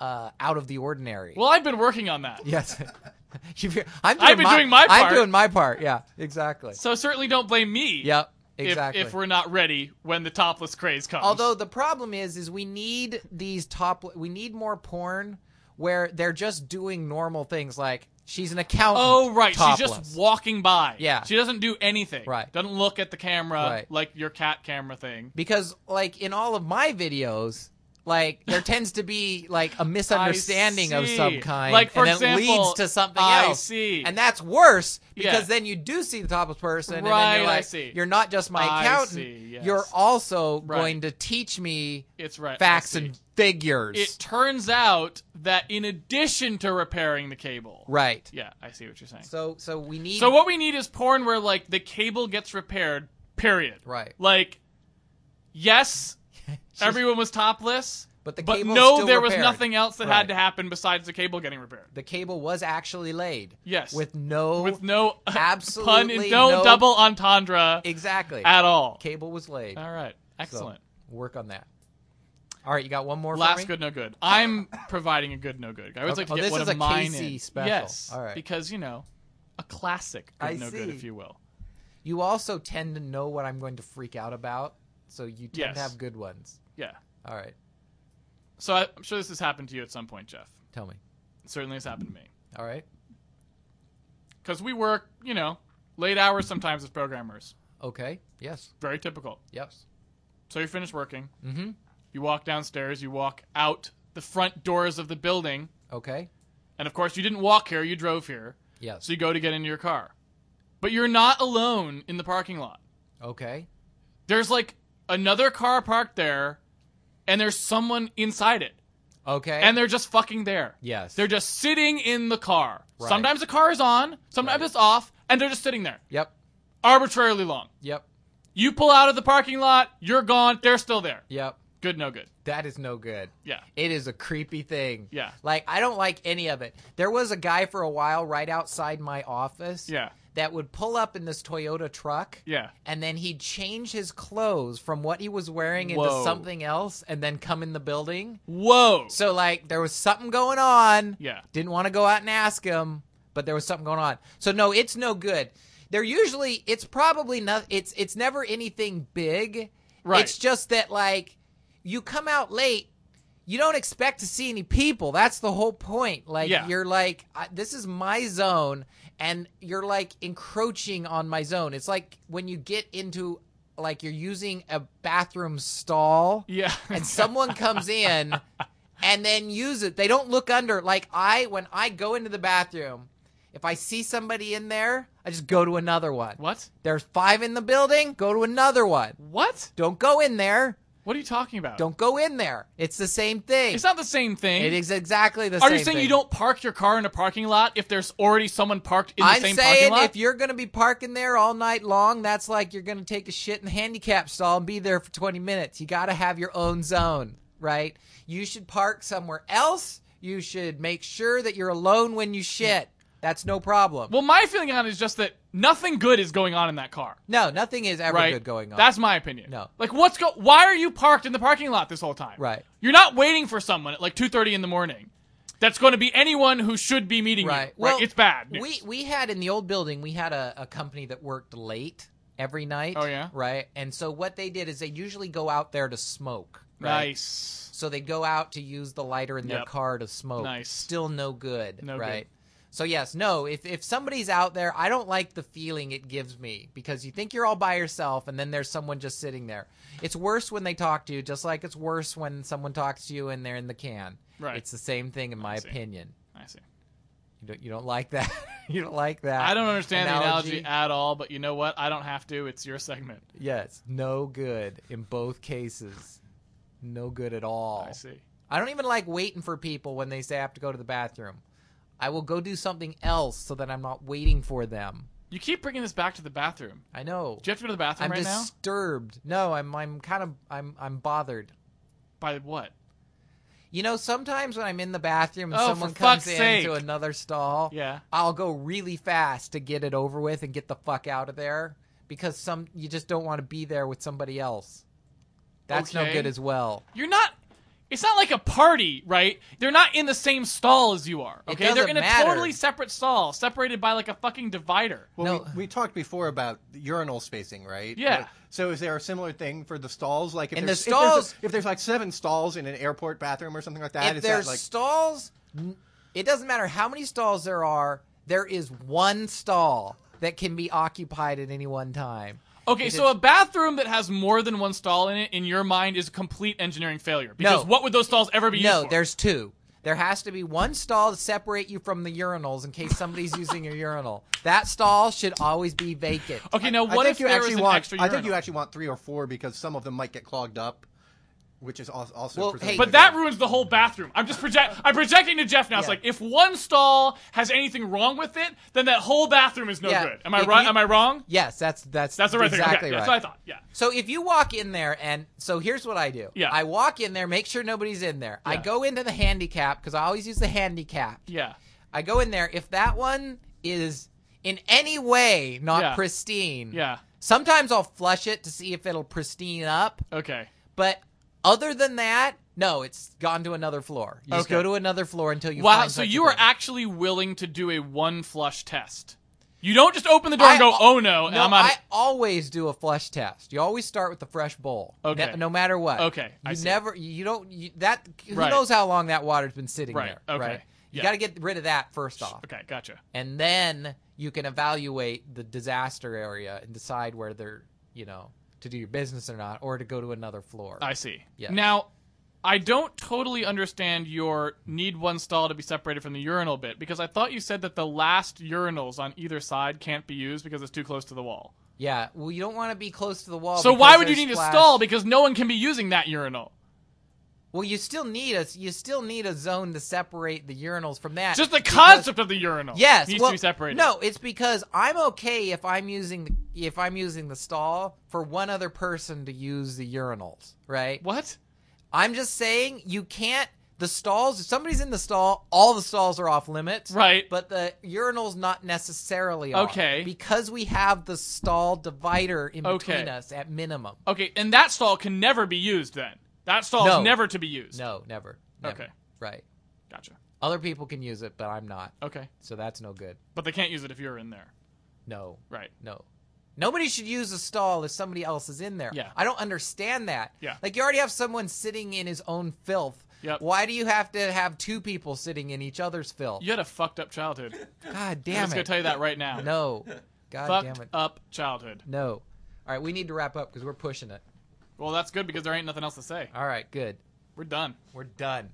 Speaker 1: uh, out of the ordinary.
Speaker 2: Well, I've been working on that.
Speaker 1: yes. You've- I'm
Speaker 2: I've been doing my part.
Speaker 1: I'm doing my part. Yeah, exactly.
Speaker 2: So certainly don't blame me.
Speaker 1: Yep,
Speaker 2: if-
Speaker 1: exactly.
Speaker 2: If, we're not ready when the topless craze comes.
Speaker 1: Although the problem is, is we need these top. We need more porn where they're just doing normal things like she's an accountant.
Speaker 2: Oh right, she's
Speaker 1: topless.
Speaker 2: just walking by.
Speaker 1: Yeah.
Speaker 2: she doesn't do anything.
Speaker 1: Right.
Speaker 2: doesn't look at the camera
Speaker 1: Right.
Speaker 2: like your cat camera thing.
Speaker 1: because like in all of my videos. Like there tends to be like a misunderstanding of
Speaker 2: see.
Speaker 1: some kind,
Speaker 2: Like, for
Speaker 1: and then it
Speaker 2: example,
Speaker 1: leads to something
Speaker 2: I
Speaker 1: else.
Speaker 2: see.
Speaker 1: and that's worse because
Speaker 2: Yeah.
Speaker 1: then you do see the topless person, and then
Speaker 2: Right, I
Speaker 1: you're like,
Speaker 2: see.
Speaker 1: you're not just my
Speaker 2: I
Speaker 1: accountant;
Speaker 2: see, yes.
Speaker 1: you're also
Speaker 2: Right.
Speaker 1: going to teach me
Speaker 2: It's right. I
Speaker 1: facts
Speaker 2: see.
Speaker 1: and figures.
Speaker 2: It turns out that in addition to repairing the cable,
Speaker 1: right.
Speaker 2: Yeah, I see what you're saying. So,
Speaker 1: So so we need
Speaker 2: what we need is porn where like the cable gets repaired. Period.
Speaker 1: Right.
Speaker 2: Like, yes, everyone was topless,
Speaker 1: But the
Speaker 2: but
Speaker 1: cable's
Speaker 2: no,
Speaker 1: still
Speaker 2: there was
Speaker 1: repaired.
Speaker 2: nothing else that
Speaker 1: Right.
Speaker 2: had to happen besides the cable getting repaired.
Speaker 1: the cable was actually laid.
Speaker 2: Yes.
Speaker 1: With no
Speaker 2: With no pun
Speaker 1: absolutely
Speaker 2: and no,
Speaker 1: no-
Speaker 2: double entendre
Speaker 1: exactly.
Speaker 2: at all.
Speaker 1: Cable was laid.
Speaker 2: All right, excellent.
Speaker 1: So, work on that. All right, you got one more for me?
Speaker 2: Last good, no good. I'm providing a good, no good. I always
Speaker 1: Okay.
Speaker 2: like to
Speaker 1: Oh,
Speaker 2: get
Speaker 1: this
Speaker 2: one
Speaker 1: is
Speaker 2: of
Speaker 1: a
Speaker 2: mine
Speaker 1: Casey
Speaker 2: in.
Speaker 1: special.
Speaker 2: Yes,
Speaker 1: All right.
Speaker 2: because you know, a classic good,
Speaker 1: I
Speaker 2: no good,
Speaker 1: see.
Speaker 2: if you will.
Speaker 1: You also tend to know what I'm going to freak out about, so you tend
Speaker 2: Yes.
Speaker 1: to have good ones.
Speaker 2: Yeah.
Speaker 1: All right.
Speaker 2: So I- I'm sure this has happened to you at some point, Jeff.
Speaker 1: Tell me.
Speaker 2: It certainly has happened to me.
Speaker 1: All right.
Speaker 2: Because we work, you know, late hours sometimes as programmers.
Speaker 1: Okay. Yes.
Speaker 2: Very typical.
Speaker 1: Yes.
Speaker 2: So you finish working.
Speaker 1: Mhm.
Speaker 2: You walk downstairs. You walk out the front doors of the building.
Speaker 1: Okay.
Speaker 2: And of course, you didn't walk here. You drove here.
Speaker 1: Yes.
Speaker 2: So you go to get into your car. But you're not alone in the parking lot.
Speaker 1: Okay.
Speaker 2: There's like another car parked there, and there's someone inside it.
Speaker 1: Okay.
Speaker 2: And they're just fucking there.
Speaker 1: Yes.
Speaker 2: They're just sitting in the car.
Speaker 1: Right.
Speaker 2: Sometimes the car is on, sometimes
Speaker 1: Right.
Speaker 2: it's off, and they're just sitting there.
Speaker 1: Yep.
Speaker 2: Arbitrarily long.
Speaker 1: Yep.
Speaker 2: You pull out of the parking lot, you're gone, they're still there.
Speaker 1: Yep.
Speaker 2: Good, no good.
Speaker 1: That is no good.
Speaker 2: Yeah.
Speaker 1: It is a creepy thing.
Speaker 2: Yeah.
Speaker 1: Like I don't like any of it. There was a guy for a while right outside my office.
Speaker 2: Yeah.
Speaker 1: That would pull up in this Toyota truck.
Speaker 2: Yeah.
Speaker 1: And then he'd change his clothes from what he was wearing into
Speaker 2: Whoa.
Speaker 1: something else and then come in the building.
Speaker 2: Whoa.
Speaker 1: So like there was something going on.
Speaker 2: Yeah.
Speaker 1: Didn't want to go out and ask him, but there was something going on. So no, it's no good. They're usually it's probably not it's it's never anything big.
Speaker 2: Right.
Speaker 1: It's just that like you come out late, you don't expect to see any people. That's the whole point. Like
Speaker 2: Yeah.
Speaker 1: you're like I, this is my zone and you're like encroaching on my zone. It's like when you get into like you're using a bathroom stall
Speaker 2: yeah.
Speaker 1: and someone comes in and then use it. They don't look under. Like I, when I go into the bathroom, if I see somebody in there, I just go to another one.
Speaker 2: what?
Speaker 1: There's five in the building. Go to another one.
Speaker 2: What?
Speaker 1: Don't go in there.
Speaker 2: What are you talking about?
Speaker 1: Don't go in there. It's the same thing.
Speaker 2: It's not the same thing.
Speaker 1: It is exactly the
Speaker 2: Are
Speaker 1: same.
Speaker 2: you saying
Speaker 1: thing.
Speaker 2: you don't park your car in a parking lot if there's already someone parked in the
Speaker 1: I'm
Speaker 2: same parking
Speaker 1: saying
Speaker 2: lot?
Speaker 1: if you're going to be parking there all night long, that's like you're going to take a shit in the handicap stall and be there for 20 minutes. You got to have your own zone, right? You should park somewhere else. You should make sure that you're alone when you shit. That's no problem.
Speaker 2: well, my feeling on it is just that nothing good is going on in that car.
Speaker 1: No, nothing is ever
Speaker 2: right?
Speaker 1: good going on.
Speaker 2: That's my opinion.
Speaker 1: No.
Speaker 2: Like, what's go? Why are you parked in the parking lot this whole time?
Speaker 1: Right.
Speaker 2: You're not waiting for someone at like 2:30 in the morning. That's going to be anyone who should be meeting you.
Speaker 1: right. Well,
Speaker 2: It's bad. news.
Speaker 1: We we had in the old building, we had a, a company that worked late every night.
Speaker 2: Oh, yeah?
Speaker 1: Right. And so what they did is they usually go out there to smoke. Right.
Speaker 2: Nice.
Speaker 1: So they go out to use the lighter in their
Speaker 2: Yep.
Speaker 1: car to smoke.
Speaker 2: Nice.
Speaker 1: Still no good.
Speaker 2: No
Speaker 1: right. So yes, no. If if somebody's out there, I don't like the feeling it gives me because you think you're all by yourself and then there's someone just sitting there. It's worse when they talk to you, just like it's worse when someone talks to you and they're in the can.
Speaker 2: Right.
Speaker 1: It's the same thing in my
Speaker 2: see.
Speaker 1: opinion.
Speaker 2: I see.
Speaker 1: You don't you don't like that. you don't like that.
Speaker 2: I don't understand the analogy at all, but you know what? I don't have to. It's your segment.
Speaker 1: Yes, no good in both cases. No good at all.
Speaker 2: I see.
Speaker 1: I don't even like waiting for people when they say I have to go to the bathroom. I will go do something else so that I'm not waiting for them.
Speaker 2: You keep bringing this back to the bathroom.
Speaker 1: I know.
Speaker 2: Do you have to go to the bathroom
Speaker 1: I'm
Speaker 2: right now?
Speaker 1: disturbed. No, I'm I'm kind of I'm I'm bothered.
Speaker 2: By what?
Speaker 1: You know, sometimes when I'm in the bathroom and
Speaker 2: Oh, for
Speaker 1: someone comes
Speaker 2: fuck's
Speaker 1: in
Speaker 2: sake.
Speaker 1: to another stall,
Speaker 2: Yeah.
Speaker 1: I'll go really fast to get it over with and get the fuck out of there because some you just don't want to be there with somebody else. That's no
Speaker 2: Okay.
Speaker 1: good as well.
Speaker 2: You're not. It's not like a party, right? They're not in the same stall as you are.
Speaker 1: It
Speaker 2: Okay, they're
Speaker 1: doesn't
Speaker 2: in a
Speaker 1: matter.
Speaker 2: totally separate stall, separated by like a fucking divider.
Speaker 3: Well,
Speaker 1: No.
Speaker 3: we, we talked before about urinal spacing, right?
Speaker 2: Yeah.
Speaker 3: So is there a similar thing for the stalls? Like, if
Speaker 1: And the
Speaker 3: there's, if
Speaker 1: stalls-
Speaker 3: there's a- if there's like seven stalls in an airport bathroom or something like that,
Speaker 1: if
Speaker 3: is
Speaker 1: there's
Speaker 3: that like
Speaker 1: stalls, n- it doesn't matter how many stalls there are. There is one stall that can be occupied at any one time.
Speaker 2: Okay,
Speaker 1: It
Speaker 2: so
Speaker 1: is-
Speaker 2: a bathroom that has more than one stall in it, in your mind, is a complete engineering failure.
Speaker 1: No.
Speaker 2: Because what would those stalls ever be
Speaker 1: No,
Speaker 2: used for?
Speaker 1: there's two. There has to be one stall to separate you from the urinals in case somebody's using your urinal. That stall should always be vacant.
Speaker 2: Okay, now
Speaker 3: I
Speaker 2: what
Speaker 3: think
Speaker 2: if
Speaker 3: you
Speaker 2: there
Speaker 3: actually
Speaker 2: was an
Speaker 3: want,
Speaker 2: extra
Speaker 3: I
Speaker 2: urinal?
Speaker 3: think you actually want three or four because some of them might get clogged up, which is al- also.
Speaker 1: Well,
Speaker 3: presenting
Speaker 1: hey-
Speaker 3: a
Speaker 2: but that ruins the whole bathroom. I'm just project. I'm projecting to Jeff now. It's
Speaker 1: Yeah.
Speaker 2: like if one stall has anything wrong with it, then that whole bathroom is no
Speaker 1: Yeah.
Speaker 2: good. Am I
Speaker 1: If
Speaker 2: right?
Speaker 1: you-
Speaker 2: Am I wrong?
Speaker 1: Yes, that's that's
Speaker 2: That's the right
Speaker 1: exactly
Speaker 2: thing. Okay,
Speaker 1: right.
Speaker 2: That's what I thought. Yeah.
Speaker 1: So if you walk in there, and so here's what I do.
Speaker 2: Yeah.
Speaker 1: I walk in there, make sure nobody's in there. I
Speaker 2: Yeah.
Speaker 1: go into the handicap because I always use the handicap.
Speaker 2: Yeah.
Speaker 1: I go in there. If that one is in any way not
Speaker 2: Yeah.
Speaker 1: pristine,
Speaker 2: Yeah.
Speaker 1: Sometimes I'll flush it to see if it'll pristine up,
Speaker 2: Okay.
Speaker 1: but other than that, no, it's gone to another floor. You just
Speaker 2: Okay.
Speaker 1: go to another floor until you.
Speaker 2: Wow.
Speaker 1: find
Speaker 2: So
Speaker 1: such a
Speaker 2: you are
Speaker 1: thing.
Speaker 2: actually willing to do a one flush test. You don't just open the door and go,
Speaker 1: I-
Speaker 2: "Oh no,
Speaker 1: No,
Speaker 2: I'm out."
Speaker 1: I always do a flush test. You always start with the fresh bowl.
Speaker 2: Okay.
Speaker 1: No, no matter what.
Speaker 2: Okay, I
Speaker 1: You
Speaker 2: see.
Speaker 1: never. You don't. You, that. Who
Speaker 2: Right.
Speaker 1: knows how long that water's been sitting
Speaker 2: Right,
Speaker 1: there?
Speaker 2: okay,
Speaker 1: Right. You
Speaker 2: yeah.
Speaker 1: got to get rid of that first off,
Speaker 2: Okay, gotcha.
Speaker 1: and then you can evaluate the disaster area and decide whether you know to do your business or not, or to go to another floor.
Speaker 2: I see.
Speaker 1: Yeah.
Speaker 2: Now, I don't totally understand your need one stall to be separated from the urinal bit because I thought you said that the last urinals on either side can't be used because it's too close to the wall.
Speaker 1: yeah. Well, you don't want to be close to the wall.
Speaker 2: so
Speaker 1: because
Speaker 2: why would you
Speaker 1: there's
Speaker 2: need a
Speaker 1: splash-
Speaker 2: stall because no one can be using that urinal?
Speaker 1: Well, you still need a you still need a zone to separate the urinals from that.
Speaker 2: Just the
Speaker 1: because-
Speaker 2: concept of the urinal
Speaker 1: Yes,
Speaker 2: needs
Speaker 1: well,
Speaker 2: to be separated.
Speaker 1: No, it's because I'm okay if I'm using the, if I'm using the stall for one other person to use the urinals, right?
Speaker 2: What?
Speaker 1: I'm just saying you can't the stalls. If somebody's in the stall, all the stalls are off limits,
Speaker 2: Right.
Speaker 1: But the urinals not necessarily are,
Speaker 2: Okay.
Speaker 1: because we have the stall divider in
Speaker 2: Okay.
Speaker 1: between us at minimum.
Speaker 2: Okay, and that stall can never be used then. That stall
Speaker 1: No.
Speaker 2: is never to be used.
Speaker 1: No, never, never.
Speaker 2: Okay.
Speaker 1: right.
Speaker 2: Gotcha.
Speaker 1: Other people can use it, but I'm not,
Speaker 2: Okay.
Speaker 1: so that's no good.
Speaker 2: But they can't use it if you're in there.
Speaker 1: No,
Speaker 2: Right.
Speaker 1: No. Nobody should use a stall if somebody else is in there.
Speaker 2: Yeah.
Speaker 1: I don't understand that.
Speaker 2: Yeah.
Speaker 1: Like you already have someone sitting in his own filth.
Speaker 2: Yep.
Speaker 1: Why do you have to have two people sitting in each other's filth?
Speaker 2: You had a fucked up childhood.
Speaker 1: God
Speaker 2: I'm
Speaker 1: damn
Speaker 2: just gonna
Speaker 1: it.
Speaker 2: tell you that right now.
Speaker 1: No. God
Speaker 2: fucked
Speaker 1: damn it.
Speaker 2: up childhood.
Speaker 1: No. All right, we need to wrap up because we're pushing it.
Speaker 2: Well, that's good because there ain't nothing else to say.
Speaker 1: All right, good.
Speaker 2: We're done.
Speaker 1: We're done.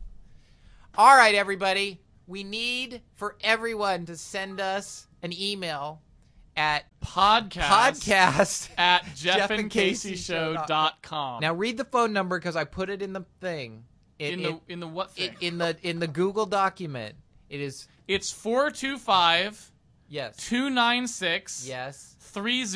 Speaker 1: All right, everybody. We need for everyone to send us an email at
Speaker 2: Podcast.
Speaker 1: podcast
Speaker 2: At
Speaker 1: jeffandcasey.com.
Speaker 2: jeffandcaseyshow.com.
Speaker 1: Now read the phone number because I put it in the thing. It,
Speaker 2: in
Speaker 1: it-
Speaker 2: the in the what thing?
Speaker 1: it- in the in the Google document. It is
Speaker 2: it's 425
Speaker 1: yes,
Speaker 2: 296
Speaker 1: yes,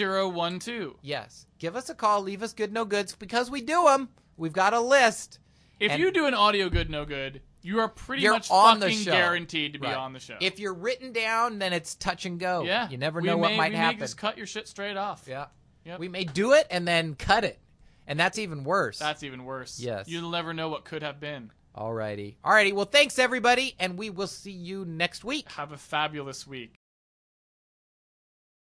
Speaker 2: 3012.
Speaker 1: yes. Give us a call. Leave us good no goods because we do them. We've got a list.
Speaker 2: If
Speaker 1: And-
Speaker 2: you do an audio good no good, you are pretty
Speaker 1: You're
Speaker 2: much
Speaker 1: on the
Speaker 2: fucking
Speaker 1: show.
Speaker 2: guaranteed to be
Speaker 1: Right.
Speaker 2: on the show.
Speaker 1: If you're written down, then it's touch and go.
Speaker 2: yeah,
Speaker 1: you never
Speaker 2: we
Speaker 1: know what
Speaker 2: may-
Speaker 1: might
Speaker 2: we may
Speaker 1: happen.
Speaker 2: just cut your shit straight off.
Speaker 1: yeah,
Speaker 2: Yep.
Speaker 1: we may do it and then cut it, and that's even worse.
Speaker 2: That's even worse.
Speaker 1: Yes.
Speaker 2: You'll never know what could have been.
Speaker 1: Alrighty, alrighty. Well, thanks everybody, and we will see you next week.
Speaker 2: Have a fabulous week.